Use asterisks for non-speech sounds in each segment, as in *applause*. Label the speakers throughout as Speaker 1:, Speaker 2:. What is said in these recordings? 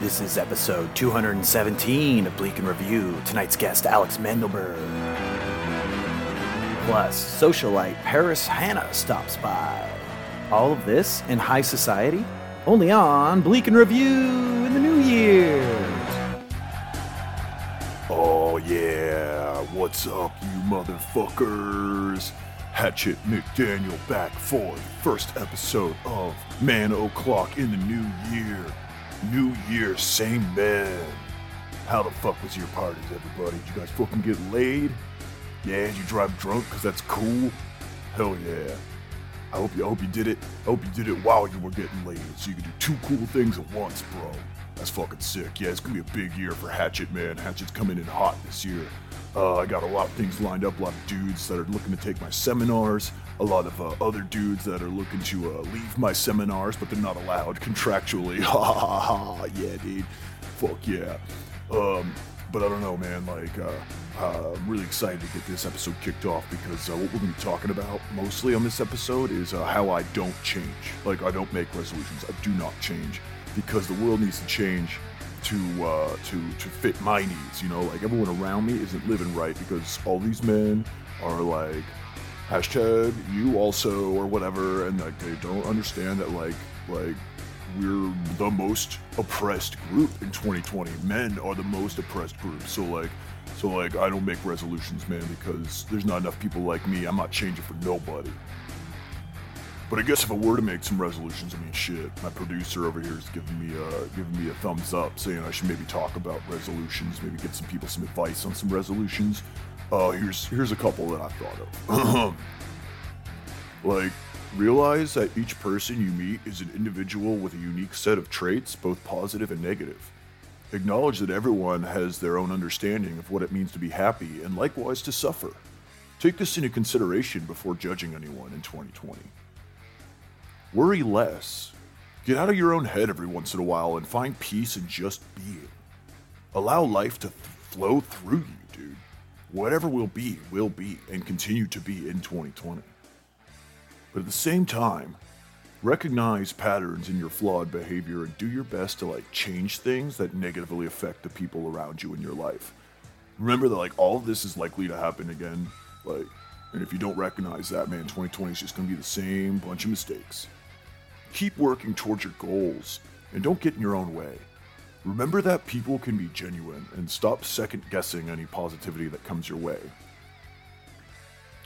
Speaker 1: This is episode 217 of Bleak and Review. Tonight's guest, Alex Mendelberg. Plus, socialite Paris Hannah stops by. All of this in high society, only on Bleak and Review in the new year.
Speaker 2: Oh yeah, what's up, you motherfuckers? Hatchet McDaniel back for the first episode of Man O'Clock in the New Year. New Year, same man. How the fuck was your parties, everybody? Did you guys fucking get laid? Yeah, did you drive drunk, cause that's cool. Hell yeah. I hope you I hope you did it. I hope you did it while you were getting laid, so you could do two cool things at once, bro. That's fucking sick. Yeah, it's gonna be a big year for Hatchet, man. Hatchet's coming in hot this year. Uh, I got a lot of things lined up. A lot of dudes that are looking to take my seminars. A lot of uh, other dudes that are looking to uh, leave my seminars, but they're not allowed contractually. *laughs* Ha ha ha ha. Yeah, dude. Fuck yeah. Um, but I don't know, man. Like, uh, uh, I'm really excited to get this episode kicked off because uh, what we're going to be talking about mostly on this episode is uh, how I don't change. Like, I don't make resolutions. I do not change because the world needs to change to uh, to to fit my needs. You know, like everyone around me isn't living right because all these men are like hashtag you also or whatever, and like they don't understand that like like we're the most oppressed group in 2020. Men are the most oppressed group. So like, so like, I don't make resolutions, man, because there's not enough people like me. I'm not changing for nobody. But I guess if I were to make some resolutions, I mean, shit, my producer over here is giving me a giving me a thumbs up, saying I should maybe talk about resolutions, maybe give some people some advice on some resolutions. Uh, here's here's a couple that I've thought of. Like, realize that each person you meet is an individual with a unique set of traits, both positive and negative. Acknowledge that everyone has their own understanding of what it means to be happy and likewise to suffer. Take this into consideration before judging anyone in 2020. Worry less. Get out of your own head every once in a while and find peace in just being. Allow life to th- flow through you, dude. Whatever will be, will be, and continue to be in 2020. But at the same time, recognize patterns in your flawed behavior and do your best to like change things that negatively affect the people around you in your life. Remember that like all of this is likely to happen again. Like, and if you don't recognize that, man, 2020 is just gonna be the same bunch of mistakes. Keep working towards your goals and don't get in your own way. Remember that people can be genuine and stop second guessing any positivity that comes your way.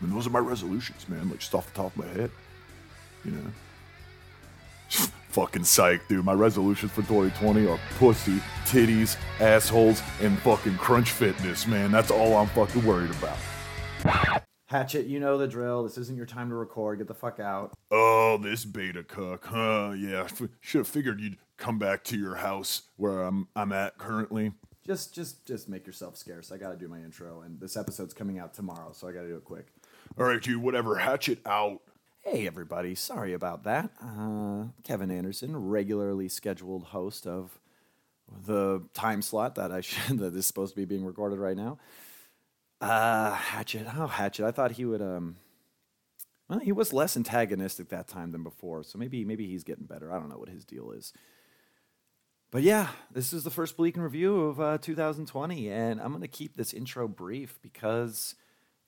Speaker 2: And those are my resolutions, man. Like just off the top of my head, you know. *laughs* fucking psych, dude. My resolutions for 2020 are pussy, titties, assholes, and fucking crunch fitness, man. That's all I'm fucking worried about.
Speaker 1: Hatchet, you know the drill. This isn't your time to record. Get the fuck out.
Speaker 2: Oh, this beta cuck, huh? Yeah, f- should have figured you'd come back to your house where I'm I'm at currently.
Speaker 1: Just, just, just make yourself scarce. I gotta do my intro, and this episode's coming out tomorrow, so I gotta do it quick.
Speaker 2: All right, dude. Whatever. Hatchet out.
Speaker 1: Hey, everybody. Sorry about that. Uh, Kevin Anderson, regularly scheduled host of the time slot that I *laughs* should, that is supposed to be being recorded right now. Uh, Hatchet. Oh, Hatchet. I thought he would. Um, well, he was less antagonistic that time than before, so maybe maybe he's getting better. I don't know what his deal is. But yeah, this is the first Bleak and Review of uh, 2020, and I'm gonna keep this intro brief because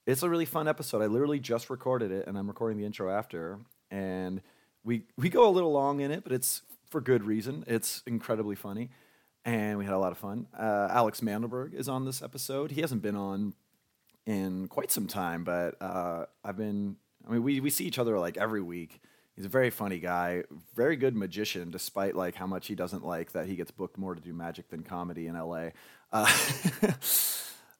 Speaker 1: it's a really fun episode. I literally just recorded it, and I'm recording the intro after, and we we go a little long in it, but it's for good reason. It's incredibly funny, and we had a lot of fun. Uh, Alex Mandelberg is on this episode. He hasn't been on in quite some time, but uh, I've been. I mean, we we see each other like every week. He's a very funny guy, very good magician, despite like how much he doesn't like that he gets booked more to do magic than comedy in L.A. Uh, *laughs*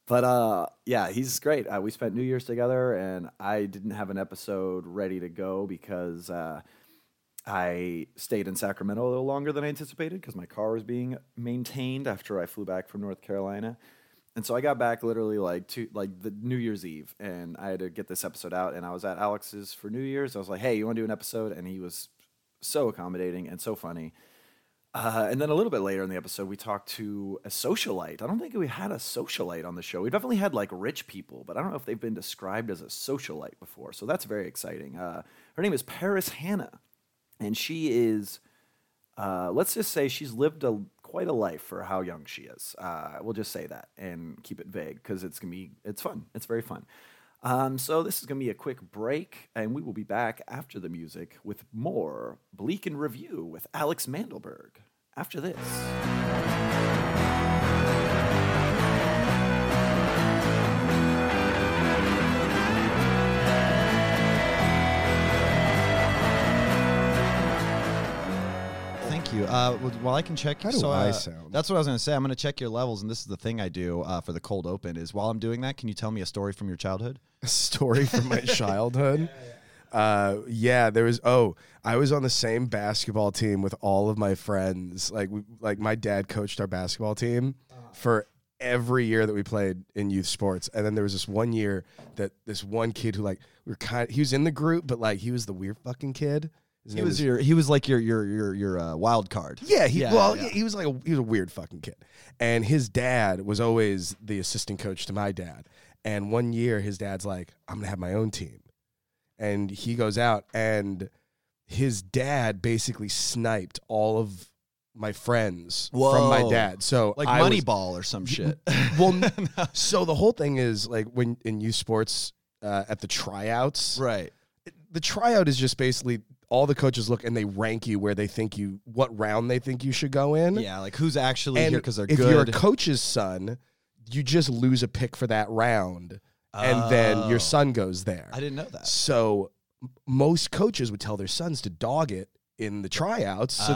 Speaker 1: but uh, yeah, he's great. Uh, we spent New Year's together, and I didn't have an episode ready to go because. Uh, I stayed in Sacramento a little longer than I anticipated because my car was being maintained after I flew back from North Carolina. And so I got back literally like to like the New Year's Eve and I had to get this episode out and I was at Alex's for New Year's. I was like, "Hey, you want to do an episode?" and he was so accommodating and so funny. Uh, and then a little bit later in the episode, we talked to a socialite. I don't think we had a socialite on the show. We've definitely had like rich people, but I don't know if they've been described as a socialite before. So that's very exciting. Uh, her name is Paris Hannah, and she is, uh, let's just say, she's lived a quite a life for how young she is. Uh, we'll just say that and keep it vague because it's gonna be it's fun. It's very fun. Um, so this is gonna be a quick break, and we will be back after the music with more Bleak and Review with Alex Mandelberg after this.
Speaker 3: Thank you. Uh, well, well, I can check.
Speaker 4: How do
Speaker 3: so,
Speaker 4: I
Speaker 3: uh,
Speaker 4: sound?
Speaker 3: That's what I was going to say. I'm going to check your levels, and this is the thing I do uh, for the cold open. Is while I'm doing that, can you tell me a story from your childhood?
Speaker 4: *laughs* story from my
Speaker 3: *laughs*
Speaker 4: childhood. Uh, yeah, there was. Oh, I was on the same basketball team with all of my friends. Like, we, like my dad coached our basketball team
Speaker 3: Uh-huh.
Speaker 4: for every year that we played in youth sports. And then there was this one year that this one kid who like we were kind. He was in the group, but like he was the weird fucking kid. His
Speaker 3: He
Speaker 4: name
Speaker 3: was your. He was like your your your your uh, wild card.
Speaker 4: yeah, he
Speaker 3: Yeah,
Speaker 4: well,
Speaker 3: yeah.
Speaker 4: he- he was like a, he was a weird fucking kid, and his dad was always the assistant coach to my dad. And one year, his dad's like, "I'm gonna have my own team," and he goes out, and his dad basically sniped all of my friends from my
Speaker 3: Whoa.
Speaker 4: dad. So
Speaker 3: Like
Speaker 4: I was-
Speaker 3: Moneyball or some shit.
Speaker 4: well, n- *laughs* so the whole thing is like when in youth sports uh, at the tryouts,
Speaker 3: right.
Speaker 4: the tryout is just basically all the coaches look and they rank you where they think you what round they think you should go in.
Speaker 3: Yeah. Like who's actually
Speaker 4: And
Speaker 3: here because they're
Speaker 4: if
Speaker 3: good.
Speaker 4: you're a coach's son, you just lose a pick for that round, and then
Speaker 3: Oh.
Speaker 4: your son goes there.
Speaker 3: I didn't know that.
Speaker 4: So m- most coaches would tell their sons to dog it in the tryouts so
Speaker 3: Oh.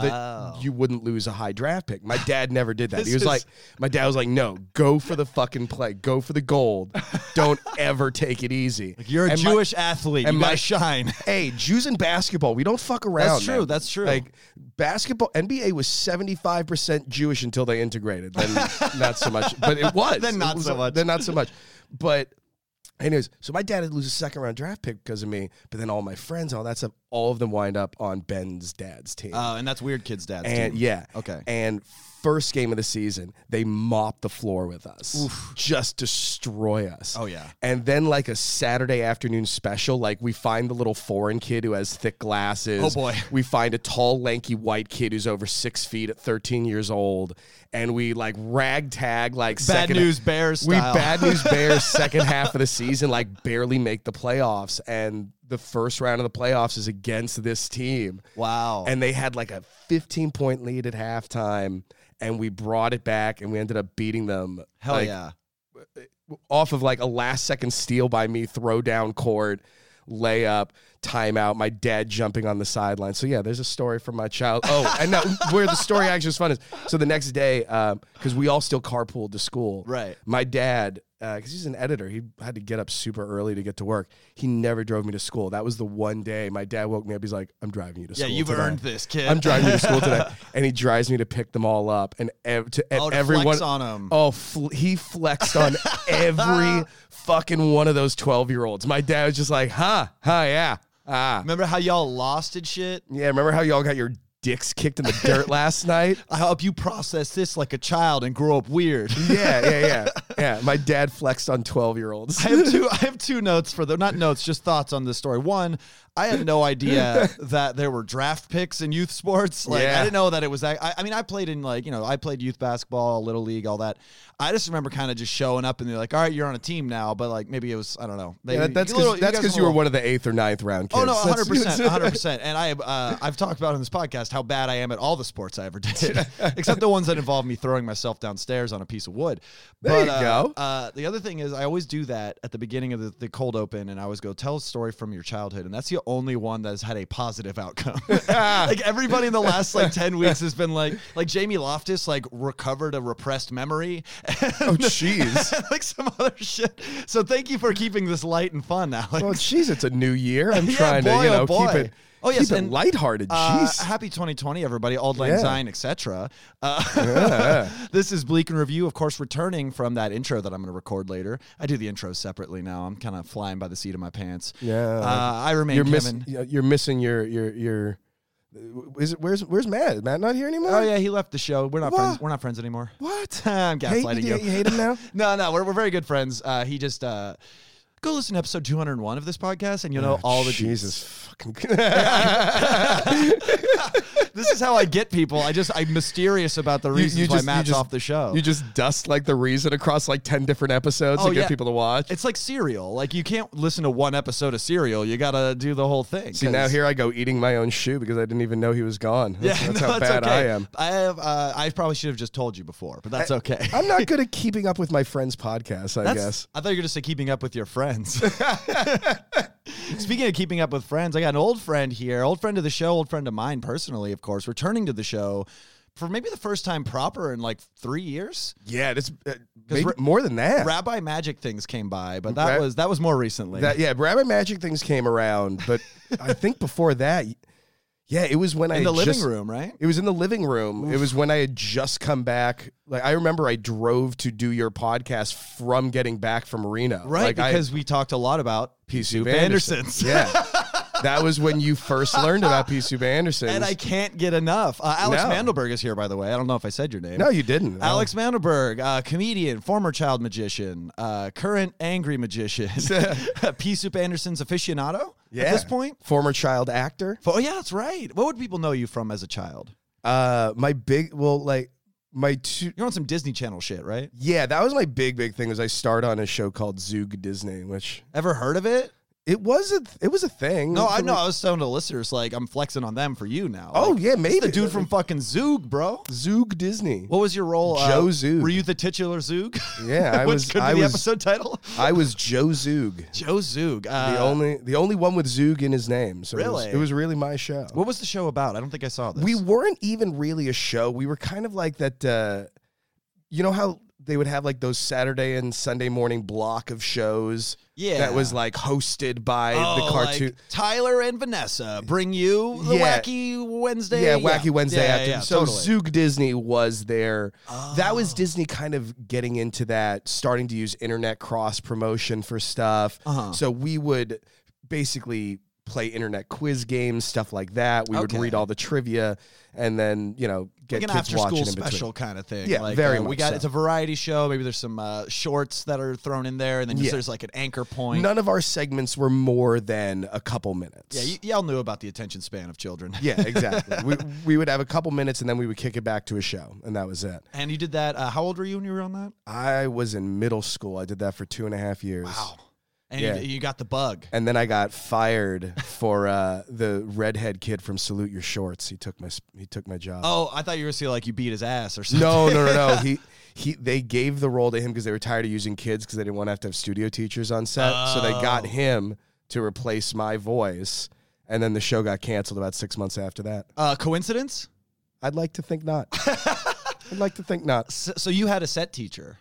Speaker 4: that you wouldn't lose a high draft pick. My dad never did that.
Speaker 3: *laughs* This
Speaker 4: He was
Speaker 3: is-
Speaker 4: like, my dad was like, no, go for the fucking play, go for the
Speaker 3: *laughs*
Speaker 4: gold. Don't ever take it easy.
Speaker 3: Like you're a
Speaker 4: And my-
Speaker 3: Jewish athlete.
Speaker 4: and
Speaker 3: you gotta
Speaker 4: my-
Speaker 3: shine.
Speaker 4: Hey, Jews in basketball, we don't fuck around.
Speaker 3: That's true,
Speaker 4: man.
Speaker 3: that's true.
Speaker 4: Like basketball, NBA was seventy five percent Jewish until they integrated. Then not so much, but
Speaker 3: *laughs*
Speaker 4: it was.
Speaker 3: Then
Speaker 4: It
Speaker 3: not
Speaker 4: was-
Speaker 3: so much.
Speaker 4: Then not so much. But anyways, so my dad had lose a second round draft pick because of me. But then all my friends, and all that stuff, all of them wind up on Ben's dad's team.
Speaker 3: *laughs* Oh, and that's weird. Kids' dads.
Speaker 4: and
Speaker 3: team.
Speaker 4: yeah,
Speaker 3: Okay.
Speaker 4: And first game of the season, they mopped the floor with us, just destroy us.
Speaker 3: Oh, yeah.
Speaker 4: And then like a Saturday afternoon special, like we find the little foreign kid who has thick glasses.
Speaker 3: Oh, boy.
Speaker 4: We find a tall, lanky white kid who's over six feet at 13 years old, and we like ragtag like
Speaker 3: Bad
Speaker 4: second
Speaker 3: news bears.
Speaker 4: we bad news
Speaker 3: *laughs*
Speaker 4: bears second half of the season like barely make the playoffs, and the first round of the playoffs is against this team.
Speaker 3: Wow.
Speaker 4: And they had like a 15 point lead at halftime, and we brought it back, and we ended up beating them.
Speaker 3: hell
Speaker 4: like,
Speaker 3: yeah.
Speaker 4: Off of like a last second steal by me, throw down court, layup, timeout, my dad jumping on the sideline. So, yeah, there's a story from my child. Oh, and now *laughs* where the story actually is fun is so the next day, because we all still carpooled to school.
Speaker 3: Right.
Speaker 4: My dad, because he's an editor, he had to get up super early to get to work. He never drove me to school. That was the one day my dad woke me up. He's like, I'm driving you to
Speaker 3: Yeah,
Speaker 4: school.
Speaker 3: you've
Speaker 4: today."
Speaker 3: earned this, kid.
Speaker 4: I'm driving you to school
Speaker 3: *laughs*
Speaker 4: today, and he drives me to pick them all up, and ev- to, and
Speaker 3: Oh, to
Speaker 4: everyone
Speaker 3: flex on 'em.
Speaker 4: Oh, fl- he flexed on
Speaker 3: *laughs*
Speaker 4: every fucking one of those twelve year olds. My dad was just like, "Huh, huh, yeah, ah,
Speaker 3: Remember how y'all lost and shit?
Speaker 4: yeah." Remember how y'all got your dicks kicked in the
Speaker 3: *laughs*
Speaker 4: dirt last night?
Speaker 3: I hope you process this like a child and grow
Speaker 4: *laughs*
Speaker 3: up weird.
Speaker 4: Yeah, yeah, yeah, yeah. My dad flexed on twelve year olds. *laughs*
Speaker 3: I have two. I have two notes for the not notes, just thoughts on this story. One, I had
Speaker 4: *laughs*
Speaker 3: no idea that there were draft picks in youth sports. Like I
Speaker 4: Yeah.
Speaker 3: didn't know that it was. that- I, I mean, I played in like you know, I played youth basketball, little league, all that. I just remember kind of just showing up and they're like, "All right, you're on a team now," but like maybe it was I don't know. They,
Speaker 4: Yeah, that's
Speaker 3: you little-
Speaker 4: because that's
Speaker 3: guys
Speaker 4: because
Speaker 3: were
Speaker 4: you were
Speaker 3: little-
Speaker 4: one of the eighth or ninth round kids.
Speaker 3: Oh no,
Speaker 4: That's-
Speaker 3: hundred percent, hundred percent. And I, uh, I've talked about on this podcast how bad I am at all the sports I ever did,
Speaker 4: *laughs*
Speaker 3: except the ones that involve me throwing myself downstairs on a piece of wood.
Speaker 4: There you
Speaker 3: uh,
Speaker 4: go.
Speaker 3: Uh, the other thing is, I always do that at the beginning of the, the cold open, and I always go tell a story from your childhood, and that's the only one that has had a
Speaker 4: *laughs*
Speaker 3: positive outcome. like everybody in the last like ten weeks has been like, like Jamie Loftus like recovered a repressed memory.
Speaker 4: *laughs*
Speaker 3: *laughs*
Speaker 4: Oh jeez.
Speaker 3: like some other shit. So thank you for keeping this light and fun, Alex.
Speaker 4: Well, jeez, it's a new year. I'm
Speaker 3: *laughs* Yeah,
Speaker 4: trying
Speaker 3: boy,
Speaker 4: to, you
Speaker 3: oh
Speaker 4: know,
Speaker 3: boy.
Speaker 4: keep it,
Speaker 3: Oh, yes,
Speaker 4: keep it
Speaker 3: and,
Speaker 4: lighthearted.
Speaker 3: Uh,
Speaker 4: Jeez.
Speaker 3: happy 2020, everybody. Auld Lang
Speaker 4: Yeah.
Speaker 3: Syne, etc. Uh,
Speaker 4: Yeah.
Speaker 3: *laughs* this is Bleak and Review, of course, returning from that intro that I'm going to record later. I do the intro separately now. I'm kind of flying by the seat of my pants.
Speaker 4: Yeah.
Speaker 3: Uh, I remain
Speaker 4: you're
Speaker 3: Kevin.
Speaker 4: missing. You're missing your your your. Is it where's where's Matt? Is Matt not here anymore?
Speaker 3: oh yeah, he left the show. We're not
Speaker 4: What?
Speaker 3: friends. We're not friends anymore. *laughs*
Speaker 4: What?
Speaker 3: I'm gaslighting
Speaker 4: hate,
Speaker 3: you.
Speaker 4: hate him now.
Speaker 3: *laughs* No, no, we're, we're very good friends. Uh, he just uh, go listen to episode 201
Speaker 4: Ah, *laughs*
Speaker 3: of this podcast, and you'll know all the deets.
Speaker 4: Jesus fucking.
Speaker 3: this is how I get people. I just I'm mysterious about the
Speaker 4: You- you
Speaker 3: *laughs* reasons
Speaker 4: just- you
Speaker 3: why Matt's
Speaker 4: just-
Speaker 3: off the show.
Speaker 4: You just dust like the reason across like ten different episodes
Speaker 3: Oh,
Speaker 4: to get
Speaker 3: yeah.
Speaker 4: people to watch.
Speaker 3: it's like Serial. Like you can't listen to one episode of Serial. You gotta do the whole thing.
Speaker 4: See now
Speaker 3: 'cause-
Speaker 4: here I go eating my own shoe because I didn't even know he was gone.
Speaker 3: Yeah,
Speaker 4: That's, that's
Speaker 3: *laughs* no,
Speaker 4: how
Speaker 3: it's
Speaker 4: bad
Speaker 3: okay.
Speaker 4: I am.
Speaker 3: I have. Uh, I probably should have just told you before, but that's okay. *laughs*
Speaker 4: I'm not good at keeping up with my friends' podcasts. I
Speaker 3: That's-
Speaker 4: guess.
Speaker 3: I thought you were just say keeping up with your friends. *laughs* Speaking of keeping up with friends, I got an old friend here, old friend of the show, old friend of mine personally, of course, returning to the show for maybe the first time proper in like three years.
Speaker 4: Yeah, it's uh,
Speaker 3: maybe
Speaker 4: more than that.
Speaker 3: Rabbi Magic things came by, but that
Speaker 4: Ra-
Speaker 3: was that was more recently.
Speaker 4: that yeah, Rabbi Magic things came around,
Speaker 3: *laughs*
Speaker 4: but I think before that, yeah, it was when I
Speaker 3: in the
Speaker 4: had
Speaker 3: living
Speaker 4: just-
Speaker 3: room, right?
Speaker 4: It was in the living room. It was when I had just come back. Like I remember, I drove to do your podcast from getting back from Reno.
Speaker 3: Right,
Speaker 4: like, I-
Speaker 3: because we talked a lot about
Speaker 4: P. Sue
Speaker 3: Andersons. *laughs*
Speaker 4: Yeah. that was when you first learned about P. Sue Andersons.
Speaker 3: and I can't get enough. Uh, Alex
Speaker 4: No.
Speaker 3: Mandelberg is here, by the way. I don't know if I said your name.
Speaker 4: no, you didn't.
Speaker 3: Alex Mandelberg, uh, comedian, former child magician, uh, current angry magician, *laughs* P. Soup Anderson's aficionado
Speaker 4: Yeah.
Speaker 3: at this point.
Speaker 4: Former child actor.
Speaker 3: F- Oh, yeah, that's right. What would people know you from as a child?
Speaker 4: Uh, my big, well, like, my two.
Speaker 3: You're on some Disney Channel shit, right?
Speaker 4: Yeah, that was my big, big thing. Was I starred on a show called Zoog Disney, which
Speaker 3: Ever heard of it?
Speaker 4: it was a, it was a thing.
Speaker 3: No, I know. I was telling the listeners, like, I'm flexing on them for you now.
Speaker 4: Oh
Speaker 3: Like,
Speaker 4: yeah, maybe
Speaker 3: the dude from fucking Zoog, bro.
Speaker 4: Zoog Disney.
Speaker 3: What was your role? uh,
Speaker 4: Joe Zoog.
Speaker 3: Were you the titular Zoog?
Speaker 4: Yeah, I
Speaker 3: *laughs* Which
Speaker 4: was-
Speaker 3: Could be
Speaker 4: I
Speaker 3: the
Speaker 4: was-
Speaker 3: episode title. *laughs*
Speaker 4: I was Joe Zoog.
Speaker 3: Joe Zoog. Uh,
Speaker 4: The only the only one with Zoog in his name. So it was,
Speaker 3: Really?
Speaker 4: it was really my show.
Speaker 3: What was the show about? I don't think I saw this.
Speaker 4: we weren't even really a show. We were kind of like that. Uh, you know how they would have like those Saturday and Sunday morning block of shows.
Speaker 3: Yeah.
Speaker 4: that was like hosted by
Speaker 3: Oh,
Speaker 4: the cartoon.
Speaker 3: like Tyler and Vanessa bring you the
Speaker 4: Yeah.
Speaker 3: wacky Wednesday.
Speaker 4: yeah, Wacky Wednesday
Speaker 3: Yeah,
Speaker 4: after.
Speaker 3: yeah,
Speaker 4: so
Speaker 3: totally. Oh.
Speaker 4: Zoog Disney was there. That was Disney kind of getting into that, starting to use internet cross promotion for stuff.
Speaker 3: Uh-huh.
Speaker 4: So we would basically play internet quiz games, stuff like that. We
Speaker 3: Okay.
Speaker 4: would read all the trivia, and then you know get
Speaker 3: like an
Speaker 4: kids
Speaker 3: after
Speaker 4: watching
Speaker 3: school
Speaker 4: in between.
Speaker 3: special kind of thing.
Speaker 4: Yeah,
Speaker 3: like,
Speaker 4: very
Speaker 3: uh, we
Speaker 4: much
Speaker 3: got
Speaker 4: so.
Speaker 3: it's a variety show. Maybe there's some uh, shorts that are thrown in there, and then just
Speaker 4: Yeah.
Speaker 3: there's like an anchor point.
Speaker 4: None of our segments were more than a couple minutes.
Speaker 3: yeah, y- y'all knew about the attention span of children.
Speaker 4: yeah, exactly.
Speaker 3: *laughs*
Speaker 4: we, we would have a couple minutes, and then we would kick it back to a show, and that was it.
Speaker 3: and you did that. Uh, how old were you when you were on that?
Speaker 4: I was in middle school. I did that for two and a half years.
Speaker 3: And
Speaker 4: Yeah.
Speaker 3: you, you got the bug.
Speaker 4: And then I got fired for uh, the redhead kid from Salute Your Shorts. He took my sp- he took my job.
Speaker 3: Oh, I thought you were saying like you beat his ass or something.
Speaker 4: No, no, no, no. he he they gave the role to him because they were tired of using kids because they didn't want to have to have studio teachers on set. So they got
Speaker 3: Oh.
Speaker 4: him to replace my voice. And then the show got canceled about six months after that.
Speaker 3: *laughs* Uh, coincidence?
Speaker 4: I'd like to think
Speaker 3: *laughs*
Speaker 4: not. I'd like to think not.
Speaker 3: So, so you had a set teacher.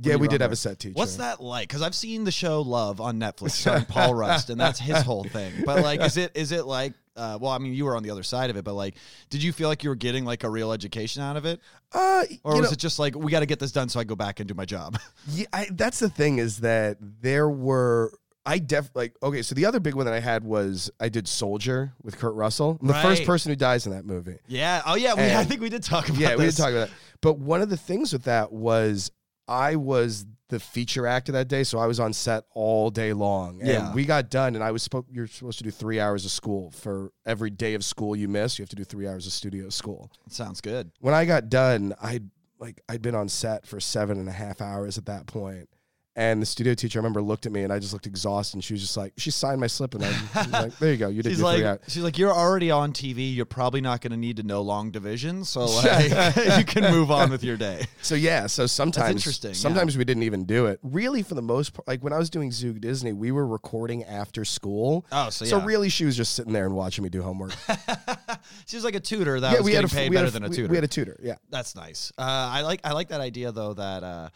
Speaker 4: Yeah, we
Speaker 3: you were on
Speaker 4: did have
Speaker 3: there.
Speaker 4: a set teacher.
Speaker 3: What's that like? Because I've seen the show Love on
Speaker 4: *laughs*
Speaker 3: Netflix starring Paul Rust, and that's his whole thing. But like, is it is it like? Uh, well, I mean, you were on the other side of it, but like, did you feel like you were getting like a real education out of it,
Speaker 4: Uh,
Speaker 3: or
Speaker 4: you
Speaker 3: was
Speaker 4: know-
Speaker 3: it just like we got to get this done so I go back and do
Speaker 4: *laughs*
Speaker 3: my job?
Speaker 4: Yeah, I, that's the thing is that there were I def like okay. So the other big one that I had was I did Soldier with Kurt Russell. I'm the first
Speaker 3: Right.
Speaker 4: person who dies in that movie.
Speaker 3: yeah. Oh yeah. We, I
Speaker 4: And-
Speaker 3: think we did talk about.
Speaker 4: Yeah, we
Speaker 3: this.
Speaker 4: did talk about that. But one of the things with that was I was the feature actor that day, so I was on set all day long. And
Speaker 3: Yeah.
Speaker 4: we got done, and I was supposed you're supposed to do three hours of school for every day of school you miss. You have to do three hours of studio school.
Speaker 3: Sounds good.
Speaker 4: when I got done, I'd like I'd been on set for seven and a half hours at that point, And the studio teacher, I remember, looked at me and I just looked exhausted. And she was just like, she signed my slip and I was like, there you go, you did
Speaker 3: She's
Speaker 4: your three
Speaker 3: like,
Speaker 4: hours.
Speaker 3: she's like, you're already on TV. You're probably not going to need to know long division, *laughs* so like, you can move on with your *laughs* day.
Speaker 4: So yeah, so sometimes
Speaker 3: interesting, yeah.
Speaker 4: sometimes we didn't even do it. Really, for the most part, like when I was doing Zoog Disney, we were recording after school.
Speaker 3: Oh, so yeah.
Speaker 4: really, she was just sitting there and watching me do homework.
Speaker 3: She was like a tutor *laughs* that
Speaker 4: yeah,
Speaker 3: was
Speaker 4: we had
Speaker 3: getting
Speaker 4: a
Speaker 3: paid
Speaker 4: we had
Speaker 3: better
Speaker 4: a-
Speaker 3: than a
Speaker 4: we-
Speaker 3: tutor.
Speaker 4: We had a tutor. Yeah,
Speaker 3: That's nice. Uh, I like I like that idea though that uh,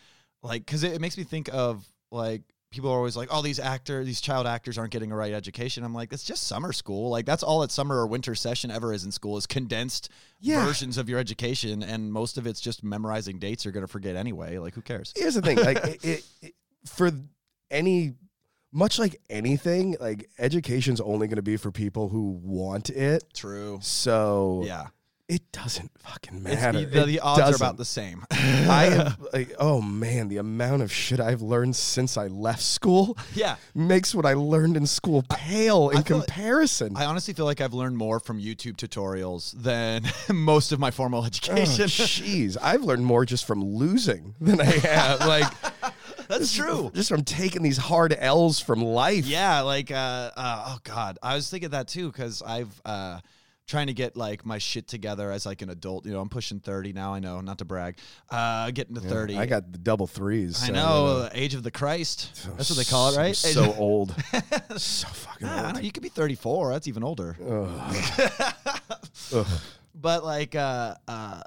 Speaker 3: like because it, it makes me think of like people are always like, oh, these actor, these child actors aren't getting a right education. I'm like, it's just summer school. Like that's all that summer or winter session ever is in school is condensed
Speaker 4: Yeah.
Speaker 3: versions of your education, and most of it's just memorizing dates you're gonna forget anyway. Like who cares?
Speaker 4: here's the thing like it, it, it- for any much like anything like education's only going to be for people who want it
Speaker 3: True.
Speaker 4: so
Speaker 3: Yeah.
Speaker 4: It doesn't fucking
Speaker 3: It's- e
Speaker 4: matter.
Speaker 3: the, the
Speaker 4: It
Speaker 3: odds are
Speaker 4: doesn't.
Speaker 3: about the *laughs* same.
Speaker 4: I have, like, oh man, the amount of shit I've learned since I left school
Speaker 3: Yeah.
Speaker 4: makes what I learned in school pale in
Speaker 3: I feel-
Speaker 4: comparison.
Speaker 3: I honestly feel like I've learned more from YouTube tutorials than *laughs* most of my formal
Speaker 4: Oh,
Speaker 3: education.
Speaker 4: Jeez, I've learned more just from losing than I
Speaker 3: *laughs*
Speaker 4: have. Like,
Speaker 3: That's true.
Speaker 4: just from taking these hard L's from life.
Speaker 3: *laughs* Yeah, like uh, uh oh god, I was thinking that too because I've uh trying to get like my shit together as like an adult. You know, I'm pushing thirty now. I know, not to brag, uh, getting to thirty.
Speaker 4: I got the double threes.
Speaker 3: I
Speaker 4: so,
Speaker 3: know,
Speaker 4: you
Speaker 3: the age of the Christ. That's what they call it,
Speaker 4: I'm
Speaker 3: right? *laughs*
Speaker 4: so old. so fucking
Speaker 3: Yeah, I know,
Speaker 4: old.
Speaker 3: you could be 34. That's even older. *laughs*
Speaker 4: Ugh.
Speaker 3: But like, uh, uh,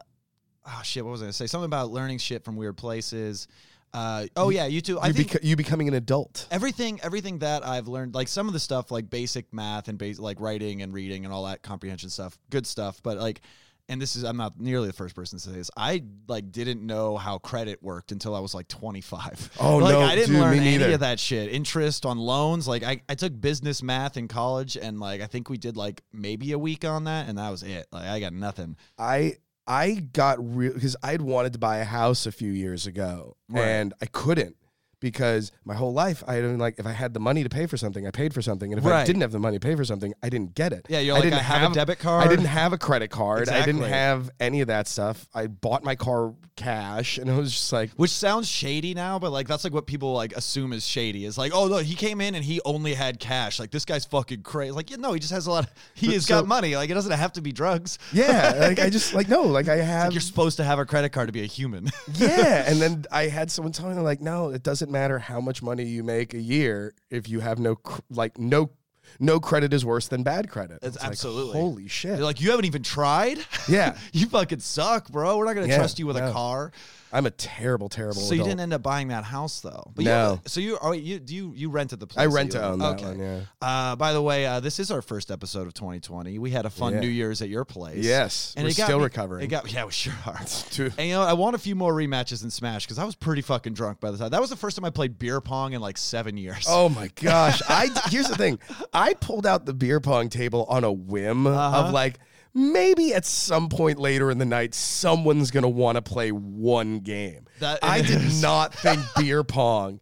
Speaker 3: oh shit, what was I gonna say? Something about learning shit from weird places. Uh, oh yeah, you too. I
Speaker 4: You,
Speaker 3: think
Speaker 4: beco- you becoming an adult.
Speaker 3: everything everything that i've learned like some of the stuff like basic math and base like writing and reading and all that comprehension stuff good stuff but like and this is i'm not nearly the first person to say this i like didn't know how credit worked until i was like 25
Speaker 4: *laughs* Oh,
Speaker 3: like,
Speaker 4: no,
Speaker 3: i didn't
Speaker 4: dude,
Speaker 3: learn
Speaker 4: me
Speaker 3: any
Speaker 4: neither.
Speaker 3: of that shit interest on loans like I, I took business math in college and like i think we did like maybe a week on that and that was it like i got nothing
Speaker 4: I I got real because I'd wanted to buy a house a few years ago
Speaker 3: Right.
Speaker 4: and I couldn't because my whole life I had been like if I had the money to pay for something I paid for something and if I
Speaker 3: Right.
Speaker 4: didn't have the money to pay for something I didn't get it.
Speaker 3: yeah you're like i,
Speaker 4: didn't
Speaker 3: have, a debit card
Speaker 4: I didn't have a credit card. I didn't
Speaker 3: Exactly.
Speaker 4: have any of that stuff. I bought my car cash and I was just
Speaker 3: *laughs*
Speaker 4: like
Speaker 3: Which sounds shady now, but like that's like what people like assume is shady. Is like, oh no, he came in and he only had cash. Like this guy's fucking crazy. Like, yeah, no, he just has a lot. Of, *laughs* he has
Speaker 4: so-
Speaker 3: got money. Like it doesn't have to be drugs.
Speaker 4: yeah, like I just like no, like I
Speaker 3: Like
Speaker 4: have
Speaker 3: you're supposed to have a credit card to be a human. *laughs*
Speaker 4: yeah. And then I had someone tell me like, no, it doesn't matter how much money you make a year if you have no cr- like no no credit is worse than bad credit.
Speaker 3: It's
Speaker 4: like,
Speaker 3: absolutely.
Speaker 4: holy shit.
Speaker 3: They're like, you haven't even tried.
Speaker 4: yeah,
Speaker 3: *laughs* you fucking suck, bro. We're not gonna
Speaker 4: Yeah,
Speaker 3: trust you with
Speaker 4: no.
Speaker 3: a car.
Speaker 4: I'm a terrible, terrible.
Speaker 3: So you
Speaker 4: adult.
Speaker 3: didn't end up buying that house though. But
Speaker 4: No.
Speaker 3: You, so you are you do you you rented the place?
Speaker 4: I
Speaker 3: that
Speaker 4: rent
Speaker 3: you
Speaker 4: to own
Speaker 3: lived-
Speaker 4: that one. Yeah.
Speaker 3: Uh, by the way, uh, this is our first episode of 2020. We had a fun
Speaker 4: Yeah.
Speaker 3: New Year's at your place.
Speaker 4: Yes, we're
Speaker 3: it got
Speaker 4: still
Speaker 3: me-
Speaker 4: recovering.
Speaker 3: It got yeah, we sure are.
Speaker 4: Dude.
Speaker 3: And you know, I want a few more rematches in Smash because I was pretty fucking drunk by the time. That was the first time I played beer pong in like seven
Speaker 4: *laughs*
Speaker 3: years.
Speaker 4: Oh my gosh! I here's the thing. I pulled out the beer pong table on a whim
Speaker 3: Uh-huh.
Speaker 4: of like maybe at some point later in the night someone's gonna want to play one game.
Speaker 3: That
Speaker 4: I did
Speaker 3: is- *laughs*
Speaker 4: not think beer pong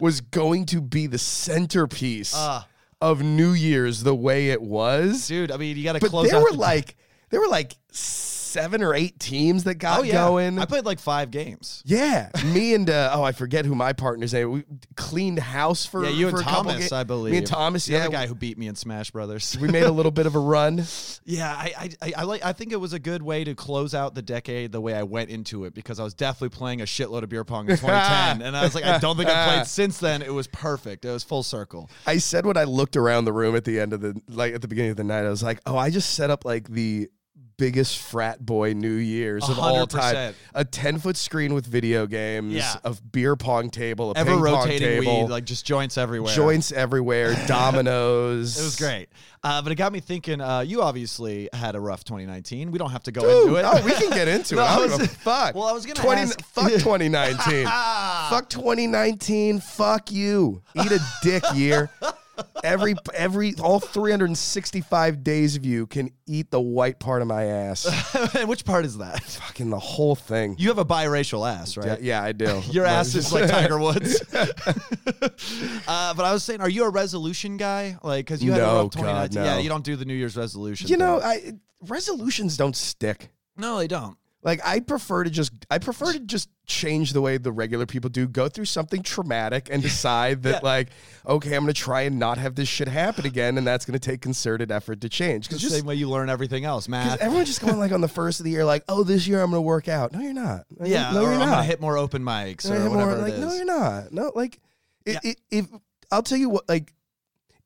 Speaker 4: was going to be the centerpiece
Speaker 3: Ah.
Speaker 4: of New Year's the way it was.
Speaker 3: *laughs* dude! I mean, you got to
Speaker 4: but
Speaker 3: close.
Speaker 4: there
Speaker 3: out
Speaker 4: were
Speaker 3: the-
Speaker 4: like there were like seven or eight teams that got
Speaker 3: oh yeah,
Speaker 4: going.
Speaker 3: I played like five games.
Speaker 4: Yeah, me and uh, oh, I forget who my partner's name. We cleaned house for
Speaker 3: yeah, you
Speaker 4: for
Speaker 3: and
Speaker 4: a couple
Speaker 3: Thomas,
Speaker 4: ga-
Speaker 3: I believe.
Speaker 4: Me and Thomas,
Speaker 3: the
Speaker 4: yeah,
Speaker 3: other guy who beat me in Smash Brothers.
Speaker 4: we made a little bit of a run.
Speaker 3: Yeah, I, I, I, I like. I think it was a good way to close out the decade the way I went into it because I was definitely playing a shitload of beer pong in 2010, and I was like, I don't think I
Speaker 4: *laughs*
Speaker 3: played since then. It was perfect. It was full circle.
Speaker 4: I said when I looked around the room at the end of the like at the beginning of the night, I was like, oh, I just set up like the biggest frat boy New Year's of all time.
Speaker 3: 100%.
Speaker 4: A ten foot screen with video games,
Speaker 3: Yeah.
Speaker 4: of beer pong table, a
Speaker 3: Ever
Speaker 4: ping pong
Speaker 3: rotating
Speaker 4: table,
Speaker 3: weed, like just joints everywhere.
Speaker 4: joints
Speaker 3: *laughs*
Speaker 4: everywhere, dominoes.
Speaker 3: It was great, uh, but it got me thinking. Uh, you obviously had a rough 2019. We don't have to go
Speaker 4: Dude,
Speaker 3: into it.
Speaker 4: no, Oh, we can get
Speaker 3: *laughs*
Speaker 4: into
Speaker 3: No,
Speaker 4: it. I
Speaker 3: I
Speaker 4: don't
Speaker 3: was-
Speaker 4: give a fuck.
Speaker 3: Well, I was gonna
Speaker 4: 20,
Speaker 3: ask- *laughs*
Speaker 4: fuck 2019. fuck 2019. Fuck you. Eat a dick year. Every every all 365 days of you can eat the white part of my
Speaker 3: *laughs*
Speaker 4: ass.
Speaker 3: Which part is that?
Speaker 4: Fucking the whole thing.
Speaker 3: You have a biracial ass, right?
Speaker 4: yeah, yeah, I do.
Speaker 3: *laughs* Your ass is like Tiger Woods. *laughs* uh, but I was saying, are you a resolution guy? Like, because you had
Speaker 4: No,
Speaker 3: a rough
Speaker 4: God,
Speaker 3: 2019.
Speaker 4: no.
Speaker 3: Yeah, you don't do the New Year's
Speaker 4: *laughs*
Speaker 3: resolution.
Speaker 4: You know,
Speaker 3: thing.
Speaker 4: I resolutions don't stick.
Speaker 3: no, they don't.
Speaker 4: Like I prefer to just I prefer to just change the way the regular people do, go through something traumatic and decide
Speaker 3: *laughs*
Speaker 4: that like, okay, I'm gonna try and not have this shit happen again, and that's gonna take concerted effort to change.
Speaker 3: The
Speaker 4: Because just
Speaker 3: same way you learn everything else,
Speaker 4: 'cause
Speaker 3: math.
Speaker 4: everyone's just going like on the first of the year, like, oh, this year I'm gonna work out. No, you're not. Like,
Speaker 3: yeah,
Speaker 4: no,
Speaker 3: or
Speaker 4: you're
Speaker 3: I'm
Speaker 4: not.
Speaker 3: gonna hit more open mics
Speaker 4: No,
Speaker 3: or
Speaker 4: you're
Speaker 3: whatever
Speaker 4: like,
Speaker 3: it is.
Speaker 4: no, you're not. No, like, it,
Speaker 3: Yeah.
Speaker 4: it, if I'll tell you what, like,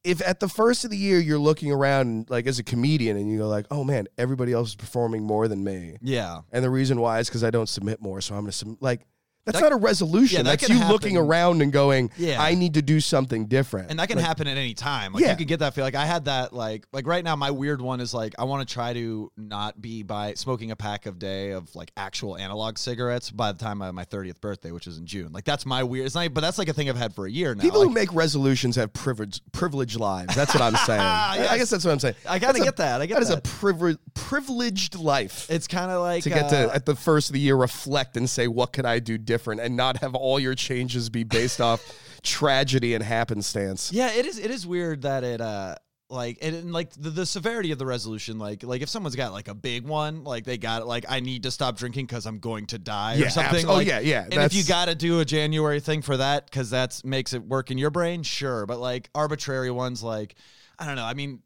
Speaker 4: if at the first of the year you're looking around like as a comedian and you go like, oh man, everybody else is performing more than me.
Speaker 3: yeah,
Speaker 4: And the reason why is because I don't submit more. So I'm going to submit. Like, That's
Speaker 3: That-
Speaker 4: not a resolution.
Speaker 3: Yeah, that
Speaker 4: That's
Speaker 3: can
Speaker 4: you looking
Speaker 3: happen.
Speaker 4: around and going,
Speaker 3: Yeah.
Speaker 4: I need to do something different.
Speaker 3: and that can happen at any time. Like
Speaker 4: Yeah.
Speaker 3: you could get that feel. Like I had that. Like like right now, my weird one is like I want to try to not be by smoking a pack of day of like actual analog cigarettes by the time I my thirtieth birthday, which is in June. Like that's my weird. It's not, but that's like a thing I've had for a year now.
Speaker 4: People
Speaker 3: Like,
Speaker 4: who make resolutions have privilege, privileged lives. That's
Speaker 3: *laughs*
Speaker 4: what I'm saying. I- I
Speaker 3: Ah, Yes.
Speaker 4: guess that's what I'm saying.
Speaker 3: I gotta
Speaker 4: That's a-
Speaker 3: get that. I get
Speaker 4: That is a
Speaker 3: that.
Speaker 4: privi- privileged life.
Speaker 3: it's kind of like
Speaker 4: to get
Speaker 3: uh,
Speaker 4: to at the first of the year reflect and say what could I do different and not have all your changes be based
Speaker 3: *laughs*
Speaker 4: off tragedy and happenstance.
Speaker 3: Yeah, it is. It is weird that it uh like and, and, like the, the severity of the resolution like like if someone's got like a big one like they got like I need to stop drinking because I'm going to die
Speaker 4: Yeah,
Speaker 3: or something.
Speaker 4: abso- oh,
Speaker 3: like-
Speaker 4: yeah, yeah,
Speaker 3: And if
Speaker 4: that's-
Speaker 3: you got to do a January thing for that because that's makes it work in your brain, sure. But like arbitrary ones, like I don't know. I mean,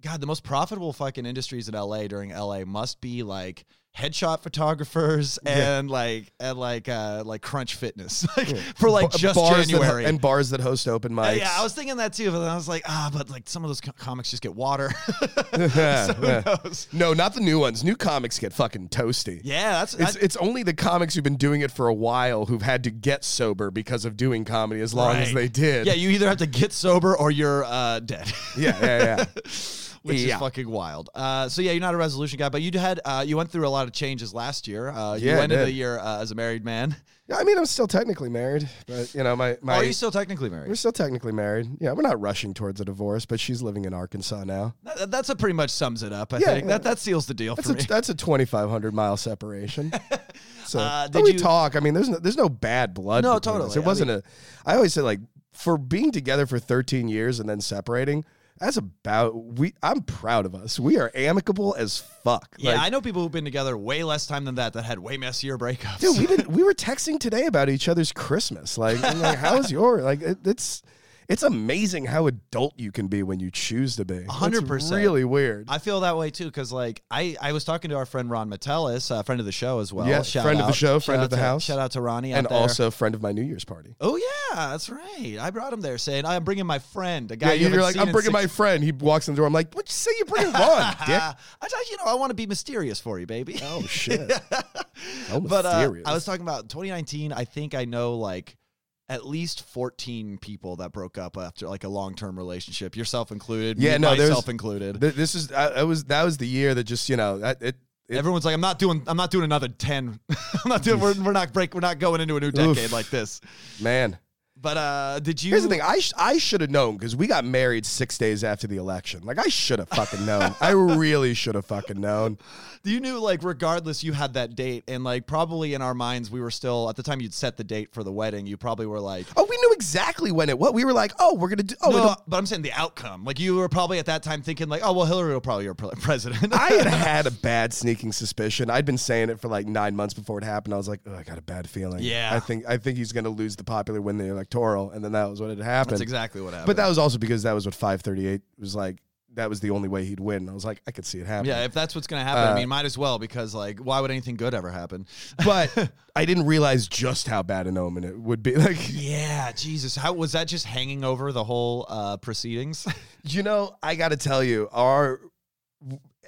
Speaker 3: God, the most profitable fucking industries in LA during LA must be like headshot photographers and like and like uh like crunch fitness *laughs* like for like
Speaker 4: Ba-
Speaker 3: just
Speaker 4: bars that ho-
Speaker 3: January
Speaker 4: and bars that host open
Speaker 3: uh,
Speaker 4: mics.
Speaker 3: yeah, I was thinking that too, but then I was like, ah, but like some of those co- comics just get water. *laughs*
Speaker 4: Yeah,
Speaker 3: so who
Speaker 4: yeah.
Speaker 3: knows?
Speaker 4: No, not the new ones. New comics get fucking toasty.
Speaker 3: Yeah, that's
Speaker 4: It's,
Speaker 3: that-
Speaker 4: it's only the comics who've been doing it for a while who've had to get sober because of doing comedy as long as
Speaker 3: right.
Speaker 4: they did.
Speaker 3: Yeah, you either have to get sober or you're uh, dead.
Speaker 4: *laughs*
Speaker 3: *laughs*
Speaker 4: yeah, yeah, yeah.
Speaker 3: Which
Speaker 4: Yeah.
Speaker 3: is fucking wild. Uh, so yeah, you're not a resolution guy, but you had uh, you went through a lot of changes last year. Uh, you
Speaker 4: Yeah, I
Speaker 3: ended
Speaker 4: did.
Speaker 3: the year uh, as a married man. *laughs*
Speaker 4: Yeah, I mean, I'm still technically married, but you know, my *laughs* my
Speaker 3: Are you still technically married?
Speaker 4: we're still technically married. Yeah, we're not rushing towards a divorce, but she's living in Arkansas now.
Speaker 3: That, that's a pretty much sums it up. I
Speaker 4: Yeah,
Speaker 3: think
Speaker 4: yeah.
Speaker 3: that that seals the deal
Speaker 4: That's
Speaker 3: for
Speaker 4: a
Speaker 3: me.
Speaker 4: that's a 2,500 mile
Speaker 3: *laughs*
Speaker 4: separation. So
Speaker 3: Uh,
Speaker 4: but
Speaker 3: did
Speaker 4: we
Speaker 3: you-
Speaker 4: talk. I mean, there's no, there's no bad blood.
Speaker 3: No,
Speaker 4: between us.
Speaker 3: totally.
Speaker 4: It
Speaker 3: I
Speaker 4: wasn't a. I always say like for being together for 13 years and then separating. That's about we. I'm proud of us. We are amicable as fuck.
Speaker 3: yeah,
Speaker 4: Like,
Speaker 3: I *laughs* know people who've been together way less time than that that had way messier breakups.
Speaker 4: Dude, we been we were texting today about each other's Christmas. Like, I'm like how's your like? It, it's it's amazing how adult you can be when you choose to be. It's
Speaker 3: 100%.
Speaker 4: Really weird.
Speaker 3: I feel that way too because like I I was talking to our friend Ron Metellus, a friend of the show as well.
Speaker 4: Yeah,
Speaker 3: Shout
Speaker 4: friend of the
Speaker 3: out.
Speaker 4: show, friend
Speaker 3: Shout
Speaker 4: of
Speaker 3: out
Speaker 4: the
Speaker 3: to-
Speaker 4: house.
Speaker 3: Shout out to Ronnie, out
Speaker 4: and
Speaker 3: there.
Speaker 4: also a friend of my New Year's party.
Speaker 3: Oh yeah, that's right. I brought him there saying I'm bringing my friend, a guy
Speaker 4: Yeah,
Speaker 3: you
Speaker 4: you're like, I'm bringing my friend. He walks in the door. I'm like, what'd you say? You bring him *laughs* on, dick.
Speaker 3: Ah, I thought you know I want to be mysterious for you, baby.
Speaker 4: Oh *laughs* shit. Oh,
Speaker 3: *laughs* but uh,
Speaker 4: mysterious.
Speaker 3: I was talking about 2019. I think I know like at least 14 people that broke up after like a long term relationship, yourself included.
Speaker 4: Yeah,
Speaker 3: me,
Speaker 4: no, there's-
Speaker 3: myself included.
Speaker 4: Th- this is I, I was that was the year that just you know that it. it
Speaker 3: Everyone's like, I'm not doing. I'm not doing another ten. *laughs* I'm not doing. We're, we're not break. We're not going into a new decade
Speaker 4: Oof.
Speaker 3: like this.
Speaker 4: man,
Speaker 3: But uh, did you?
Speaker 4: here's the thing. I sh- I should have known because we got married six days after the election. Like I should have fucking *laughs* known. I really should have fucking known.
Speaker 3: You knew, like, regardless, you had that date, and like, probably in our minds, we were still at the time you'd set the date for the wedding. You probably were like,
Speaker 4: Oh, we knew exactly when it. What we were like. Oh, we're gonna do. Oh,
Speaker 3: no,
Speaker 4: it'll-
Speaker 3: but I'm saying the outcome. Like, you were probably at that time thinking, like, oh well, Hillary will probably be pre- president. *laughs*
Speaker 4: I had had a bad sneaking suspicion. I'd been saying it for like nine months before it happened. I was like, oh, I got a bad feeling.
Speaker 3: Yeah.
Speaker 4: I think I think he's gonna lose the popular, win the electoral, and then that was what had happened.
Speaker 3: That's exactly what happened.
Speaker 4: But that was also because that was what 538 was like. That was the only way he'd win. I was like, I could see it happen.
Speaker 3: yeah, if that's what's gonna happen, I mean, might as well because like, why would anything good ever happen?
Speaker 4: Uh, but I didn't realize just how bad an omen it would be. *laughs* Like,
Speaker 3: *laughs* yeah, Jesus, how was that just hanging over the whole uh, proceedings? *laughs*
Speaker 4: you know, I got to tell you, our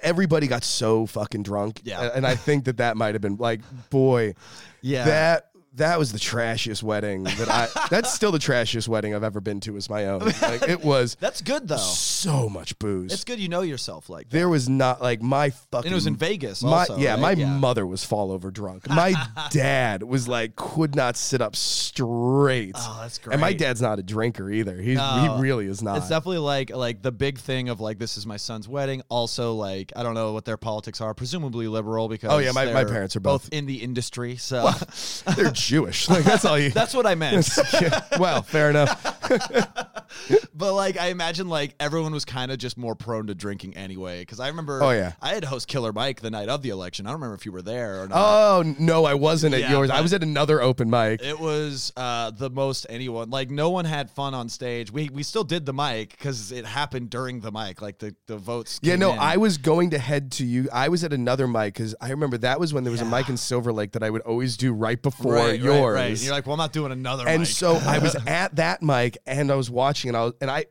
Speaker 4: everybody got so fucking drunk.
Speaker 3: Yeah.
Speaker 4: A- and I think that that might have been like, boy,
Speaker 3: yeah,
Speaker 4: that that was the trashiest wedding that
Speaker 3: *laughs*
Speaker 4: I. that's still the trashiest wedding I've ever been to. Is my own. Like, it was
Speaker 3: that's good though.
Speaker 4: so much booze.
Speaker 3: It's good you know yourself like that.
Speaker 4: there was not like my fucking.
Speaker 3: And it was in Vegas.
Speaker 4: My,
Speaker 3: also,
Speaker 4: yeah,
Speaker 3: right?
Speaker 4: my mother was fall over
Speaker 3: *laughs*
Speaker 4: drunk. My dad was like, could not sit up straight.
Speaker 3: Oh, that's
Speaker 4: And my
Speaker 3: great.
Speaker 4: dad's not a drinker either. He,
Speaker 3: No.
Speaker 4: he really is not.
Speaker 3: It's definitely like like the big thing of like this is my son's wedding. Also, like I don't know what their politics are. Presumably liberal because
Speaker 4: Oh, yeah, my- my
Speaker 3: they're
Speaker 4: parents are both-
Speaker 3: in the industry. So
Speaker 4: They're Jewish. Like that's all you. *laughs*
Speaker 3: *laughs* that's what I meant.
Speaker 4: Yeah, well, fair enough.
Speaker 3: but like I imagine like everyone was kind of just more prone to drinking anyway. Because I remember
Speaker 4: Oh, yeah.
Speaker 3: I had host Killer Mike the night of the election. I don't remember if you were there or not.
Speaker 4: Oh no, I wasn't at
Speaker 3: Yeah,
Speaker 4: yours. I
Speaker 3: but-
Speaker 4: was at another open mic.
Speaker 3: It was uh, the most anyone like no one had fun on stage. We we still did the mic because it happened during the mic, like the the votes.
Speaker 4: yeah,
Speaker 3: came
Speaker 4: no,
Speaker 3: in.
Speaker 4: I was going to head to you. I was at another mic because I remember that was when there was a mic in Silver Lake that I would always do right before
Speaker 3: Right, right,
Speaker 4: yours.
Speaker 3: *laughs* right. And you're like, well, I'm not doing another.
Speaker 4: and
Speaker 3: mic.
Speaker 4: so I was at that mic and I was watching and I was, and I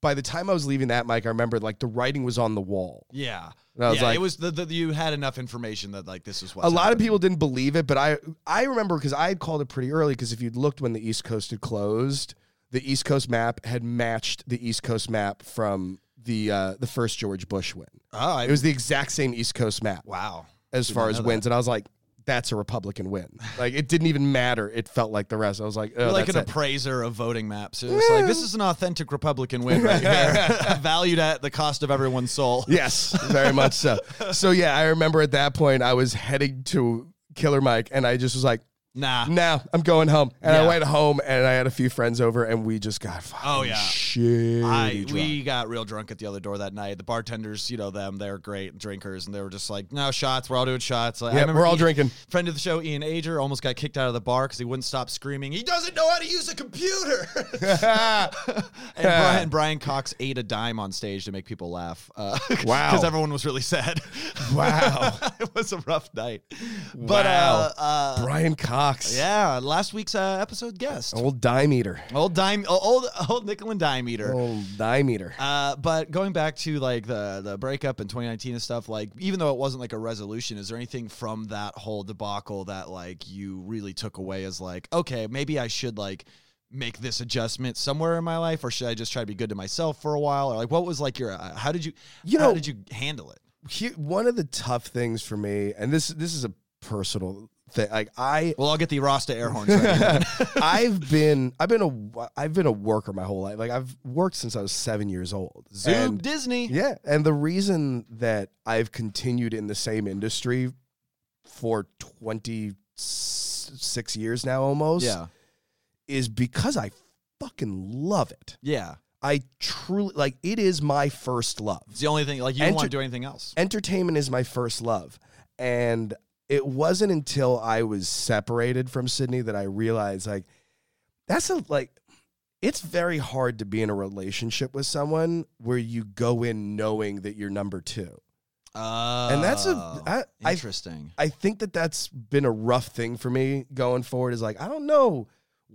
Speaker 4: by the time I was leaving that mic, I remembered like the writing was on the wall.
Speaker 3: Yeah.
Speaker 4: And I was
Speaker 3: yeah,
Speaker 4: like-
Speaker 3: it was the, the you had enough information that like this was what
Speaker 4: a lot of people didn't believe it, but I I remember because I had called it pretty early because if you'd looked when the East Coast had closed, the East Coast map had matched the East Coast map from the uh, the first George Bush win.
Speaker 3: Oh, I,
Speaker 4: It was the exact same East Coast map
Speaker 3: wow.
Speaker 4: as
Speaker 3: did
Speaker 4: far
Speaker 3: not
Speaker 4: as
Speaker 3: know
Speaker 4: wins, and I was like, that's a Republican win. Like it didn't even matter. It felt like the rest. I was like, oh,
Speaker 3: You're like
Speaker 4: that's
Speaker 3: an
Speaker 4: it.
Speaker 3: appraiser of voting maps. It was like this is an authentic Republican win right
Speaker 4: *laughs*
Speaker 3: here, *laughs* valued at the cost of everyone's soul.
Speaker 4: Yes, very much
Speaker 3: *laughs*
Speaker 4: so. So yeah, I remember at that point I was heading to Killer Mike, and I just was like,
Speaker 3: Nah.
Speaker 4: "Nah, I'm going home." And I
Speaker 3: Yeah.
Speaker 4: went home, and I had a few friends over, and we just got fucking
Speaker 3: Oh, yeah.
Speaker 4: shitty
Speaker 3: I,
Speaker 4: drunk. *laughs*
Speaker 3: we got real drunk at the other door that night. The bartenders, you know them, they're great drinkers, and they were just like, "No shots, we're all doing shots." Like, I
Speaker 4: Yeah,
Speaker 3: remember
Speaker 4: we're all
Speaker 3: Ian-
Speaker 4: drinking.
Speaker 3: Friend of the show, Ian Ager, almost got kicked out of the bar because he wouldn't stop screaming. He doesn't know how to use a computer. *laughs* and
Speaker 4: *laughs*
Speaker 3: Brian, Brian Cox ate a dime on stage to make people laugh. Uh, *laughs*
Speaker 4: Wow.
Speaker 3: because everyone was really sad. *laughs*
Speaker 4: Wow.
Speaker 3: it was a rough night. But
Speaker 4: Wow.
Speaker 3: uh, uh,
Speaker 4: Brian Cox,
Speaker 3: yeah, last week's uh, episode guest,
Speaker 4: old dime eater,
Speaker 3: old dime, old old nickel and dime eater.
Speaker 4: old dime eater.
Speaker 3: Uh, but going back to like the the breakup in 2019 and stuff, like even though it wasn't like a resolution, is there anything from that whole debacle that like you really took away as like, okay, maybe I should like make this adjustment somewhere in my life, or should I just try to be good to myself for a while, or like what was like your uh, how did you
Speaker 4: You
Speaker 3: how
Speaker 4: know-
Speaker 3: did you handle it?
Speaker 4: He- one of the tough things for me, and this this is a personal thing. Like I
Speaker 3: Well, I'll get the Rasta air horns. Right
Speaker 4: *laughs*
Speaker 3: now.
Speaker 4: I've been I've been a I've been a worker my whole life. Like I've worked since I was seven years old.
Speaker 3: Zoom
Speaker 4: And-
Speaker 3: Disney.
Speaker 4: yeah, and the reason that I've continued in the same industry for twenty six years now almost
Speaker 3: yeah,
Speaker 4: is because I fucking love it.
Speaker 3: yeah.
Speaker 4: I truly like it is my first love
Speaker 3: It's the only thing like you don't
Speaker 4: Enter-
Speaker 3: want to do anything else.
Speaker 4: entertainment is my first love. And it wasn't until I was separated from Sydney that I realized like that's a like it's very hard to be in a relationship with someone where you go in knowing that you're number 2.
Speaker 3: Uh,
Speaker 4: And that's a I, I
Speaker 3: interesting.
Speaker 4: I think that that's been a rough thing for me going forward is like I don't know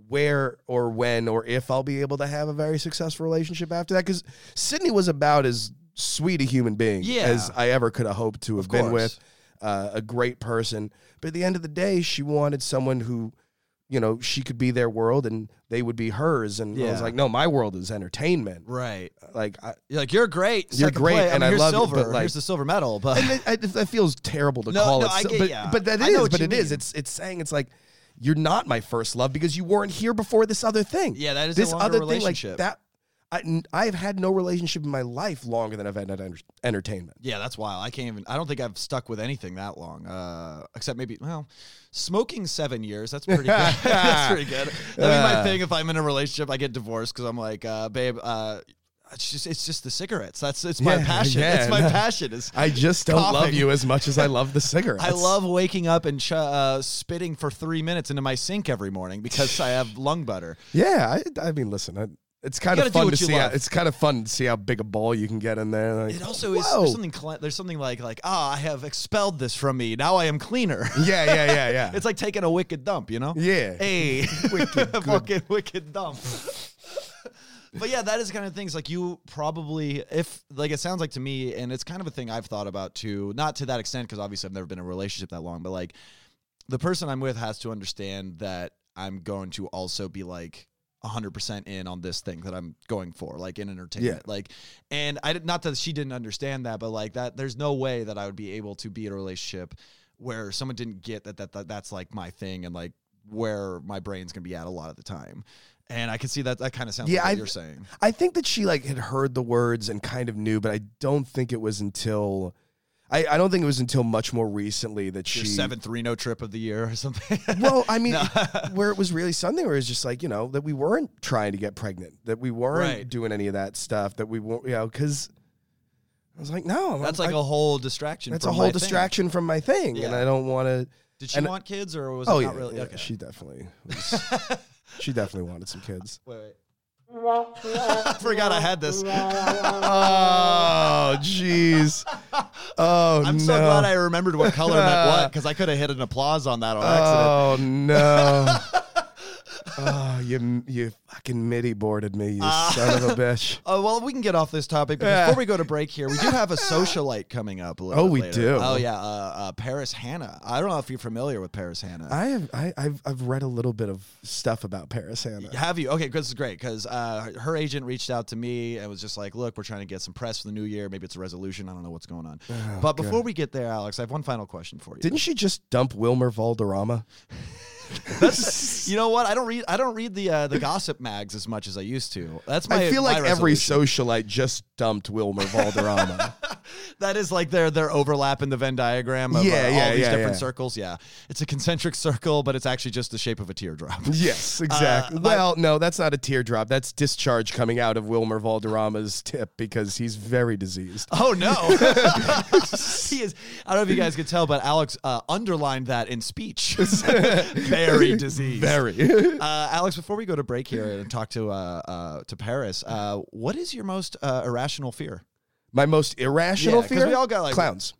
Speaker 4: where or when or if I'll be able to have a very successful relationship after that cuz Sydney was about as sweet a human being
Speaker 3: Yeah.
Speaker 4: as I ever could have hoped to have been with
Speaker 3: course.
Speaker 4: uh, a great person but at the end of the day she wanted someone who you know she could be their world and they would be hers and I
Speaker 3: Yeah.
Speaker 4: was like no my world is entertainment
Speaker 3: right.
Speaker 4: like I,
Speaker 3: You're like, you're great.
Speaker 4: You're
Speaker 3: second
Speaker 4: great,
Speaker 3: place.
Speaker 4: and I
Speaker 3: here's
Speaker 4: love you,
Speaker 3: silver.
Speaker 4: but, like-
Speaker 3: here's the silver medal. But
Speaker 4: and it, it, that feels terrible to
Speaker 3: No,
Speaker 4: call
Speaker 3: no,
Speaker 4: it.
Speaker 3: I
Speaker 4: so-
Speaker 3: get
Speaker 4: but,
Speaker 3: ya.
Speaker 4: but that
Speaker 3: I know
Speaker 4: is,
Speaker 3: what
Speaker 4: but
Speaker 3: you
Speaker 4: it is.
Speaker 3: mean.
Speaker 4: It's it's saying it's like you're not my first love because you weren't here before this other thing.
Speaker 3: Yeah, that is a
Speaker 4: this
Speaker 3: longer
Speaker 4: other
Speaker 3: relationship.
Speaker 4: thing like that. I n- I've had no relationship in my life longer than I've had enter- entertainment.
Speaker 3: *laughs* yeah, that's wild. I can't even. I don't think I've stuck with anything that long, uh, except maybe well, smoking seven years. That's pretty good. *laughs* that's pretty good. That'd be my thing. If I'm in a relationship, I get divorced because I'm like, uh, babe. Uh, it's just it's just the cigarettes. That's it's my
Speaker 4: Yeah,
Speaker 3: passion.
Speaker 4: yeah,
Speaker 3: it's my
Speaker 4: no.
Speaker 3: passion. Is
Speaker 4: I just don't love
Speaker 3: Coughing.
Speaker 4: you as much as I love the cigarettes.
Speaker 3: I love waking up and ch- uh, spitting for three minutes into my sink every morning because I have lung butter.
Speaker 4: Yeah, I, I mean, listen, I, it's kind
Speaker 3: gotta
Speaker 4: of
Speaker 3: do
Speaker 4: fun
Speaker 3: what
Speaker 4: to
Speaker 3: you
Speaker 4: see. How,
Speaker 3: love.
Speaker 4: it's kind of fun to see how big a ball you can get in there. like,
Speaker 3: It also is
Speaker 4: whoa.
Speaker 3: there's something cl- there's something like like ah I have expelled this from me now I am cleaner.
Speaker 4: Yeah, yeah, yeah, yeah.
Speaker 3: *laughs* It's like taking a wicked dump, you
Speaker 4: *laughs*
Speaker 3: know?
Speaker 4: yeah.
Speaker 3: Hey, *laughs* wicked fucking wicked dump. *laughs* but yeah, that is kind of things like you probably if like it sounds like to me, and it's kind of a thing I've thought about too, not to that extent because obviously I've never been in a relationship that long, but like the person I'm with has to understand that I'm going to also be like 100% in on this thing that I'm going for, like in entertainment. Like, and I did not that she didn't understand that, but like that, there's no way that I would be able to be in a relationship where someone didn't get that, that, that that's like my thing and like where my brain's gonna be at a lot of the time. And I can see that that kind of sounds
Speaker 4: Yeah,
Speaker 3: like what
Speaker 4: I've-
Speaker 3: you're saying.
Speaker 4: I think that she like had heard the words and kind of knew, but I don't think it was until I, I don't think it was until much more recently that she
Speaker 3: Your seventh Reno trip of the year or something.
Speaker 4: Well, I mean, where it was really something where it was just like you know that we weren't trying to get pregnant, that we weren't
Speaker 3: Right.
Speaker 4: doing any of that stuff, that we weren't you know because I was like no,
Speaker 3: *laughs* that's
Speaker 4: I'm-
Speaker 3: like
Speaker 4: I-
Speaker 3: a whole distraction.
Speaker 4: that's
Speaker 3: from
Speaker 4: a whole
Speaker 3: my thing.
Speaker 4: distraction from my thing, and
Speaker 3: Yeah.
Speaker 4: I don't want to.
Speaker 3: Did she
Speaker 4: and-
Speaker 3: want kids or was
Speaker 4: Oh
Speaker 3: it
Speaker 4: yeah,
Speaker 3: not really?
Speaker 4: yeah,
Speaker 3: okay.
Speaker 4: she definitely
Speaker 3: *laughs*
Speaker 4: was, she definitely wanted some kids.
Speaker 3: Wait, wait. I *laughs* forgot I had *laughs* this.
Speaker 4: Oh
Speaker 3: *laughs*
Speaker 4: jeez, oh
Speaker 3: I'm
Speaker 4: no.
Speaker 3: so glad I remembered what color *laughs* meant what because I could have hit an Uh, *laughs* applause on that on accident.
Speaker 4: Oh no. oh, you you fucking MIDI boarded me, you
Speaker 3: Ah.
Speaker 4: son
Speaker 3: *laughs*
Speaker 4: of a bitch.
Speaker 3: Oh well, we can get off this topic. But
Speaker 4: Yeah.
Speaker 3: Before we go to break here, we do have a socialite coming up. A little
Speaker 4: Oh,
Speaker 3: bit
Speaker 4: we
Speaker 3: later.
Speaker 4: do.
Speaker 3: Oh yeah, uh, uh, Paris Hannah. I don't know if you're familiar with Paris Hannah.
Speaker 4: I have I, I've I've read a little bit of stuff about Paris Hannah.
Speaker 3: Have you? Okay, 'cause this is great because uh, her agent reached out to me and was just like, "Look, we're trying to get some press for the new year. Maybe it's a resolution. I don't know what's going on." but before we get there, Alex, I have one final question for you.
Speaker 4: Didn't she just dump Wilmer Valderrama?
Speaker 3: *laughs* That's, *laughs* you know what? I don't read. I don't read the uh, the gossip mags as much as I used to. That's my.
Speaker 4: I feel
Speaker 3: my
Speaker 4: like every
Speaker 3: resolution.
Speaker 4: socialite just dumped Wilmer
Speaker 3: *laughs*
Speaker 4: Valderrama.
Speaker 3: That is like their their overlap in the Venn diagram of uh,
Speaker 4: Yeah, yeah,
Speaker 3: all these
Speaker 4: yeah,
Speaker 3: different
Speaker 4: yeah.
Speaker 3: circles. Yeah, it's a concentric circle, but it's actually just the shape of a
Speaker 4: *laughs*
Speaker 3: teardrop.
Speaker 4: yes, exactly.
Speaker 3: Uh, my-
Speaker 4: well, no, that's not a teardrop. That's discharge coming out of Wilmer Valderrama's tip because he's very diseased.
Speaker 3: Oh
Speaker 4: *laughs*
Speaker 3: no, he is. I don't know if you guys could tell, but Alex uh, underlined that
Speaker 4: *laughs*
Speaker 3: in speech. Very diseased.
Speaker 4: Very.
Speaker 3: Uh, Alex, before we go to break here and talk to uh, uh, to Paris, uh, what is your most uh, irrational fear?
Speaker 4: My most irrational
Speaker 3: Yeah, 'cause
Speaker 4: fear.
Speaker 3: we all got, like-
Speaker 4: clowns.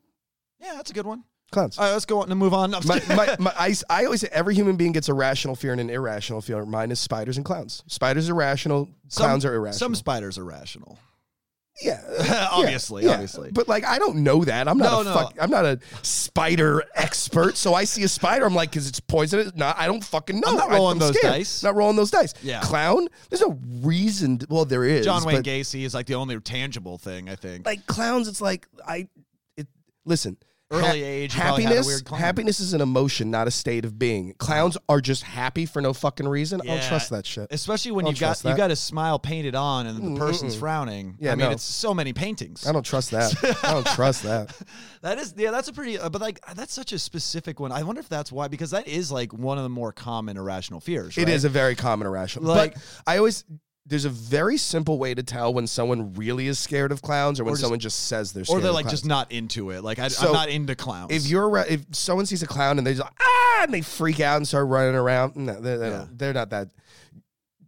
Speaker 3: Yeah, that's a good one.
Speaker 4: Clowns.
Speaker 3: All right, let's go on and move on. No, I'm just *laughs*
Speaker 4: my,
Speaker 3: kidding.
Speaker 4: my, my, I, I always say every human being gets a rational fear and an irrational fear. Mine is spiders and clowns. Spiders are rational.
Speaker 3: Some-
Speaker 4: clowns are irrational.
Speaker 3: Some spiders are rational.
Speaker 4: *laughs* yeah.
Speaker 3: *laughs* obviously,
Speaker 4: Yeah,
Speaker 3: obviously.
Speaker 4: But like, I don't know that. I'm not
Speaker 3: No,
Speaker 4: a
Speaker 3: no.
Speaker 4: fuck. I'm not a spider expert. So I see a spider. I'm like, because it's poisonous. No, I don't fucking know.
Speaker 3: I'm not
Speaker 4: I-
Speaker 3: rolling those
Speaker 4: scared.
Speaker 3: dice.
Speaker 4: Not rolling those dice.
Speaker 3: Yeah.
Speaker 4: Clown. There's no reason. To, well, there is.
Speaker 3: John Wayne
Speaker 4: but,
Speaker 3: Gacy is like the only tangible thing I think.
Speaker 4: Like clowns. It's like I. It listen.
Speaker 3: Early age, you probably had a
Speaker 4: happiness.
Speaker 3: weird clown.
Speaker 4: happiness is an emotion, not a state of being. Clowns are just happy for no fucking reason. I don't
Speaker 3: Yeah.
Speaker 4: trust that shit.
Speaker 3: Especially when
Speaker 4: Don't
Speaker 3: you've got
Speaker 4: trust
Speaker 3: you
Speaker 4: that.
Speaker 3: got a smile painted on and the person's frowning.
Speaker 4: Yeah,
Speaker 3: I mean
Speaker 4: no.
Speaker 3: it's so many paintings.
Speaker 4: I don't trust that. I don't trust
Speaker 3: *laughs*
Speaker 4: that.
Speaker 3: That is yeah, that's a pretty uh, but like that's such a specific one. I wonder if that's why because that is like one of the more common irrational fears.
Speaker 4: It is a very common irrational.
Speaker 3: Like-
Speaker 4: but I always there's a very simple way to tell when someone really is scared of clowns or when
Speaker 3: Or just-
Speaker 4: someone just says they're scared.
Speaker 3: Or they're
Speaker 4: of
Speaker 3: like
Speaker 4: clowns.
Speaker 3: just not into it. Like I,
Speaker 4: So,
Speaker 3: I'm not into clowns.
Speaker 4: If you're ra- if someone sees a clown and they're just like, ah and they freak out and start running around, no, they're, they're,
Speaker 3: Yeah.
Speaker 4: they're not that.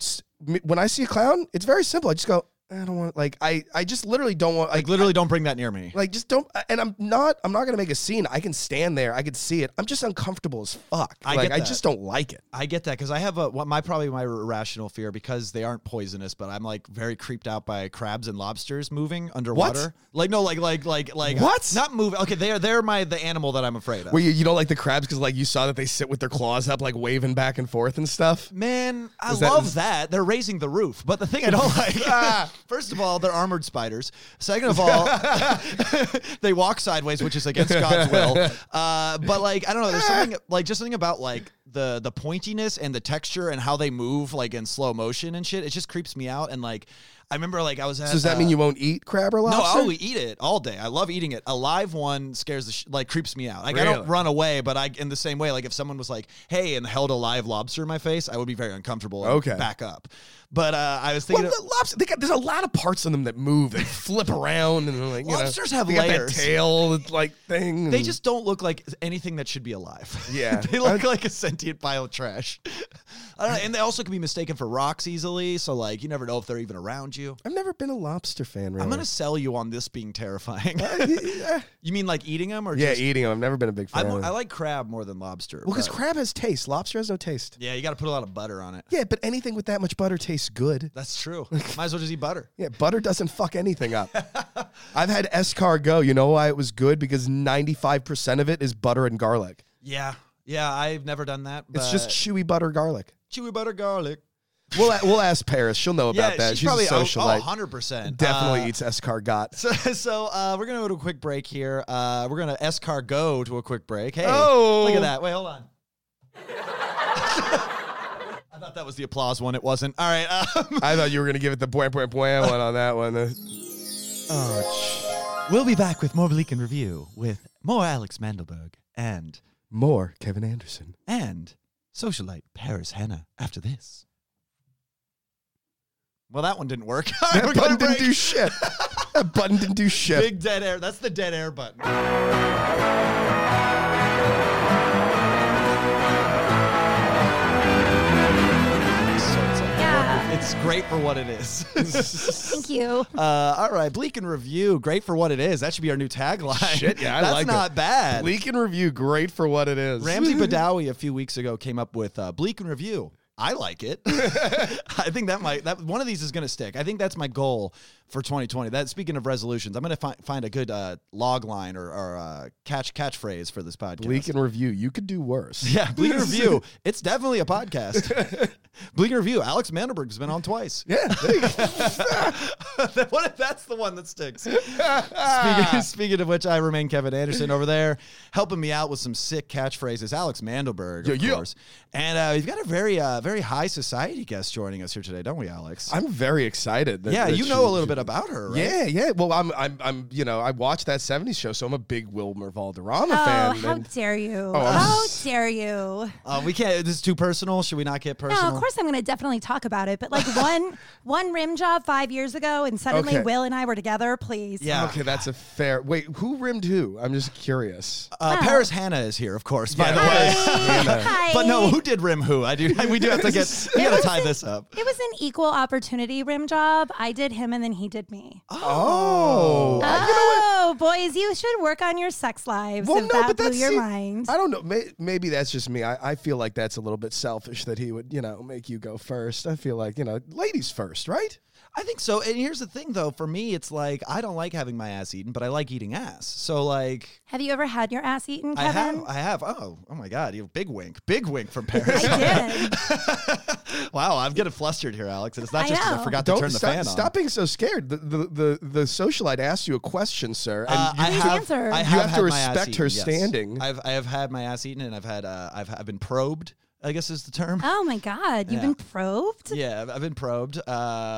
Speaker 4: S- me- When I see a clown, it's very simple. I just go, I don't want like I I just literally don't want
Speaker 3: like literally don't bring that near me.
Speaker 4: like just don't uh, and i'm not i'm not gonna make a scene i can stand there i can see it i'm just uncomfortable as fuck
Speaker 3: I
Speaker 4: like
Speaker 3: get
Speaker 4: i
Speaker 3: that.
Speaker 4: just don't like it
Speaker 3: I get that because I have a what my probably my irrational fear because they aren't poisonous, but I'm like very creeped out by crabs and lobsters moving underwater. Like no, like like like like
Speaker 4: What?
Speaker 3: Not moving. Okay, they're they're my the animal that I'm afraid of.
Speaker 4: Well, you, you don't like the crabs because like you saw that they sit with their claws up, like waving back and forth and stuff.
Speaker 3: Man, I
Speaker 4: Is that-
Speaker 3: love
Speaker 4: is- Oh
Speaker 3: that. They're raising the roof. But the thing
Speaker 4: *laughs*
Speaker 3: I don't *laughs* like, first of all, they're armored spiders. Second
Speaker 4: *laughs*
Speaker 3: of all, *laughs* they walk sideways, which is against God's
Speaker 4: *laughs*
Speaker 3: will. Uh, but like, I don't know, there's something like just something about like the the pointiness and the texture and how they move like in slow motion and shit. It just creeps me out. And like, I remember like I was at.
Speaker 4: So does that
Speaker 3: uh,
Speaker 4: mean you won't eat crab or
Speaker 3: no,
Speaker 4: lobster?
Speaker 3: I'll eat it all day. I love eating it. A live one scares the sh- like creeps me out. Like I don't
Speaker 4: Really?
Speaker 3: run away, but I in the same way. Like if someone was like, "Hey," and held a live lobster in my face, I would be very uncomfortable. And
Speaker 4: Okay.
Speaker 3: back up. But uh, I was
Speaker 4: well,
Speaker 3: thinking. of-
Speaker 4: the lobster. They got, there's a lot of parts on them that move and flip around and like you know,
Speaker 3: Lobsters have
Speaker 4: they got that
Speaker 3: layers.
Speaker 4: tail like thing.
Speaker 3: they
Speaker 4: and-
Speaker 3: just don't look like anything that should be alive.
Speaker 4: hmm. Yeah.
Speaker 3: *laughs* they look like a sentient pile of trash. *laughs* I don't know, and they also can be mistaken for rocks easily. So like, you never know if they're even around you.
Speaker 4: I've never been a lobster fan. Really. Eh.
Speaker 3: I'm gonna sell you on this being terrifying. *laughs*
Speaker 4: yeah,
Speaker 3: you mean like eating them or
Speaker 4: Uh, yeah,
Speaker 3: Just,
Speaker 4: eating them. I've never been a big fan.
Speaker 3: I'm-
Speaker 4: of
Speaker 3: I
Speaker 4: them.
Speaker 3: like crab more than lobster.
Speaker 4: well, because
Speaker 3: but-
Speaker 4: crab has taste. Lobster has no taste.
Speaker 3: Yeah, you got to put a lot of butter on it.
Speaker 4: Yeah, but anything with that much butter tastes good.
Speaker 3: That's *laughs* true. Might as well just eat butter.
Speaker 4: Yeah, butter doesn't fuck anything
Speaker 3: *laughs*
Speaker 4: up. I've had escargot. You know why it was good? Because 95% of it is butter and garlic.
Speaker 3: Yeah. Yeah, I've never done that. But
Speaker 4: It's just chewy butter
Speaker 3: *laughs*
Speaker 4: garlic.
Speaker 3: chewy butter garlic.
Speaker 4: We'll we'll ask Paris. She'll know about that. She's, a
Speaker 3: oh,
Speaker 4: socialite.
Speaker 3: Oh, 100%.
Speaker 4: Definitely
Speaker 3: Uh,
Speaker 4: eats escargot.
Speaker 3: *laughs* So, so uh, we're going to go to a quick break here. Uh, we're going to escargot to a quick break. Hey,
Speaker 4: Oh.
Speaker 3: look at that. Wait, hold on. *laughs* I thought that was the applause one. It wasn't. All right. Um, *laughs*
Speaker 4: I thought you were gonna give it the buen buen buen one on that one.
Speaker 3: we'll be back with more Bleak and Review with more Alex Mandelberg and
Speaker 4: More Kevin Anderson.
Speaker 3: and socialite Paris Hannah after this. Well, that one didn't work. *laughs* All
Speaker 4: *laughs*
Speaker 3: right,
Speaker 4: That
Speaker 3: we're
Speaker 4: button
Speaker 3: gonna
Speaker 4: didn't
Speaker 3: break.
Speaker 4: do shit. That button didn't do shit.
Speaker 3: Big dead air. That's the dead air button. So it's, like,
Speaker 5: Yeah.
Speaker 3: it's great for what it is. *laughs*
Speaker 5: Thank you.
Speaker 3: uh, all right, bleak and review. Great for what it is. That should be our new tagline.
Speaker 4: Shit, yeah, *laughs* I
Speaker 3: That's
Speaker 4: like it.
Speaker 3: not bad.
Speaker 4: Leak and review, great for what it is. *laughs*
Speaker 3: Ramsey Badawi a few weeks ago came up with uh, bleak and review. I like it. *laughs* I think that might that one of these is going to stick. I think that's my goal for 2020. That speaking of resolutions, I'm going to find find a good uh, log line or, or uh, catch catchphrase for this podcast.
Speaker 4: Bleak and review. You could do worse.
Speaker 3: *laughs* yeah, Bleak
Speaker 4: *laughs*
Speaker 3: and Review. It's definitely a podcast. Bleak and Review. Alex Mandelberg's been on twice.
Speaker 4: Yeah.
Speaker 3: *laughs* That- what if that's the one
Speaker 4: *laughs*
Speaker 3: that sticks? speaking, speaking of which, I remain Kevin Anderson over there, helping me out with some sick catchphrases. Alex Mandelberg, of
Speaker 4: Yeah, yeah.
Speaker 3: course. And uh, we've got a very, uh, very high society guest joining us here today, don't we, Alex?
Speaker 4: I'm very excited. That,
Speaker 3: yeah,
Speaker 4: that
Speaker 3: you
Speaker 4: she-
Speaker 3: know a little bit about her, right?
Speaker 4: Yeah, yeah. Well, I'm, I'm, I'm. You know, I watched that '70s show, so I'm a big Wilmer Valderrama
Speaker 5: Oh,
Speaker 4: fan.
Speaker 5: how
Speaker 4: and-
Speaker 5: dare you!
Speaker 3: Oh,
Speaker 4: I'm
Speaker 5: how
Speaker 4: s-
Speaker 5: dare you!
Speaker 3: Uh, we can't. This is too personal. Should we not get personal?
Speaker 5: No, of course I'm going to definitely talk about it.
Speaker 3: *laughs*
Speaker 5: But like one one rim job five years ago, and suddenly
Speaker 4: Okay.
Speaker 5: Will and I were together. Please,
Speaker 3: Yeah.
Speaker 4: okay, that's a fair. Wait, who rimmed who? I'm just curious.
Speaker 3: Uh, Paris Hannah is here, of course. By the
Speaker 5: Hi.
Speaker 3: way.
Speaker 5: Hi.
Speaker 3: But no, who did rim who? I do. We do have to
Speaker 4: *laughs*
Speaker 3: get. We gotta tie this up.
Speaker 5: It was an equal opportunity rim job. I did him, and then he did me. Oh,
Speaker 4: Oh,
Speaker 5: boys, you should work on your sex lives if that blew your
Speaker 4: see,
Speaker 5: mind.
Speaker 4: I don't know. May, maybe that's just me. I, I feel like that's a little bit selfish that he would, you know, make you go first. I feel like, you know, ladies first, right?
Speaker 3: I think so. And here's the thing, though. For me, it's like I don't like having my ass eaten, but I like eating ass. So like,
Speaker 5: Have you ever had your ass eaten,
Speaker 3: I have,
Speaker 5: Kevin?
Speaker 3: I have. Oh, oh my God! You big wink, big wink from Paris.
Speaker 5: did.
Speaker 3: *laughs* wow, I'm getting flustered here, Alex. And it's not
Speaker 5: I
Speaker 3: just 'cause I
Speaker 5: know.
Speaker 3: forgot to
Speaker 4: Don't
Speaker 3: turn the
Speaker 4: stop,
Speaker 3: fan on.
Speaker 4: stop being so scared. The, the the the socialite asked you a question, sir, and
Speaker 3: Uh,
Speaker 4: you-
Speaker 3: I
Speaker 5: Please
Speaker 3: have,
Speaker 5: answer.
Speaker 3: I
Speaker 5: You
Speaker 3: have
Speaker 4: have to
Speaker 3: had my ass
Speaker 4: respect her
Speaker 3: eaten, yes.
Speaker 4: standing.
Speaker 3: I've I have had my ass eaten, and I've had uh, I've I've been probed. I guess is the term.
Speaker 5: Oh my God, you've
Speaker 3: Yeah.
Speaker 5: been probed.
Speaker 3: yeah, I've- I've been probed. Uh,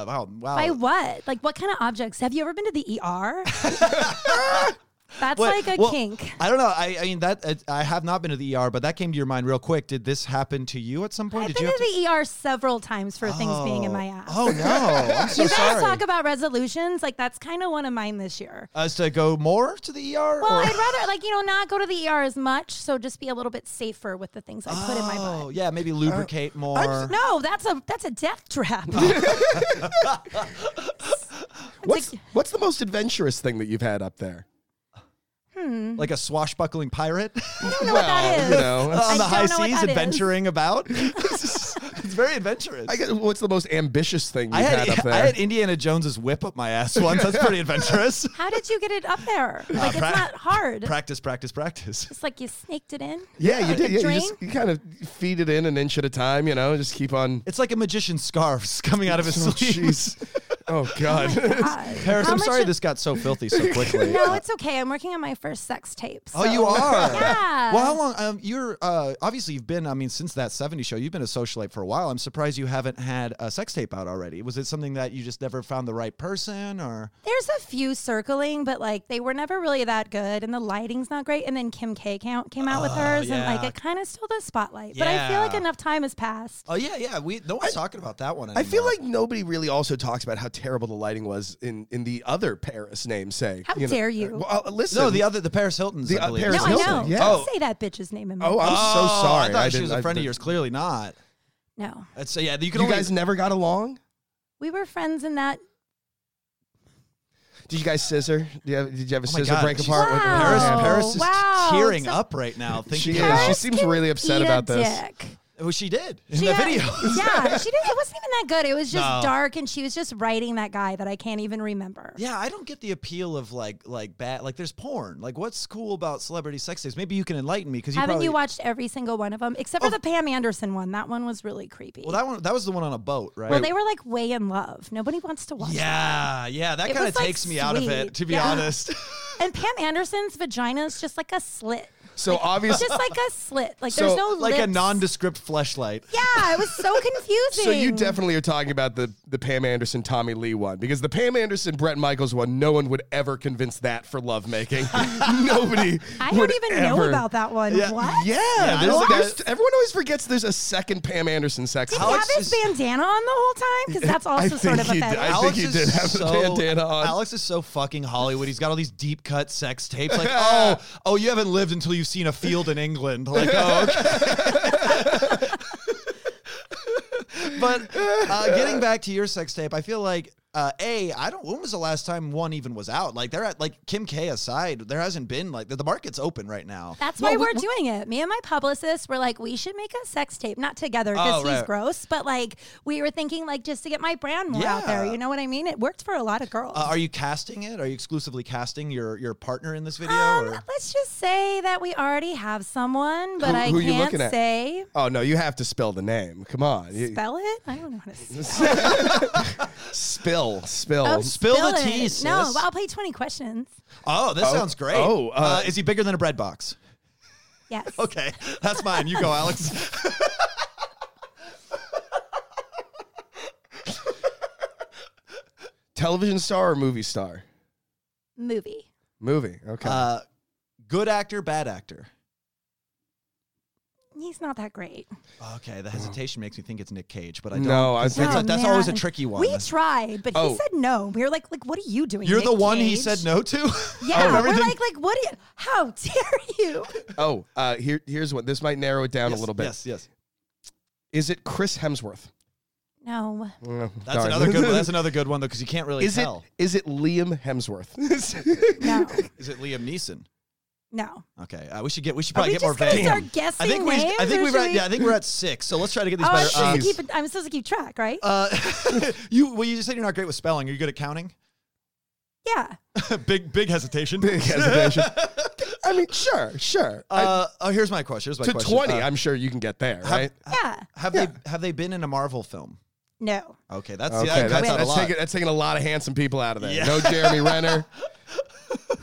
Speaker 3: wow, wow.
Speaker 5: By what? Like, what kind of objects? Have you ever been to the
Speaker 3: *laughs*
Speaker 5: ER? That's
Speaker 3: What-
Speaker 5: like a
Speaker 3: well,
Speaker 5: kink.
Speaker 3: I don't know. I, I mean that uh, I have not been to the ER, but that came to your mind real quick. Did this happen to you at some point?
Speaker 5: I've
Speaker 3: oh, Did
Speaker 5: been
Speaker 3: you have
Speaker 5: to the ER several times for things being in my ass.
Speaker 3: Oh no!
Speaker 5: *laughs*
Speaker 3: I'm so
Speaker 5: you
Speaker 3: sorry.
Speaker 5: guys talk about resolutions. Like, that's kind of one of mine this year.
Speaker 3: Us to go more to the ER?
Speaker 5: Well,
Speaker 3: or?
Speaker 5: I'd rather, like, you know, not go to the ER as much, so just be a little bit safer with the things I put in my
Speaker 3: oh
Speaker 5: butt.
Speaker 3: yeah,
Speaker 4: Uh,
Speaker 3: maybe lubricate more.
Speaker 5: No, that's a that's a death trap.
Speaker 3: *laughs*
Speaker 4: what's what's the most adventurous thing that you've had up there?
Speaker 3: like a swashbuckling pirate *laughs*
Speaker 5: I don't know what that is.
Speaker 4: Uh,
Speaker 5: Uh,
Speaker 4: you know,
Speaker 3: on the
Speaker 5: don't
Speaker 3: high
Speaker 5: know what
Speaker 3: seas,
Speaker 5: that is.
Speaker 3: adventuring
Speaker 5: *laughs*
Speaker 3: about. *laughs* it's very adventurous.
Speaker 4: I guess, what's the most ambitious thing
Speaker 3: I
Speaker 4: you've
Speaker 3: had, e-,
Speaker 4: had, up there?
Speaker 3: I had Indiana Jones's whip up my ass once.
Speaker 4: *laughs*
Speaker 3: That's pretty
Speaker 5: *laughs*
Speaker 3: adventurous.
Speaker 5: How did you get it up there? Like, it's
Speaker 3: pra-
Speaker 5: not hard.
Speaker 3: practice, practice, practice.
Speaker 5: It's like you snaked it in.
Speaker 4: yeah, you
Speaker 5: Like
Speaker 4: did.
Speaker 5: a
Speaker 4: Yeah, you
Speaker 5: drain?
Speaker 4: just you kind of feed it in an inch at a time. You know, just keep on.
Speaker 3: It's like a magician's scarves *laughs* coming out of his
Speaker 4: *laughs* Oh,
Speaker 3: sleeves.
Speaker 4: jeez. Oh God.
Speaker 5: *laughs* God.
Speaker 3: Paris,
Speaker 5: How
Speaker 3: I'm
Speaker 5: much
Speaker 3: sorry
Speaker 5: of-
Speaker 3: this got so filthy
Speaker 5: *laughs*
Speaker 3: so quickly.
Speaker 5: No, it's okay. I'm working on my first sex tape.
Speaker 3: Oh,
Speaker 5: so-
Speaker 3: you
Speaker 5: *laughs*
Speaker 3: are.
Speaker 5: Yeah.
Speaker 3: Well, how long? Um, you're uh, obviously you've been. I mean, since that '70s show, you've been a socialite for a while. I'm surprised you haven't had a sex tape out already. Was it something that you just never found the right person, or
Speaker 5: There's a few circling, but like they were never really that good, and the lighting's not great. And then Kim K count came out with hers, and like
Speaker 3: Oh, yeah.
Speaker 5: it kind of stole the spotlight. But I feel like
Speaker 3: Yeah.
Speaker 5: enough time has passed.
Speaker 3: Oh yeah, yeah. We no one's talking about that one.
Speaker 4: I feel like nobody really also talks about how terrible the lighting was in, in the other Paris namesake.
Speaker 5: How
Speaker 4: know.
Speaker 5: dare you.
Speaker 4: Well, uh, listen.
Speaker 3: no. The other, the Paris Hilton's.
Speaker 4: The,
Speaker 3: I
Speaker 4: uh,
Speaker 3: believe.
Speaker 4: Paris
Speaker 5: no,
Speaker 4: It's
Speaker 5: I
Speaker 4: Hilton.
Speaker 5: know.
Speaker 4: yeah.
Speaker 3: Oh.
Speaker 5: Don't say that bitch's name in my
Speaker 4: Oh,
Speaker 5: mouth.
Speaker 4: I'm so sorry.
Speaker 3: I thought she
Speaker 4: didn't-
Speaker 3: was
Speaker 4: I
Speaker 3: a friend of
Speaker 4: didn't-
Speaker 3: yours. Clearly not.
Speaker 5: no.
Speaker 3: Uh, So yeah, you can
Speaker 4: You
Speaker 3: only-
Speaker 4: guys never got along.
Speaker 5: We were friends in that.
Speaker 4: Did you guys scissor? Did you have, did you have a
Speaker 3: Oh my
Speaker 4: scissor
Speaker 3: God,
Speaker 4: break
Speaker 3: she's-
Speaker 4: apart? with-
Speaker 5: Wow.
Speaker 3: Paris,
Speaker 4: Yeah.
Speaker 3: Paris is
Speaker 5: wow.
Speaker 3: tearing
Speaker 5: So-
Speaker 3: up right now. Thinking
Speaker 4: She is.
Speaker 3: about-
Speaker 4: She
Speaker 5: Paris
Speaker 4: seems
Speaker 5: can
Speaker 4: really upset
Speaker 5: eat a
Speaker 4: about this.
Speaker 5: dick.
Speaker 3: well, she
Speaker 4: *laughs*
Speaker 3: did in
Speaker 5: She
Speaker 3: the
Speaker 5: got-
Speaker 3: video.
Speaker 5: *laughs* yeah, she did. It wasn't even that good. It was just
Speaker 3: No.
Speaker 5: dark, and she was just writing that guy that I can't even remember.
Speaker 3: Yeah, I don't get the appeal of like like bad like there's porn. Like what's cool about celebrity sex tapes? Maybe you can enlighten me because you
Speaker 5: Haven't
Speaker 3: probably
Speaker 5: you watched every single one of them except for the Pam Anderson one? That one was really creepy.
Speaker 3: Well, that one that was the one on a boat, right?
Speaker 5: Well, they were like way in love. Nobody wants to watch. that.
Speaker 3: yeah, yeah, that
Speaker 5: It
Speaker 3: kind of
Speaker 5: was, like,
Speaker 3: takes me out of it
Speaker 5: sweet.
Speaker 3: to be
Speaker 5: Yeah. *laughs*
Speaker 3: honest. *laughs*
Speaker 5: And Pam Anderson's vagina is just like a slit.
Speaker 4: So
Speaker 5: It's
Speaker 4: obviously,
Speaker 5: just like a slit. Like
Speaker 4: So,
Speaker 5: there's no
Speaker 3: like a
Speaker 5: lips.
Speaker 3: nondescript fleshlight.
Speaker 5: Yeah, it was so confusing.
Speaker 4: so you definitely are talking about the the Pam Anderson Tommy Lee one because the Pam Anderson Brett Michaels one, no one would ever convince that for
Speaker 5: *laughs*
Speaker 4: lovemaking. Nobody.
Speaker 5: I
Speaker 4: would
Speaker 5: don't even know
Speaker 4: ever.
Speaker 5: about that one.
Speaker 3: Yeah.
Speaker 5: What?
Speaker 4: Yeah,
Speaker 3: I
Speaker 4: there's-
Speaker 3: don't think
Speaker 4: there's-
Speaker 3: that-
Speaker 4: everyone always forgets there's a second Pam Anderson sex.
Speaker 5: Did
Speaker 4: tape.
Speaker 5: he
Speaker 3: Alex
Speaker 5: have his
Speaker 3: is-
Speaker 5: bandana on the whole time? Because that's also sort
Speaker 4: think
Speaker 5: of a
Speaker 4: he
Speaker 5: thing.
Speaker 4: did. I- think he
Speaker 3: is
Speaker 4: did have the bandana on.
Speaker 3: Alex is so fucking Hollywood. He's got all these deep cut sex
Speaker 4: *laughs*
Speaker 3: tapes. Like, oh, oh, you haven't lived until you've seen a field in England. Like, oh, okay. *laughs* but uh, getting back to your sex tape, I feel like uh, a I don't. When was the last time one even was out? Like they're at like Kim K aside, there hasn't been like the, the market's open right now.
Speaker 5: That's
Speaker 3: No,
Speaker 5: why
Speaker 3: we-
Speaker 5: we're
Speaker 3: we-
Speaker 5: doing it. Me and my publicist were like, we should make a sex tape, not together
Speaker 3: Oh,
Speaker 5: because he's
Speaker 3: right.
Speaker 5: gross, but like we were thinking like just to get my brand more out there.
Speaker 3: Yeah.
Speaker 5: You know what I mean? It worked for a lot of girls.
Speaker 3: Uh, are you casting it? Are you exclusively casting your your partner in this video?
Speaker 5: um,
Speaker 3: or?
Speaker 5: let's just say that we already have someone, but
Speaker 4: Who-
Speaker 5: I
Speaker 4: who you
Speaker 5: can't
Speaker 4: looking at?
Speaker 5: say
Speaker 4: Oh no, you have to spell the name. Come on, You-
Speaker 5: spell it. I don't know how to spell.
Speaker 3: Spill.
Speaker 4: spill.
Speaker 5: Oh,
Speaker 3: spill the
Speaker 5: it.
Speaker 3: tea,
Speaker 5: No,
Speaker 3: sis.
Speaker 5: I'll play twenty questions.
Speaker 3: Oh, this sounds great.
Speaker 4: oh,
Speaker 3: uh,
Speaker 4: uh,
Speaker 3: is he bigger than a bread box?
Speaker 5: Yes.
Speaker 3: *laughs* Okay, that's mine. You go, Alex.
Speaker 4: Television star or movie star?
Speaker 5: Movie.
Speaker 4: Movie. *laughs* Okay.
Speaker 3: Uh, good actor, bad actor.
Speaker 5: He's not that great.
Speaker 3: Okay, the hesitation makes me think it's Nick Cage, but I don't.
Speaker 4: no, I think
Speaker 3: That's,
Speaker 5: No,
Speaker 3: a- that's always a
Speaker 5: Oh, man.
Speaker 3: tricky one.
Speaker 5: We tried, but he
Speaker 4: Oh.
Speaker 5: said no. We were like, like, what are you doing?
Speaker 3: You're the
Speaker 5: Nick
Speaker 3: one he
Speaker 5: Cage?
Speaker 3: said no to.
Speaker 5: *laughs* Yeah, we're
Speaker 3: Oh, *laughs* Everything-
Speaker 5: like, like, what? do you- how *laughs* dare you?
Speaker 4: Oh, uh, here, here's one. This might narrow it down a little bit.
Speaker 3: Yes, yes.
Speaker 4: Is it Chris Hemsworth?
Speaker 5: No,
Speaker 4: Mm,
Speaker 3: That's
Speaker 4: darn.
Speaker 3: another good.
Speaker 4: *laughs*
Speaker 3: One. That's another good one though, because you can't really
Speaker 4: is it?
Speaker 3: tell.
Speaker 4: Is it Liam Hemsworth? *laughs*
Speaker 5: no,
Speaker 3: Is it Liam Neeson?
Speaker 5: no. Oh,
Speaker 3: Okay, uh, we should get. We should
Speaker 5: Are
Speaker 3: probably
Speaker 5: we
Speaker 3: get
Speaker 5: just
Speaker 3: more
Speaker 5: gonna
Speaker 3: vague.
Speaker 5: start guessing
Speaker 3: I think we.
Speaker 5: names?
Speaker 3: I think
Speaker 5: or
Speaker 3: we're
Speaker 5: should
Speaker 3: at.
Speaker 5: we-
Speaker 3: Yeah, I think we're at six. So let's try to get these
Speaker 5: Oh, I'm
Speaker 3: better.
Speaker 5: supposed,
Speaker 3: Uh,
Speaker 5: to keep, I'm supposed to keep track, right?
Speaker 3: uh, *laughs* you well, you just said you're not great with spelling. Are you good at counting? *laughs*
Speaker 5: yeah.
Speaker 3: big big hesitation.
Speaker 4: Big hesitation. I mean, sure, sure. I-
Speaker 3: Uh, oh, here's my question. Here's my
Speaker 4: to
Speaker 3: question.
Speaker 4: twenty,
Speaker 3: Uh,
Speaker 4: I'm sure you can get there,
Speaker 3: how-
Speaker 4: right?
Speaker 5: Yeah.
Speaker 3: have they have they been in a Marvel film?
Speaker 5: No.
Speaker 3: Okay, that's
Speaker 4: Okay,
Speaker 3: yeah, that
Speaker 4: that's,
Speaker 3: cuts out a
Speaker 4: that's
Speaker 3: lot.
Speaker 4: taking, that's taking a lot of handsome people out of there.
Speaker 3: Yeah.
Speaker 4: No
Speaker 3: *laughs*
Speaker 4: Jeremy Renner.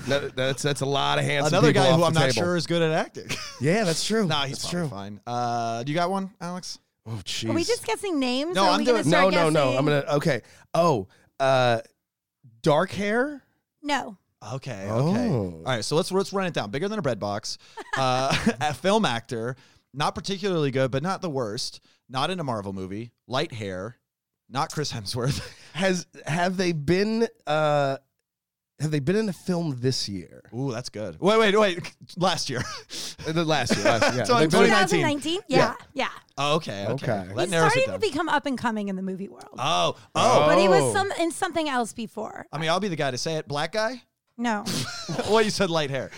Speaker 4: No, that's that's a lot of handsome
Speaker 3: Another
Speaker 4: people
Speaker 3: guy
Speaker 4: off
Speaker 3: who
Speaker 4: the
Speaker 3: I'm not
Speaker 4: table.
Speaker 3: sure is good at
Speaker 4: *laughs*
Speaker 3: acting. *laughs*
Speaker 4: Yeah, that's true.
Speaker 3: nah, he's
Speaker 4: that's
Speaker 3: probably
Speaker 4: true.
Speaker 3: fine. Uh, do you got one, Alex?
Speaker 4: Oh, jeez.
Speaker 5: Are we just guessing names?
Speaker 3: No,
Speaker 5: or are
Speaker 3: I'm
Speaker 5: we
Speaker 3: doing-
Speaker 5: gonna
Speaker 4: no,
Speaker 5: start
Speaker 4: no, no.
Speaker 5: guessing-
Speaker 4: I'm gonna. Okay. Oh, uh, dark hair.
Speaker 5: No.
Speaker 3: Okay, okay.
Speaker 4: Oh.
Speaker 3: All right, so let's let's run it down. Bigger than a bread box. Uh, *laughs* a film actor, not particularly good, but not the worst. Not in a Marvel movie. Light hair. Not Chris Hemsworth. *laughs*
Speaker 4: Has have they been? Uh, have they been in a film this year?
Speaker 3: Ooh, that's good. Wait, wait, wait. *laughs* Last year.
Speaker 4: Uh, The last year. *laughs* Last, yeah.
Speaker 3: Twenty-
Speaker 4: They've been-
Speaker 3: 2019.
Speaker 5: 2019? Yeah. Yeah.
Speaker 3: Oh, okay, okay.
Speaker 4: Okay.
Speaker 3: That
Speaker 5: He's
Speaker 3: narrows it
Speaker 5: starting
Speaker 3: down.
Speaker 5: to become up and coming in the movie world.
Speaker 3: oh, oh. Uh,
Speaker 5: But he was
Speaker 4: Oh.
Speaker 5: some in something else before.
Speaker 3: I mean, I'll be the guy to say it. Black guy? *laughs*
Speaker 5: No.
Speaker 3: well, you said light hair.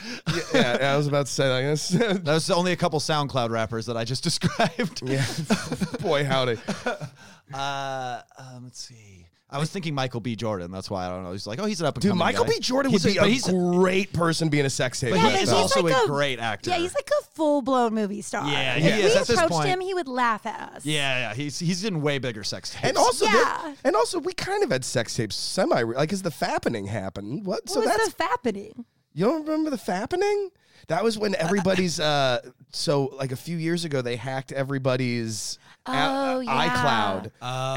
Speaker 4: yeah, yeah, I was about to say like this.
Speaker 3: That was only a couple SoundCloud rappers that I just *laughs* described.
Speaker 4: *laughs* yeah. *laughs* Boy, howdy.
Speaker 3: Uh, um, let's see. I was thinking Michael B. Jordan. That's why I don't know. He's like, oh, he's an up and
Speaker 4: Dude,
Speaker 3: coming
Speaker 4: Michael
Speaker 3: guy.
Speaker 4: B. Jordan
Speaker 3: He's
Speaker 4: would be
Speaker 3: but
Speaker 4: a
Speaker 3: he's
Speaker 4: great person being a sex tape.
Speaker 3: but
Speaker 5: Yeah,
Speaker 3: he
Speaker 5: but
Speaker 3: is
Speaker 5: he's
Speaker 3: also
Speaker 5: like
Speaker 3: a,
Speaker 5: a-
Speaker 3: great actor.
Speaker 5: Yeah, he's like a full blown movie star.
Speaker 3: Yeah,
Speaker 5: If
Speaker 3: he is. At
Speaker 5: we
Speaker 3: this
Speaker 5: approached
Speaker 3: point-
Speaker 5: him, he would laugh at us.
Speaker 3: yeah, yeah. He's he's in way bigger sex tapes.
Speaker 4: and also, they-
Speaker 5: Yeah.
Speaker 4: and also, we kind of had sex tapes semi like because the fappening happened. What?
Speaker 5: What
Speaker 4: so
Speaker 5: was
Speaker 4: that's
Speaker 5: the fappening?
Speaker 4: You don't remember the fappening? That was when everybody's uh so like a few years ago they hacked everybody's a-
Speaker 5: Oh, yeah.
Speaker 4: iCloud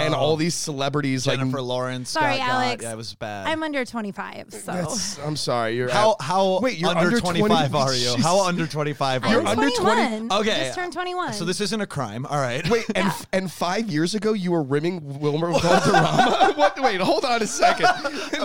Speaker 4: and all these celebrities
Speaker 3: Oh. Jennifer
Speaker 4: like
Speaker 3: Lawrence.
Speaker 5: Sorry,
Speaker 3: Scott Gott.
Speaker 5: Alex.
Speaker 3: Yeah, it was bad.
Speaker 5: I'm under 25, so.
Speaker 4: that's, I'm sorry, you're
Speaker 3: how
Speaker 4: at-
Speaker 3: how
Speaker 4: Wait, you're
Speaker 3: under,
Speaker 4: under 20?
Speaker 3: 25
Speaker 4: *laughs*
Speaker 3: are you?
Speaker 4: Jeez.
Speaker 3: How under 25 are
Speaker 5: I'm
Speaker 3: you?
Speaker 4: under
Speaker 5: 21.
Speaker 4: 20
Speaker 3: Okay.
Speaker 5: I just turned 21.
Speaker 3: so this isn't a crime. All right.
Speaker 4: Wait, and f- and five years ago you were rimming Wilmer
Speaker 3: *laughs*
Speaker 4: Valderrama. what? Wait, hold on a second.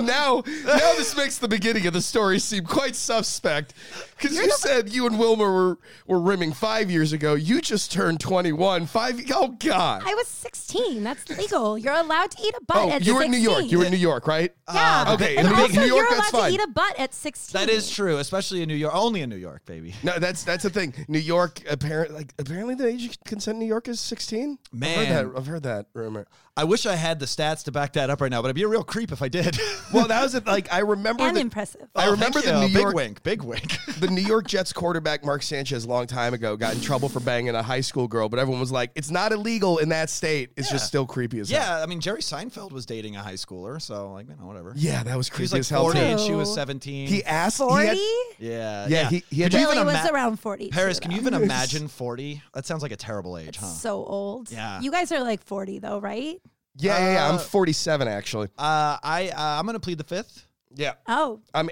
Speaker 4: now, now this makes the beginning of the story seem quite suspect because you said you and Wilmer were were rimming five years ago. You just turned twenty one. Five. Oh God.
Speaker 5: I was 16. That's legal. You're allowed to eat a butt
Speaker 4: oh,
Speaker 5: at 16.
Speaker 4: you were in New York. You were in New York, right?
Speaker 5: Yeah.
Speaker 4: Ah, okay, in
Speaker 5: But
Speaker 4: the big
Speaker 5: also,
Speaker 4: New York,
Speaker 5: you're allowed
Speaker 4: that's fine.
Speaker 5: to eat a butt at
Speaker 3: *laughs*
Speaker 5: 16.
Speaker 3: That is true, especially in New York. Only in New York, baby.
Speaker 4: No, that's that's the thing. New York apparently like apparently the age of consent in New York is sixteen. I've
Speaker 3: Man.
Speaker 4: heard that, I've heard that rumor.
Speaker 3: I wish I had the stats to back that up right now, but I'd be a real creep if I *laughs* did.
Speaker 4: Well, that was it. Like I remember
Speaker 5: And
Speaker 4: the-
Speaker 5: impressive.
Speaker 4: I
Speaker 3: Oh,
Speaker 4: remember
Speaker 3: thank you.
Speaker 4: the New
Speaker 3: big
Speaker 4: York
Speaker 3: wink, big wink.
Speaker 4: the New York Jets quarterback Mark Sanchez a long time ago got in trouble for banging a high school girl, but everyone was like, "It's not illegal in that state. It's
Speaker 3: Yeah.
Speaker 4: just still creepy as hell."
Speaker 3: *laughs* yeah, I mean Jerry Seinfeld was dating a high schooler, so like you know whatever.
Speaker 4: yeah, that was
Speaker 3: he was
Speaker 4: creepy
Speaker 3: like
Speaker 4: as hell.
Speaker 3: forty
Speaker 4: too.
Speaker 3: and she was
Speaker 5: Ew.
Speaker 3: seventeen.
Speaker 4: He asked. he
Speaker 5: 40?
Speaker 4: had-
Speaker 3: yeah,
Speaker 4: yeah, he- he had-
Speaker 3: Could you
Speaker 5: Billy
Speaker 3: even
Speaker 5: was
Speaker 3: ima-
Speaker 5: around 40.
Speaker 3: Paris,
Speaker 5: too,
Speaker 3: can you
Speaker 5: though.
Speaker 3: even imagine forty? That sounds like a terrible age, huh?
Speaker 5: So old.
Speaker 3: Yeah.
Speaker 5: You guys are like 40, though, right?
Speaker 4: yeah, yeah, yeah.
Speaker 3: Uh,
Speaker 4: I'm 47 actually.
Speaker 3: Uh, I uh, I'm gonna plead the fifth.
Speaker 4: Yeah,
Speaker 5: Oh,
Speaker 4: I'm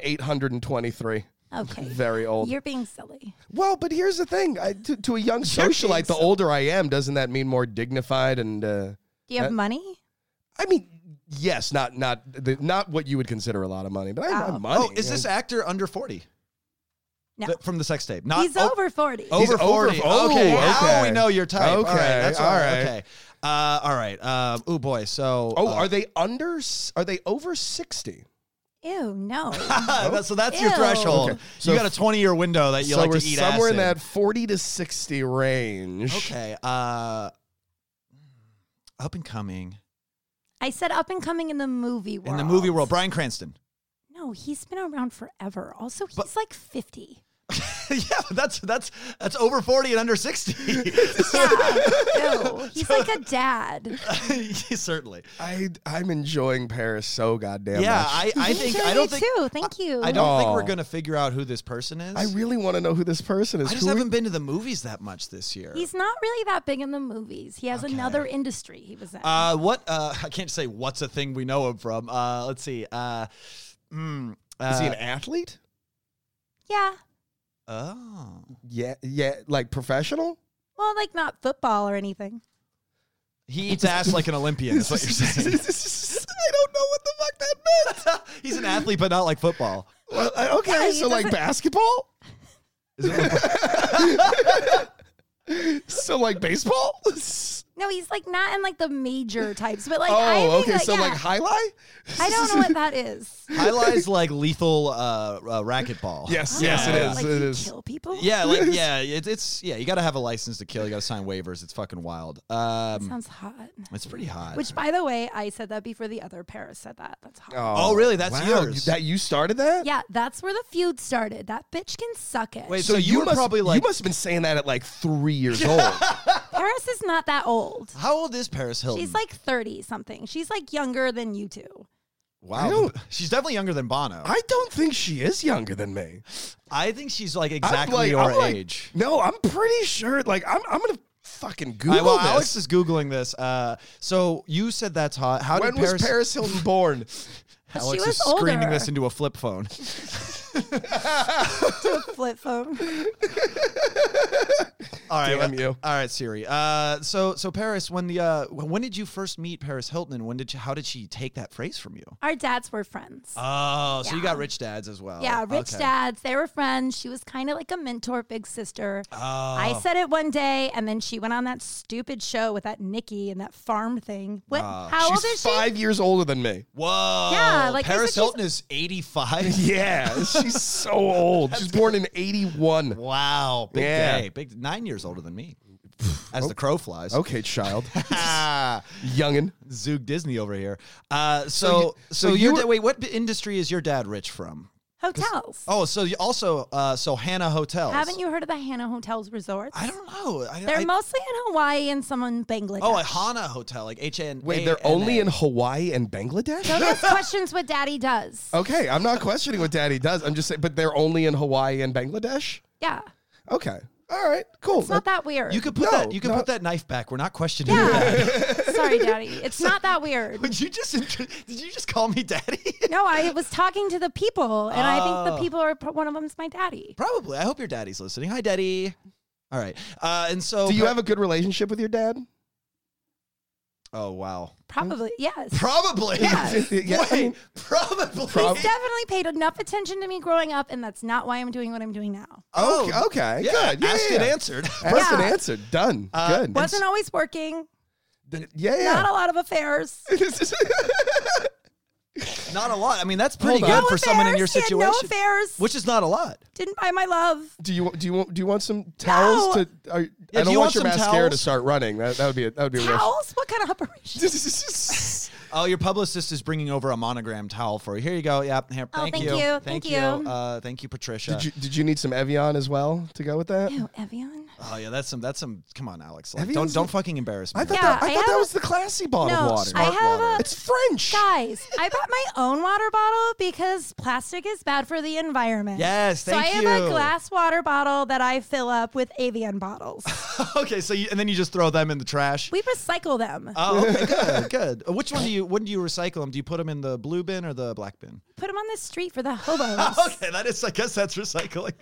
Speaker 4: 823. *laughs*
Speaker 5: okay.
Speaker 4: Very old.
Speaker 5: You're being silly.
Speaker 4: well, but here's the thing: I, to, to a young
Speaker 3: You're being
Speaker 4: socialite, the
Speaker 3: so-
Speaker 4: older I am, doesn't that mean more dignified and? Uh,
Speaker 5: Do you have
Speaker 4: That-
Speaker 5: money?
Speaker 4: I mean, yes, not not the, not what you would consider a lot of money, but I have
Speaker 5: Oh.
Speaker 4: money.
Speaker 3: Oh, is this actor under forty?
Speaker 5: No.
Speaker 3: Th- from the sex tape. Not
Speaker 5: He's
Speaker 3: oh,
Speaker 5: over 40.
Speaker 3: Over
Speaker 4: He's over-
Speaker 3: forty.
Speaker 4: oh,
Speaker 3: okay. Now
Speaker 4: okay.
Speaker 3: we know your type. All right.
Speaker 4: Okay,
Speaker 3: That's all
Speaker 4: all
Speaker 3: right.
Speaker 4: right.
Speaker 3: Okay. Uh, all right. Um, oh boy. So.
Speaker 4: Oh,
Speaker 3: uh, *laughs*
Speaker 4: are they under? s- Are they over sixty?
Speaker 5: Ew, no.
Speaker 4: *laughs*
Speaker 3: that's- so that's your
Speaker 5: Ew.
Speaker 3: threshold.
Speaker 5: Okay.
Speaker 3: you got a 20 year window that you
Speaker 4: so
Speaker 3: like
Speaker 4: we're
Speaker 3: to eat
Speaker 4: somewhere in
Speaker 3: acid.
Speaker 4: that forty to sixty range.
Speaker 3: Okay. Uh, up and coming
Speaker 5: I said up and coming in the movie world.
Speaker 3: in the movie world, Brian Cranston. *laughs*
Speaker 5: No, he's been around forever. Also, he's
Speaker 3: But-
Speaker 5: like 50.
Speaker 3: yeah, that's that's that's over 40 and under 60.
Speaker 5: Yeah. Ew. He's like a dad.
Speaker 3: *laughs* Certainly.
Speaker 4: I I'm enjoying Paris so goddamn
Speaker 3: yeah,
Speaker 4: much.
Speaker 3: I, I
Speaker 5: Me
Speaker 3: think
Speaker 5: too,
Speaker 3: I don't
Speaker 5: me
Speaker 3: think
Speaker 5: too. Thank you.
Speaker 3: I don't think
Speaker 4: Aw.
Speaker 3: we're gonna figure out who this person is.
Speaker 4: I really want to know who this person is.
Speaker 3: I just
Speaker 4: Who-
Speaker 3: haven't been to the movies that much this year.
Speaker 5: He's not really that big in the movies. He has another industry he was in.
Speaker 3: Uh, what? Uh, *laughs* I can't say what's a thing we know him from. Uh, let's see. Uh, mm,
Speaker 4: is he an
Speaker 3: uh,
Speaker 4: athlete?
Speaker 5: yeah.
Speaker 3: Oh,
Speaker 4: Yeah, yeah, like professional.
Speaker 5: Well, like not football or anything.
Speaker 3: he eats ass like an Olympian. Is
Speaker 4: *laughs*
Speaker 3: what you're saying.
Speaker 4: I don't know what the fuck that meant.
Speaker 3: *laughs* He's an athlete, but not like football.
Speaker 4: Well, I- okay,
Speaker 5: Yeah, he
Speaker 4: so like
Speaker 5: doesn't-
Speaker 4: basketball. *laughs* so like baseball.
Speaker 5: No, he's like not in like the major types, but like I
Speaker 4: oh,
Speaker 5: think,
Speaker 4: okay. so
Speaker 5: yeah.
Speaker 4: like highlight.
Speaker 5: I don't know what that
Speaker 3: *laughs*
Speaker 5: is.
Speaker 3: Highlights like lethal uh, uh, racquetball.
Speaker 4: Yes, yes, it
Speaker 5: Oh,
Speaker 4: is.
Speaker 5: Like
Speaker 4: it
Speaker 5: you
Speaker 4: is.
Speaker 5: kill people.
Speaker 3: Yeah, like yeah, it, it's yeah. You got to have a license to kill. You got to sign waivers. It's fucking wild. Um,
Speaker 5: sounds hot.
Speaker 3: it's pretty hot.
Speaker 5: Which, by the way, I said that before the other Paris said that. That's hot.
Speaker 3: oh, really? That's
Speaker 4: Wow, you-
Speaker 3: yours.
Speaker 4: That you started that?
Speaker 5: Yeah, that's where the feud started. That bitch can suck it.
Speaker 3: Wait, so, you, were
Speaker 4: must,
Speaker 3: probably like,
Speaker 4: you must have been saying that at like three years
Speaker 3: *laughs*
Speaker 4: old.
Speaker 5: Paris is not that old.
Speaker 3: how old is Paris Hilton?
Speaker 5: She's like 30 something. She's like younger than you two.
Speaker 4: I
Speaker 3: wow.
Speaker 4: don't-
Speaker 3: She's definitely younger than Bono. I,
Speaker 4: I don't think she is younger than me.
Speaker 3: think she's like exactly
Speaker 4: like-
Speaker 3: your
Speaker 4: I'm like-
Speaker 3: age.
Speaker 4: No, I'm pretty sure. Like I'm, I'm gonna fucking Google
Speaker 3: I, well,
Speaker 4: this.
Speaker 3: Alex is googling this. Uh, so you said that's hot. How
Speaker 4: when
Speaker 3: did
Speaker 4: was
Speaker 3: Paris?
Speaker 4: Paris Hilton born?
Speaker 3: Alex
Speaker 5: was
Speaker 3: is screaming
Speaker 5: older.
Speaker 3: this into a flip
Speaker 4: *laughs*
Speaker 3: phone.
Speaker 5: *laughs* Flip phone.
Speaker 3: All right,
Speaker 4: Damn
Speaker 3: uh,
Speaker 4: you.
Speaker 3: All right, Siri. Uh, so so Paris, when the uh, when did you first meet Paris Hilton? And when did you, how did she take that phrase from you?
Speaker 5: Our dads were friends.
Speaker 3: Oh, so you
Speaker 5: Yeah.
Speaker 3: got rich dads as well.
Speaker 5: yeah, rich
Speaker 3: Okay.
Speaker 5: dads. They were friends. She was kind of like a mentor, big sister.
Speaker 3: Oh.
Speaker 5: I said it one day, and then she went on that stupid show with that Nikki and that farm thing. What?
Speaker 3: Oh,
Speaker 5: how old
Speaker 4: She's
Speaker 5: is
Speaker 4: five years older than me.
Speaker 3: Whoa.
Speaker 5: Yeah, like, I
Speaker 3: Paris
Speaker 5: said she's-
Speaker 3: Hilton is 85.
Speaker 4: *laughs* Yeah, she's so old. She's born in '81.
Speaker 3: Wow. Big
Speaker 4: Yeah.
Speaker 3: day. Big nine years older than me. As the crow flies.
Speaker 4: Okay,
Speaker 5: *laughs*
Speaker 4: child,
Speaker 3: Ah,
Speaker 4: youngin.
Speaker 3: Zoog Disney over here. Uh, so, so,
Speaker 4: so
Speaker 3: your
Speaker 4: you
Speaker 3: da-
Speaker 4: were-
Speaker 3: wait, what b- industry is your dad rich from?
Speaker 5: she? Hotels.
Speaker 3: Oh, so you also, uh, so Hannah Hotels.
Speaker 5: Haven't you heard of the Hannah Hotels Resorts?
Speaker 3: I don't know. I,
Speaker 5: They're
Speaker 3: I,
Speaker 5: mostly in Hawaii and some in Bangladesh.
Speaker 3: oh, a Hana Hotel, like H N.
Speaker 4: Wait, they're only in Hawaii and Bangladesh.
Speaker 3: *laughs*
Speaker 5: So this questions what daddy does.
Speaker 3: Oh.
Speaker 4: Okay, I'm not questioning what Daddy does. I'm just saying, but they're only in Hawaii and Bangladesh.
Speaker 5: Yeah.
Speaker 4: Okay, all right, cool.
Speaker 5: It's not that weird.
Speaker 3: You could put
Speaker 4: No,
Speaker 3: that. You could
Speaker 4: no.
Speaker 3: put that knife back. We're not questioning. that. *laughs*
Speaker 5: yeah. Sorry, daddy. It's not that weird.
Speaker 3: Would you just? Did you just call me daddy? *laughs*
Speaker 5: No, I was talking to the people, and I think
Speaker 3: Oh.
Speaker 5: the people are one of them's my daddy.
Speaker 3: Probably. I hope your daddy's listening. Hi, daddy. All right. Uh, and so.
Speaker 4: Do you have a good relationship with your dad?
Speaker 3: Oh wow.
Speaker 5: Probably,
Speaker 3: Mm.
Speaker 5: yes.
Speaker 3: Probably.
Speaker 5: Yes.
Speaker 4: *laughs* Yeah, I
Speaker 3: *laughs* Wait.
Speaker 4: mean-
Speaker 3: probably.
Speaker 5: He's definitely paid enough attention to me growing up, and that's not why I'm doing what I'm doing now.
Speaker 3: Oh.
Speaker 4: Okay, okay,
Speaker 3: Yeah.
Speaker 4: good. Yeah,
Speaker 3: Asked
Speaker 4: yeah,
Speaker 3: and
Speaker 4: yeah.
Speaker 3: answered.
Speaker 4: *laughs* Asked and
Speaker 5: Yeah.
Speaker 4: answered. Done.
Speaker 3: Uh,
Speaker 4: good.
Speaker 5: Wasn't always working.
Speaker 4: Th- yeah, yeah.
Speaker 5: Not a lot of affairs.
Speaker 4: *laughs*
Speaker 3: Not a lot. I mean, that's pretty
Speaker 4: Hold
Speaker 3: good
Speaker 4: on.
Speaker 5: no
Speaker 3: for someone in your
Speaker 5: affairs, he had
Speaker 3: situation.
Speaker 5: No affairs.
Speaker 3: Which is not a lot.
Speaker 5: Didn't buy my love.
Speaker 4: Do you do you want do you want some towels
Speaker 5: No.
Speaker 4: to? Are,
Speaker 3: do
Speaker 4: I don't
Speaker 3: you
Speaker 4: want,
Speaker 3: want
Speaker 4: your
Speaker 3: some
Speaker 4: mascara to
Speaker 3: towels?
Speaker 4: start running. That, that would be a, that would be a real.
Speaker 5: Towels? What kind of operation?
Speaker 3: Oh, your publicist is bringing over a monogram towel for you. Here you go. Yep. Here,
Speaker 5: Oh,
Speaker 3: thank,
Speaker 5: thank
Speaker 3: you.
Speaker 5: you. Thank you.
Speaker 3: Uh, thank you,
Speaker 4: *laughs*
Speaker 3: Patricia.
Speaker 4: did you did you need some Evian as well to go with that?
Speaker 5: Ew, Evian.
Speaker 3: Oh yeah, that's some. That's some. Come on, Alex. Like,
Speaker 4: Have you
Speaker 3: don't
Speaker 4: seen-
Speaker 3: don't fucking embarrass me.
Speaker 4: I thought
Speaker 5: Yeah,
Speaker 4: that, I
Speaker 5: I
Speaker 4: thought that
Speaker 5: have-
Speaker 4: was the classy bottle
Speaker 5: No,
Speaker 4: of water.
Speaker 5: I have a-
Speaker 4: It's French.
Speaker 5: Guys, I bought my own water bottle because plastic is bad for the environment.
Speaker 3: Yes,
Speaker 5: so I
Speaker 3: thank
Speaker 5: have
Speaker 3: you.
Speaker 5: a glass water bottle that I fill up with Avian
Speaker 3: *laughs*
Speaker 5: bottles.
Speaker 3: *laughs* okay, so you, and then you just throw them in the trash.
Speaker 5: we recycle them.
Speaker 3: oh, *laughs* okay, good, good. Uh, Which one do you? When do you recycle them? Do you put them in the blue bin or the black bin?
Speaker 5: Put them on the street for the hobos.
Speaker 3: *laughs* Okay, that is. I guess that's recycling.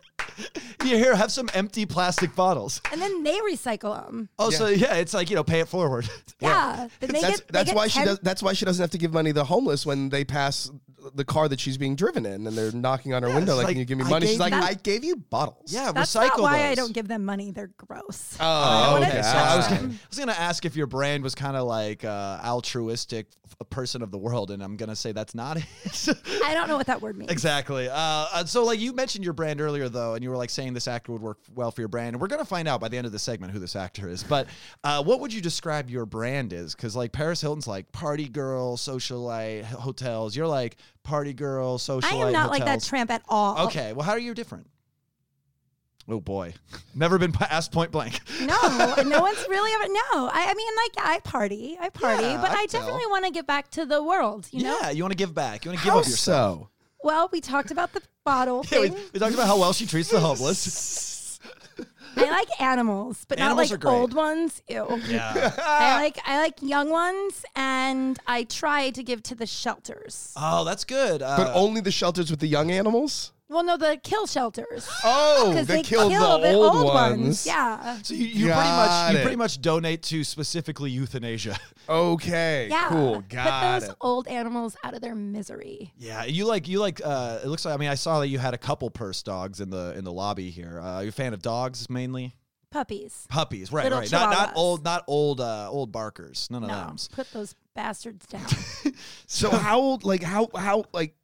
Speaker 3: you *laughs* here have some empty plastic bottles.
Speaker 5: And then they recycle them.
Speaker 3: Oh, so yeah, it's like you know, pay it forward. *laughs*
Speaker 5: Yeah. Then they
Speaker 4: That's,
Speaker 5: get, they
Speaker 4: that's
Speaker 5: get
Speaker 4: why she
Speaker 5: 10
Speaker 4: does. That's why she doesn't have to give money to the homeless when they pass the car that she's being driven in, and they're knocking on her window
Speaker 3: it's
Speaker 4: like,
Speaker 3: like,
Speaker 4: "Can you give me
Speaker 3: I
Speaker 4: money?" She's
Speaker 3: gave
Speaker 4: like,
Speaker 3: you-
Speaker 4: "I gave you bottles."
Speaker 3: Yeah,
Speaker 5: That's
Speaker 3: recycle
Speaker 5: not why I
Speaker 3: those. Uh,
Speaker 5: don't give them money. They're
Speaker 3: *laughs*
Speaker 5: gross.
Speaker 4: Oh,
Speaker 5: wanna
Speaker 4: okay.
Speaker 3: So I was
Speaker 4: Ah.
Speaker 3: gonna, I was gonna ask if your brand was kind of like uh, altruistic, a person of the world, and I'm gonna say that's not it. *laughs*
Speaker 5: I don't know what that word means.
Speaker 3: Exactly. Uh, Uh, so, like you mentioned your brand earlier, though, and you were like saying this actor would work well for your brand. And we're gonna find out by the end of the segment who this actor is. But uh, what would you describe your brand is? Because like Paris Hilton's like party girl, socialite, h- hotels. You're like party girl, socialite.
Speaker 5: I am not like that
Speaker 3: hotels.
Speaker 5: tramp at all.
Speaker 3: Okay. Well, how are you different? Oh boy, *laughs* never been pa- asked point blank.
Speaker 5: No, no one's really ever. No, I, I mean, like, I party, I party,
Speaker 3: Yeah,
Speaker 5: but
Speaker 3: I
Speaker 5: I,
Speaker 3: can tell.
Speaker 5: definitely want to get back to the world, you know?
Speaker 3: Yeah, you want to give back. You want to give
Speaker 4: How
Speaker 3: up yourself. *laughs*
Speaker 4: so?
Speaker 5: Well, we talked about the bottle
Speaker 3: Yeah, we,
Speaker 5: thing.
Speaker 3: we talked about how well she treats
Speaker 5: *laughs*
Speaker 3: the homeless.
Speaker 5: I like animals, but
Speaker 3: Animals are
Speaker 5: not
Speaker 3: great.
Speaker 5: like old ones. Ew.
Speaker 3: Yeah.
Speaker 5: I like I like young ones, and I try to give to the shelters.
Speaker 3: Oh, that's good. Uh,
Speaker 4: But only the shelters with the young animals.
Speaker 5: Well, no, the kill shelters.
Speaker 4: Oh,
Speaker 5: Because
Speaker 4: they,
Speaker 5: they
Speaker 4: killed
Speaker 5: kill
Speaker 4: the, old, ones.
Speaker 5: Yeah.
Speaker 3: So you, you pretty
Speaker 4: Got
Speaker 3: much you
Speaker 4: it.
Speaker 3: pretty much donate to specifically euthanasia. *laughs*
Speaker 4: Okay.
Speaker 5: Yeah. *laughs*
Speaker 4: Cool.
Speaker 5: Put
Speaker 4: Got
Speaker 5: those
Speaker 4: it.
Speaker 5: old animals out of their misery.
Speaker 3: Yeah, you like you like. Uh, it looks like I mean I saw that you had a couple purse dogs in the in the lobby here. Uh, you're a fan of dogs mainly,
Speaker 5: Puppies.
Speaker 3: puppies, right?
Speaker 5: Little
Speaker 3: right. Not not
Speaker 5: chihuahuas.
Speaker 3: old not old uh, old barkers. None of
Speaker 5: No,
Speaker 3: them.
Speaker 5: put those bastards
Speaker 4: *laughs*
Speaker 5: down.
Speaker 4: So how old? Like how how like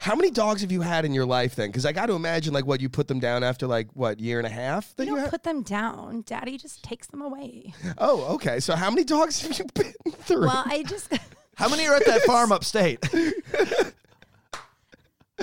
Speaker 4: how many dogs have you had in your life then? Because I got to imagine like what you put them down after like what year and a half that
Speaker 5: you
Speaker 4: you,
Speaker 5: don't
Speaker 4: had.
Speaker 5: put them down. Daddy just takes them away.
Speaker 4: oh, okay. So how many dogs have you *laughs* been through?
Speaker 5: Well, I just *laughs*
Speaker 3: How many are at that farm upstate? *laughs*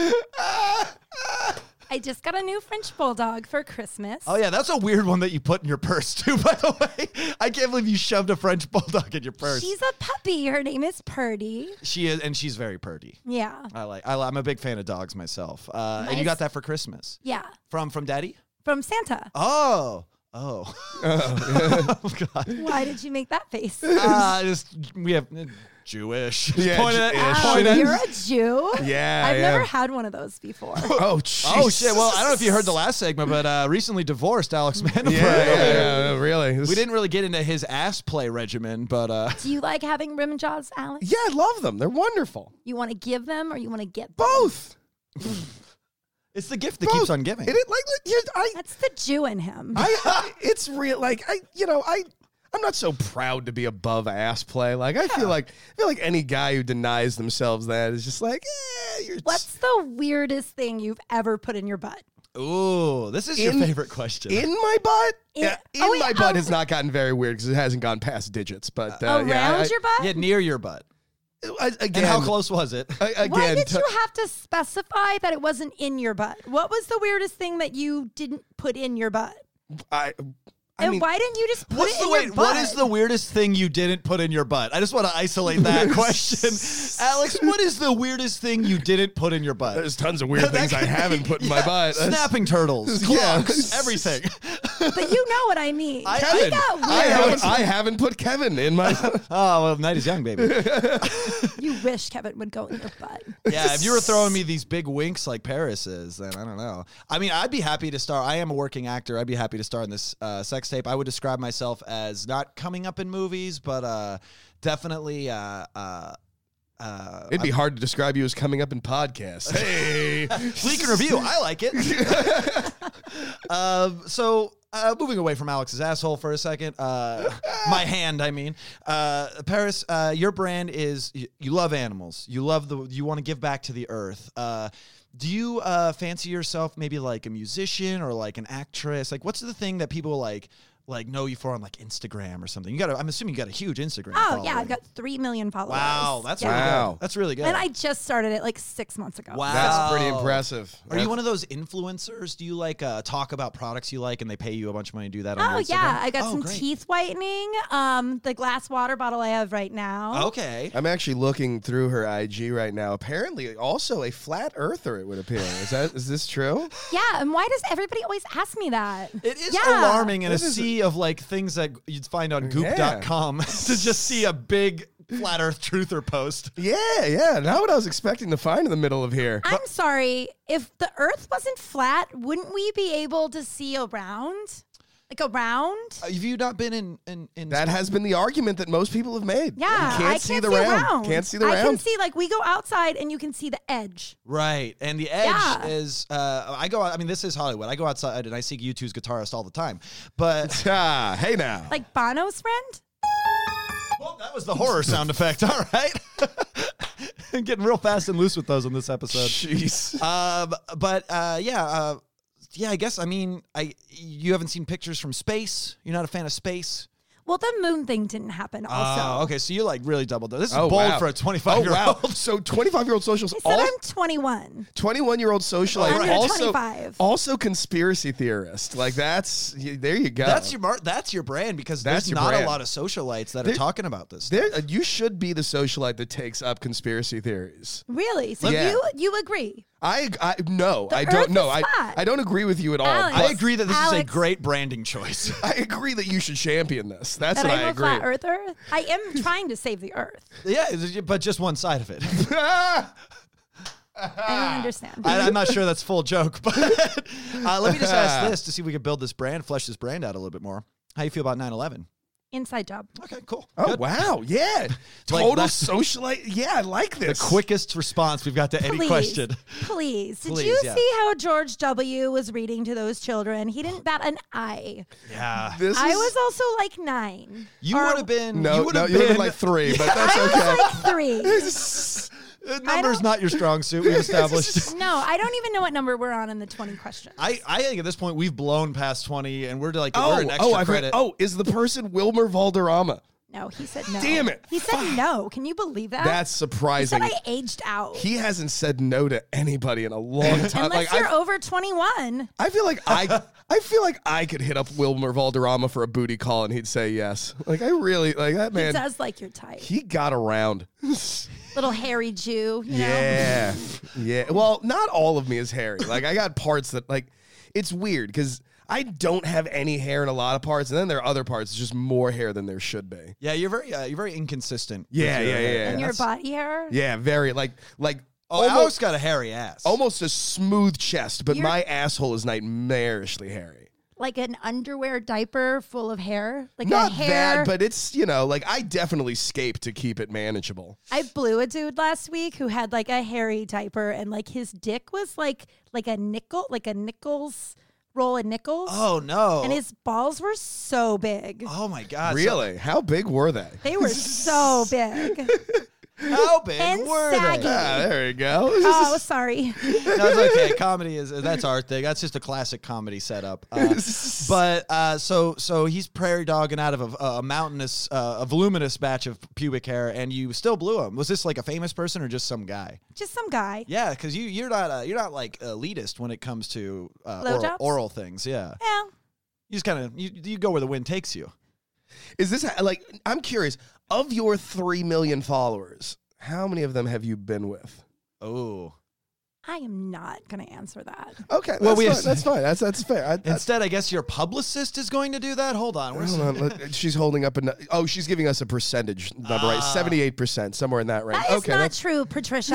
Speaker 5: I just got a new French bulldog for Christmas.
Speaker 3: Oh yeah, that's a weird one that you put in your purse too. *laughs* By the way, I can't believe you shoved a French bulldog in your purse.
Speaker 5: She's a puppy. Her name is Purdy.
Speaker 3: she is, and she's very purty.
Speaker 5: Yeah.
Speaker 3: I like. I, li- I'm a big fan of dogs myself. Uh, and you
Speaker 5: Nice.
Speaker 3: got that for Christmas
Speaker 5: Yeah.
Speaker 3: from from Daddy.
Speaker 5: From Santa.
Speaker 3: Oh,
Speaker 5: *laughs*
Speaker 3: oh, oh God.
Speaker 5: Why did you make that face?
Speaker 3: Uh, just we have uh, Jewish.
Speaker 4: Yeah,
Speaker 3: Point at-
Speaker 4: Jewish.
Speaker 5: Oh,
Speaker 3: point at-
Speaker 5: you're a Jew?
Speaker 4: yeah.
Speaker 5: I've
Speaker 4: yeah.
Speaker 5: never had one of those before.
Speaker 4: Oh, Jesus.
Speaker 3: Oh shit! Well, I don't know if you heard the last segment, but uh, recently divorced
Speaker 5: *laughs*
Speaker 3: Alex Mandelbrot.
Speaker 4: Yeah, yeah, yeah, really.
Speaker 3: We didn't really get into his ass play regimen, but uh, *laughs*
Speaker 5: Do you like having rim jobs, Alex?
Speaker 4: Yeah, I love them. They're wonderful.
Speaker 5: You want to give them or you want to get them?
Speaker 4: Both.
Speaker 3: it's the gift that
Speaker 4: Both.
Speaker 3: keeps on giving.
Speaker 4: It, it, like, like, you- I,
Speaker 5: That's the Jew in him.
Speaker 4: I, it's real. Like I, you know, I, I'm not so proud to be above ass play. Like I feel like, I feel like any guy who denies themselves that is just like, eh, you're
Speaker 5: What's the weirdest thing you've ever put in your butt?
Speaker 3: Ooh, this is your
Speaker 4: In-
Speaker 3: favorite question.
Speaker 4: in my butt.
Speaker 5: In-
Speaker 4: yeah, in
Speaker 5: oh, wait,
Speaker 4: my butt
Speaker 5: oh.
Speaker 4: has not gotten very weird because it hasn't gone past digits. But uh,
Speaker 5: Around
Speaker 4: yeah, I-
Speaker 5: your butt?
Speaker 3: yeah, near your butt.
Speaker 4: I, again,
Speaker 3: And how close was it?
Speaker 4: I, again,
Speaker 5: Why did
Speaker 4: t-
Speaker 5: you have to specify that it wasn't in your butt? What was the weirdest thing that you didn't put in your butt?
Speaker 4: I, I
Speaker 5: And
Speaker 4: mean,
Speaker 5: why didn't you just put
Speaker 3: What's
Speaker 5: it
Speaker 3: the
Speaker 5: in
Speaker 3: wait?
Speaker 5: your butt?
Speaker 3: What is the weirdest thing you didn't put in your butt? I just want to isolate
Speaker 5: *laughs*
Speaker 3: that question, Alex. What is the weirdest thing you didn't put in your butt?
Speaker 4: there's tons of
Speaker 5: *laughs*
Speaker 4: weird
Speaker 3: That
Speaker 4: things I
Speaker 3: could be-
Speaker 4: haven't put in my
Speaker 3: *laughs* yeah,
Speaker 4: butt. *laughs*
Speaker 3: Snapping turtles,
Speaker 4: Yeah.
Speaker 3: clocks, everything.
Speaker 5: But you know what I mean.
Speaker 3: I-
Speaker 5: We
Speaker 3: I-
Speaker 5: got
Speaker 4: I
Speaker 5: weird.
Speaker 4: haven't, I haven't put Kevin in my.
Speaker 5: *laughs*
Speaker 3: Oh well, night is
Speaker 4: *laughs*
Speaker 3: young, baby.
Speaker 5: You wish Kevin would go in your butt.
Speaker 3: Yeah, if you were throwing me these big winks like Paris is, then I don't know. I mean, I'd be happy to star. I am a working actor. I'd be happy to star in this uh, sex tape. I would describe myself as not coming up in movies, but uh, definitely. Uh, uh, uh,
Speaker 4: It'd be hard to describe you as coming up in
Speaker 5: *laughs*
Speaker 4: podcasts. Hey,
Speaker 3: Leak and review. I like it.
Speaker 4: *laughs*
Speaker 3: um, so. Uh, moving away from Alex's asshole for a second, uh, my hand. I mean, uh, Paris, uh, your brand is you, you love animals. You love the. You want to give back to the earth. Uh, do you uh, fancy yourself maybe like a musician or like an actress? Like, what's the thing that people like like know you for on like Instagram or something? You got. I'm assuming you got a huge Instagram.
Speaker 5: Oh, yeah,
Speaker 3: following.
Speaker 5: I've got 3 million followers.
Speaker 3: Wow, that's
Speaker 5: Yeah.
Speaker 3: really
Speaker 4: Wow.
Speaker 3: good. That's really good.
Speaker 5: And I just started it like six months ago.
Speaker 3: Wow.
Speaker 4: That's pretty
Speaker 3: Wow.
Speaker 4: impressive.
Speaker 3: Are you one of those influencers? Do you like uh, talk about products you like and they pay you a bunch of money to do that? On
Speaker 5: Oh
Speaker 3: your Instagram?
Speaker 5: yeah, I got
Speaker 3: Oh,
Speaker 5: some
Speaker 3: great.
Speaker 5: teeth whitening. Um, the glass water bottle I have right now.
Speaker 3: Okay.
Speaker 4: I'm actually looking through her IG right now. Apparently, also a flat earther. It would appear. Is that is this true?
Speaker 5: Yeah, and why does everybody always ask me that?
Speaker 3: It is
Speaker 5: Yeah.
Speaker 3: alarming in a
Speaker 4: It is-
Speaker 3: sea of like things that you'd find on
Speaker 4: Yeah.
Speaker 3: goop.com *laughs* to just see a big flat earth truther post.
Speaker 4: Yeah, yeah. Not what I was expecting to find in the middle of here.
Speaker 5: I'm sorry. If the Earth wasn't flat, wouldn't we be able to see around? like around.
Speaker 3: Have you not been in in, in
Speaker 4: That has been the argument that most people have made.
Speaker 5: Yeah,
Speaker 4: you can't
Speaker 5: I
Speaker 4: see
Speaker 5: can't
Speaker 4: the
Speaker 5: see
Speaker 4: round.
Speaker 5: around.
Speaker 4: Can't see the
Speaker 5: I
Speaker 4: round.
Speaker 5: can see like we go outside and you can see the edge.
Speaker 3: Right. And the edge
Speaker 5: Yeah.
Speaker 3: is uh I go out I mean this is Hollywood. I go outside and I see U2's guitarist all the time. *laughs* But
Speaker 4: *laughs* Ah, hey now.
Speaker 5: Like Bono's friend?
Speaker 3: well, that was the horror sound effect. *laughs* All right. Getting real fast and loose with those on this episode.
Speaker 4: Jeez.
Speaker 3: Um but uh yeah, uh yeah, I guess I mean I you haven't seen pictures from space. You're not a fan of space.
Speaker 5: Well, the moon thing didn't happen
Speaker 4: Ah,
Speaker 5: also.
Speaker 3: Oh, okay, so you like really doubled down. This is
Speaker 4: Oh,
Speaker 3: bold
Speaker 4: wow.
Speaker 3: for a 25
Speaker 4: Oh
Speaker 3: year
Speaker 4: wow.
Speaker 3: old.
Speaker 4: So 25 year old socials
Speaker 5: I said
Speaker 4: all
Speaker 5: I'm 21.
Speaker 4: 21 year old socialite
Speaker 5: Under
Speaker 4: also
Speaker 5: 25.
Speaker 4: also conspiracy theorist. Like that's y- there you go.
Speaker 3: *laughs* That's your mar- that's your brand because
Speaker 4: That's
Speaker 3: there's
Speaker 4: your
Speaker 3: not
Speaker 4: brand.
Speaker 3: a lot of socialites that are
Speaker 4: There-
Speaker 3: talking about this.
Speaker 4: there, uh, you should be the socialite that takes up conspiracy theories.
Speaker 5: Really? So
Speaker 4: Yeah.
Speaker 5: you you agree?
Speaker 4: I, I no, I
Speaker 5: Earth
Speaker 4: don't know.
Speaker 5: is
Speaker 4: I,
Speaker 5: flat.
Speaker 4: I don't agree with you at all.
Speaker 5: Alex.
Speaker 4: but
Speaker 3: I agree that this is a
Speaker 5: Alex-
Speaker 3: great
Speaker 4: *laughs*
Speaker 3: branding choice.
Speaker 4: I agree that you should champion this. That's
Speaker 5: That
Speaker 4: what
Speaker 5: I'm
Speaker 4: I
Speaker 5: a
Speaker 4: agree.
Speaker 5: flat earther? I
Speaker 4: *laughs*
Speaker 5: am trying to save the earth.
Speaker 3: yeah, it's- but just one side of it. *laughs*
Speaker 5: I
Speaker 4: Ah.
Speaker 5: don't understand.
Speaker 3: I, I'm not sure that's full joke, *laughs* but uh, let me
Speaker 4: *laughs*
Speaker 3: just ask this to see if we could build this brand, flesh this brand out a little bit more. How you feel about 9/11?
Speaker 5: Inside job.
Speaker 3: Okay, cool.
Speaker 4: *laughs* Oh
Speaker 3: Good.
Speaker 4: wow, yeah, total
Speaker 3: that's-
Speaker 4: socialite. Yeah, I like this.
Speaker 3: Quickest response we've got to any
Speaker 5: Please,
Speaker 3: question.
Speaker 5: Please. Did
Speaker 3: Please,
Speaker 5: you
Speaker 3: yeah.
Speaker 5: see how George W. was reading to those children? He didn't bat an eye.
Speaker 3: Yeah,
Speaker 4: This
Speaker 5: I
Speaker 4: is-
Speaker 5: was also like nine.
Speaker 3: you
Speaker 5: Or-
Speaker 3: would have been.
Speaker 4: no,
Speaker 3: you would
Speaker 4: no,
Speaker 3: have
Speaker 4: you would've
Speaker 3: been
Speaker 4: been like three, but that's
Speaker 5: *laughs* I
Speaker 4: okay.
Speaker 5: was like
Speaker 4: *laughs*
Speaker 5: three.
Speaker 3: Uh, numbers
Speaker 5: don't-
Speaker 3: not your strong *laughs* suit. We've *laughs* established.
Speaker 5: No, I don't even know what number we're on in the 20 questions.
Speaker 3: I, I think at this point we've blown past 20 and we're like we're
Speaker 4: Oh,
Speaker 3: an extra
Speaker 4: oh, I
Speaker 3: credit.
Speaker 4: forgot. Oh, is the person Wilmer Valderrama?
Speaker 5: no, he said no.
Speaker 4: Damn it.
Speaker 5: He said no. Can you believe that?
Speaker 4: That's
Speaker 5: he said
Speaker 4: surprising.
Speaker 5: I aged out.
Speaker 4: He hasn't said no to anybody in a
Speaker 5: *laughs*
Speaker 4: long time.
Speaker 5: Unless
Speaker 4: like
Speaker 5: you're
Speaker 4: I,
Speaker 5: over 21.
Speaker 4: I feel like I, I feel like I could hit up Wilmer Valderrama for a booty call and he'd say yes. Like I really like that
Speaker 5: He
Speaker 4: man.
Speaker 5: does like your type.
Speaker 4: he got
Speaker 5: *laughs*
Speaker 4: around.
Speaker 5: Little hairy Jew. You
Speaker 4: Yeah. yeah. Well, not all of me is
Speaker 5: *laughs*
Speaker 4: hairy. Like I got parts that like it's weird because I don't have any hair in a lot of parts, and then there are other parts that's just more hair than there should be.
Speaker 3: Yeah, you're very uh, you're very inconsistent. with
Speaker 4: Yeah,
Speaker 3: your-
Speaker 4: yeah, yeah.
Speaker 5: Know?
Speaker 4: Yeah,
Speaker 5: And your
Speaker 4: That's-
Speaker 5: body hair.
Speaker 4: yeah very like like
Speaker 3: Oh, Al's
Speaker 4: almost
Speaker 3: got a hairy ass.
Speaker 4: almost a smooth chest, but
Speaker 5: You're-
Speaker 4: my asshole is nightmarishly hairy.
Speaker 5: Like an underwear diaper full of hair. Like
Speaker 4: Not
Speaker 5: a hair.
Speaker 4: that, but it's you know, like I definitely scape to keep it manageable.
Speaker 5: I blew a dude last week who had like a hairy diaper and like his dick was like like a nickel, like a nickels roll of nickels.
Speaker 3: oh no.
Speaker 5: And his balls were so big.
Speaker 3: oh my god. so
Speaker 4: really? How big were they?
Speaker 5: They
Speaker 4: *laughs*
Speaker 5: were so big.
Speaker 3: how big
Speaker 5: And
Speaker 3: were
Speaker 5: saggy.
Speaker 3: they?
Speaker 4: Ah, there you go.
Speaker 5: Oh, sorry.
Speaker 3: That's okay. Comedy is that's our thing. That's just a classic comedy setup.
Speaker 4: *laughs*
Speaker 3: Uh, but uh, so so he's prairie dogging out of a, a mountainous, uh, a voluminous batch of pubic hair, and you still blew him. Was this like a famous person or just some guy?
Speaker 5: Just some guy.
Speaker 3: Yeah, because you you're not uh, you're not like elitist when it comes to uh, oral,
Speaker 5: Blowjobs?
Speaker 3: oral things. Yeah,
Speaker 5: Yeah.
Speaker 3: you just kind of you, you go where the wind takes you.
Speaker 4: Is this how- like I'm curious of your 3 million followers, how many of them have you been with?
Speaker 3: Oh.
Speaker 5: I am not going to answer that.
Speaker 4: Okay,
Speaker 3: Well,
Speaker 4: well,
Speaker 3: we
Speaker 4: that's,
Speaker 3: have- *laughs*
Speaker 4: fine, that's fine. That's that's fair. I, that's,
Speaker 3: Instead, I guess your publicist is going to do that. Hold on. Where's
Speaker 4: hold
Speaker 3: *laughs*
Speaker 4: on. let- she's holding up a. nu- Oh, she's giving us a percentage number,
Speaker 3: Ah.
Speaker 4: right? Seventy-eight percent, somewhere in that range.
Speaker 5: That is
Speaker 4: okay,
Speaker 5: not
Speaker 4: that's *laughs*
Speaker 5: true, Patricia.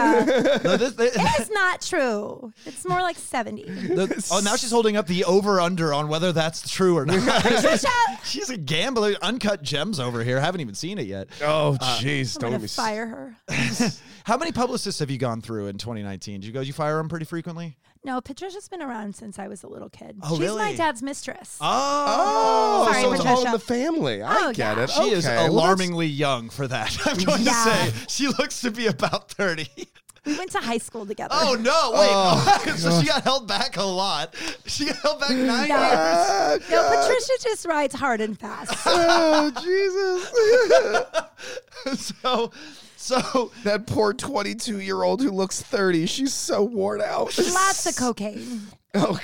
Speaker 3: no, this,
Speaker 5: it is not true. It's more like
Speaker 4: *laughs*
Speaker 5: 70.
Speaker 3: the- oh, now she's holding up the over under on whether that's true
Speaker 4: *laughs*
Speaker 3: or not. *laughs* she's a gambler. Uncut gems over here. Haven't even seen it yet.
Speaker 4: oh,
Speaker 3: Uh,
Speaker 4: jeez, don't
Speaker 5: I'm going
Speaker 4: let me
Speaker 5: to
Speaker 4: s-
Speaker 5: fire her.
Speaker 3: How many publicists have you gone through in 2019? Did you go? You fire them pretty frequently.
Speaker 5: No, Patricia's been around since I was a little kid.
Speaker 3: Oh,
Speaker 5: She's my
Speaker 3: really?
Speaker 5: dad's mistress.
Speaker 4: Oh,
Speaker 5: Sorry,
Speaker 4: so it's all in
Speaker 5: Patricia.
Speaker 4: the family. I
Speaker 5: Oh,
Speaker 4: get
Speaker 5: yeah.
Speaker 4: it.
Speaker 3: She is
Speaker 4: Okay, well, that's-
Speaker 3: alarmingly young for that. *laughs* I'm going
Speaker 5: Yeah.
Speaker 3: to say she looks to be about 30.
Speaker 5: we went to high school
Speaker 3: *laughs*
Speaker 5: together.
Speaker 3: Oh no! Wait, *laughs* so she got held back a lot. She got held back nine
Speaker 5: No.
Speaker 3: years.
Speaker 5: No, Patricia just rides hard and fast.
Speaker 4: oh Jesus!
Speaker 3: *laughs* So, so
Speaker 4: *laughs* that poor twenty-two-year-old who looks thirty. She's so worn out. *laughs*
Speaker 5: Lots of cocaine.
Speaker 4: Oh,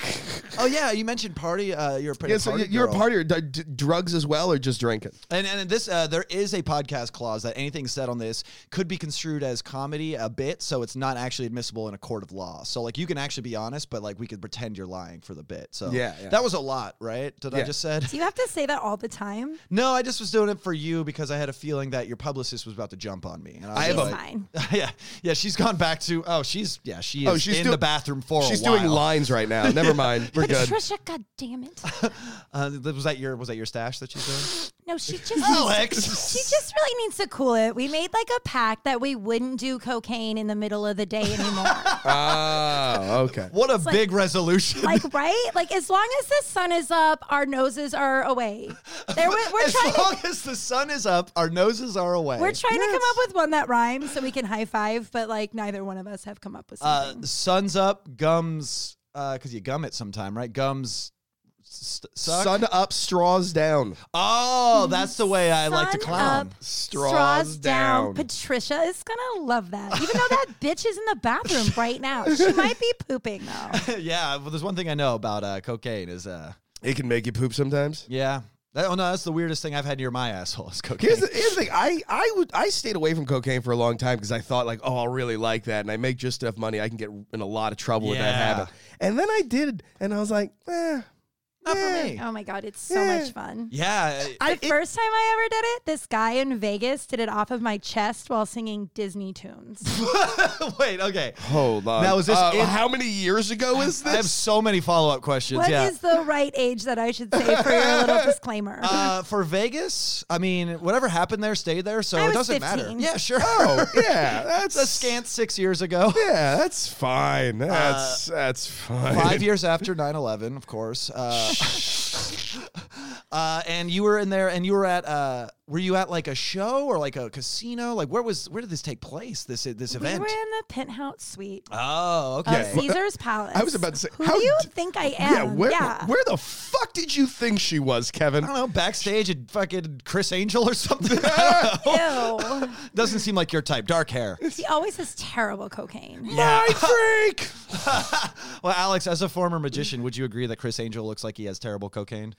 Speaker 3: oh yeah, you mentioned party. Uh, you're a pretty
Speaker 4: yeah. So
Speaker 3: party
Speaker 4: you- you're a
Speaker 3: girl.
Speaker 4: partier. D- d- drugs as well, or just drinking?
Speaker 3: And and this uh, there is a podcast clause that anything said on this could be construed as comedy a bit, so it's not actually admissible in a court of law. So like you can actually be honest, but like we could pretend you're lying for the bit. So
Speaker 4: Yeah, yeah.
Speaker 3: that was a lot, right? Did I
Speaker 4: Yeah.
Speaker 3: just said? *laughs*
Speaker 5: Do you have to say that all the time?
Speaker 3: No, I just was doing it for you because I had a feeling that your publicist was about to jump on me. And I,
Speaker 4: I have
Speaker 3: was
Speaker 5: It's
Speaker 4: a-
Speaker 3: like- *laughs*
Speaker 5: fine.
Speaker 3: yeah, yeah. She's gone back to oh, she's yeah, she is
Speaker 4: Oh, she's
Speaker 3: in
Speaker 4: do-
Speaker 3: the bathroom for
Speaker 4: She's
Speaker 3: a while.
Speaker 4: doing lines right now. Never mind. We're We're
Speaker 5: like,
Speaker 4: good.
Speaker 5: Trisha, god damn it.
Speaker 3: Uh, th- was that your was that your stash that she's doing?
Speaker 5: *gasps* No, she
Speaker 4: *laughs*
Speaker 5: just
Speaker 4: Oh,
Speaker 3: Alex!
Speaker 5: She just really needs to cool it. We made like a pact that we wouldn't do cocaine in the middle of the day anymore.
Speaker 4: Oh, okay.
Speaker 3: What a big resolution!
Speaker 5: *laughs* like right? Like as long as the sun is up, our noses are away. There we're,
Speaker 3: *laughs*
Speaker 5: we're
Speaker 3: as
Speaker 5: trying to
Speaker 3: long as the sun is up, our noses are away.
Speaker 5: we're trying to come up with one that rhymes so we can high five, but like neither one of us have come up with
Speaker 3: uh,
Speaker 5: something.
Speaker 3: sun's up, gums because you gum it sometime, right? Gums. St- suck?
Speaker 4: Sun up, straws down.
Speaker 3: Oh, that's the way I like to
Speaker 5: Sun
Speaker 3: clown.
Speaker 5: up,
Speaker 4: Straws down.
Speaker 5: Patricia is gonna love that. Even though
Speaker 3: *laughs*
Speaker 5: that bitch is in the bathroom right now, she might be pooping though.
Speaker 3: *laughs* yeah, well, there's one thing I know about uh, cocaine is uh,
Speaker 4: It can make you poop sometimes.
Speaker 3: yeah. That- oh no, that's the weirdest thing I've had near my asshole is cocaine.
Speaker 4: Here's the, here's the thing. I, I would I stayed away from cocaine for a long time because I thought like, oh, I'll really like that, and I make just enough money. I can get in a lot of trouble with that
Speaker 3: Yeah.
Speaker 4: habit. And then I did, and I was like, eh.
Speaker 3: Not for me.
Speaker 5: Oh my god, it's so much fun.
Speaker 3: Yeah, it-
Speaker 5: The
Speaker 3: it-
Speaker 5: first time I ever did it, this guy in Vegas did it off of my chest while singing Disney tunes.
Speaker 3: *laughs* wait, okay.
Speaker 4: Hold on.
Speaker 3: Now, is this
Speaker 4: Uh,
Speaker 3: in-
Speaker 4: how many years ago is
Speaker 3: I have
Speaker 4: this?
Speaker 3: so many follow up questions.
Speaker 5: What is
Speaker 3: yeah.
Speaker 5: the right age that I should say for your little
Speaker 3: *laughs*
Speaker 5: disclaimer?
Speaker 3: uh, for Vegas, I mean, whatever happened there stayed there, so
Speaker 5: I
Speaker 3: it
Speaker 5: was
Speaker 3: doesn't
Speaker 5: 15.
Speaker 3: matter. Yeah, sure.
Speaker 4: oh,
Speaker 3: *laughs*
Speaker 4: yeah, that's
Speaker 3: it's a scant six years ago.
Speaker 4: Yeah, that's fine. That's that's fine.
Speaker 3: *laughs* Five years after 9 11, of course. Uh, uh, and you were in there and you were at, uh, were you at like a show or like a casino? Like, where was, where did this take place? This, this
Speaker 5: we Uh, were in
Speaker 3: event?
Speaker 5: the penthouse suite
Speaker 3: oh,
Speaker 5: of
Speaker 3: okay.
Speaker 5: Caesar's Palace.
Speaker 4: I was about to say,
Speaker 5: who
Speaker 4: how
Speaker 5: do you
Speaker 4: d-
Speaker 5: think I
Speaker 4: *laughs*
Speaker 5: am?
Speaker 4: Yeah, where where the fuck did you think she was, Kevin?
Speaker 3: I don't know, backstage at fucking Chris Angel or something. I don't know. *laughs*
Speaker 5: Ew.
Speaker 3: Doesn't seem like your type. Dark hair.
Speaker 5: he always has terrible cocaine.
Speaker 4: *laughs*
Speaker 3: Yeah.
Speaker 4: freak.
Speaker 3: Well, Alex, as a former magician, would you agree that Chris Angel looks like he has terrible cocaine?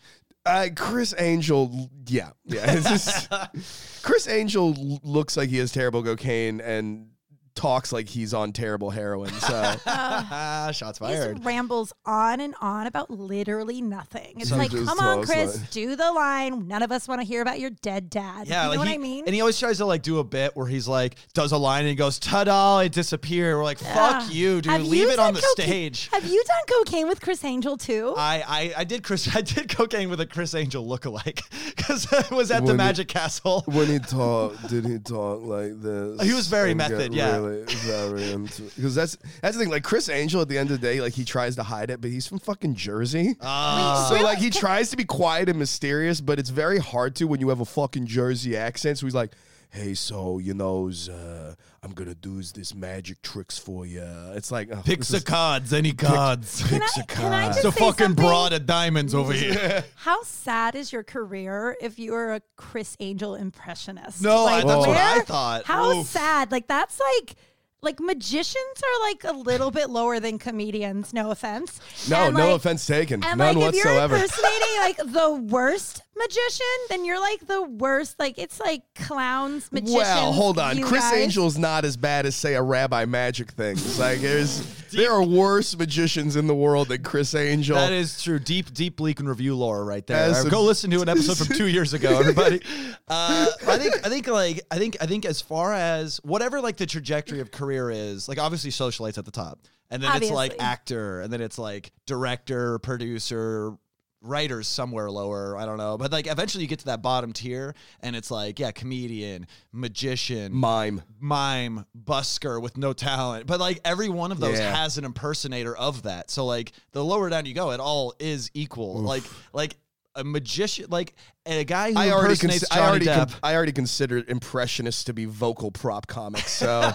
Speaker 4: Uh, Chris Angel, yeah, yeah. It's
Speaker 3: *laughs*
Speaker 4: just- Chris Angel l- looks like he has terrible cocaine and talks like he's on terrible heroin. So
Speaker 3: *laughs* Ah, shots
Speaker 5: He just
Speaker 3: fired.
Speaker 5: rambles on and on about literally nothing. It's like,
Speaker 4: just
Speaker 5: come on,
Speaker 4: loves
Speaker 5: Chris,
Speaker 4: life.
Speaker 5: do the line. None of us want to hear about your dead dad.
Speaker 3: Yeah,
Speaker 5: you know
Speaker 3: like
Speaker 5: what
Speaker 3: he-
Speaker 5: I mean?
Speaker 3: And he always tries to like do a bit where he's like does a line and he goes ta-da, it disappeared. We're like, fuck
Speaker 5: Ugh.
Speaker 3: you, dude.
Speaker 5: Have
Speaker 3: Leave
Speaker 5: you
Speaker 3: it on
Speaker 5: done
Speaker 3: the
Speaker 5: cocaine-
Speaker 3: stage. Uh,
Speaker 5: Have you done cocaine with Chris Angel too?
Speaker 3: I, I, I did Chris *laughs* I did cocaine with a Chris Angel lookalike *laughs* because I was at the
Speaker 4: When-
Speaker 3: Magic Castle.
Speaker 4: when he talked, did he talk like this?
Speaker 3: He was very and get method, yeah. really
Speaker 4: very into because that's that's the thing. Like Chris Angel, at the end of the day, like he tries to hide it, but he's from fucking Jersey.
Speaker 3: Ah.
Speaker 4: So like he tries to be quiet and mysterious, but it's very hard to when you have a fucking Jersey accent. So he's like, "Hey, so you know, uh, I'm gonna do this magic tricks for you." It's like oh,
Speaker 3: Picks
Speaker 4: this is-
Speaker 3: the cards, any cards.
Speaker 5: can I, can I just
Speaker 3: It's a
Speaker 5: say
Speaker 3: fucking
Speaker 5: something?
Speaker 3: broad of diamonds over here.
Speaker 5: How sad is your career if you're a Chris Angel impressionist?
Speaker 3: No, I- that's what I
Speaker 5: where-
Speaker 3: thought.
Speaker 5: How
Speaker 3: Oof.
Speaker 5: sad! Like that's like. Like magicians are like a little bit lower than comedians. No offense.
Speaker 4: no,
Speaker 5: And,
Speaker 4: no
Speaker 5: like-
Speaker 4: offense taken,
Speaker 5: And
Speaker 4: none
Speaker 5: like
Speaker 4: whatsoever.
Speaker 5: if you're
Speaker 3: *laughs*
Speaker 5: impersonating like the worst magician, then you're like the worst. Like it's like clowns, magicians.
Speaker 4: Wow, hold on.
Speaker 5: you
Speaker 4: Chris
Speaker 5: guys.
Speaker 4: Angel's not as bad as say a rabbi magic thing. It's like there's there are worse magicians in the world than Chris Angel.
Speaker 3: That is true. Deep, deep leak and review lore right there.
Speaker 4: As a-
Speaker 3: Go listen to an episode from two years
Speaker 4: *laughs*
Speaker 3: ago, everybody. Uh, I think, I think, like, I think, I think, as far as whatever, like, the trajectory of career is, like, obviously, socialites at the top, and then it's like
Speaker 5: Obviously.
Speaker 3: actor, and then it's like director, producer. Writers somewhere lower, I don't know, but like eventually you get to that bottom tier, and it's like, yeah, comedian, magician,
Speaker 4: mime.
Speaker 3: mime busker with no talent but like every one of those
Speaker 4: Yeah.
Speaker 3: has an impersonator of that so like the lower down you go it all is equal like like a magician like a guy who
Speaker 4: I already, cons-
Speaker 3: impersonates
Speaker 4: I,
Speaker 3: Johnny
Speaker 4: already con-
Speaker 3: Depp
Speaker 4: I already considered impressionists to be vocal prop comics.
Speaker 3: *laughs*
Speaker 4: So,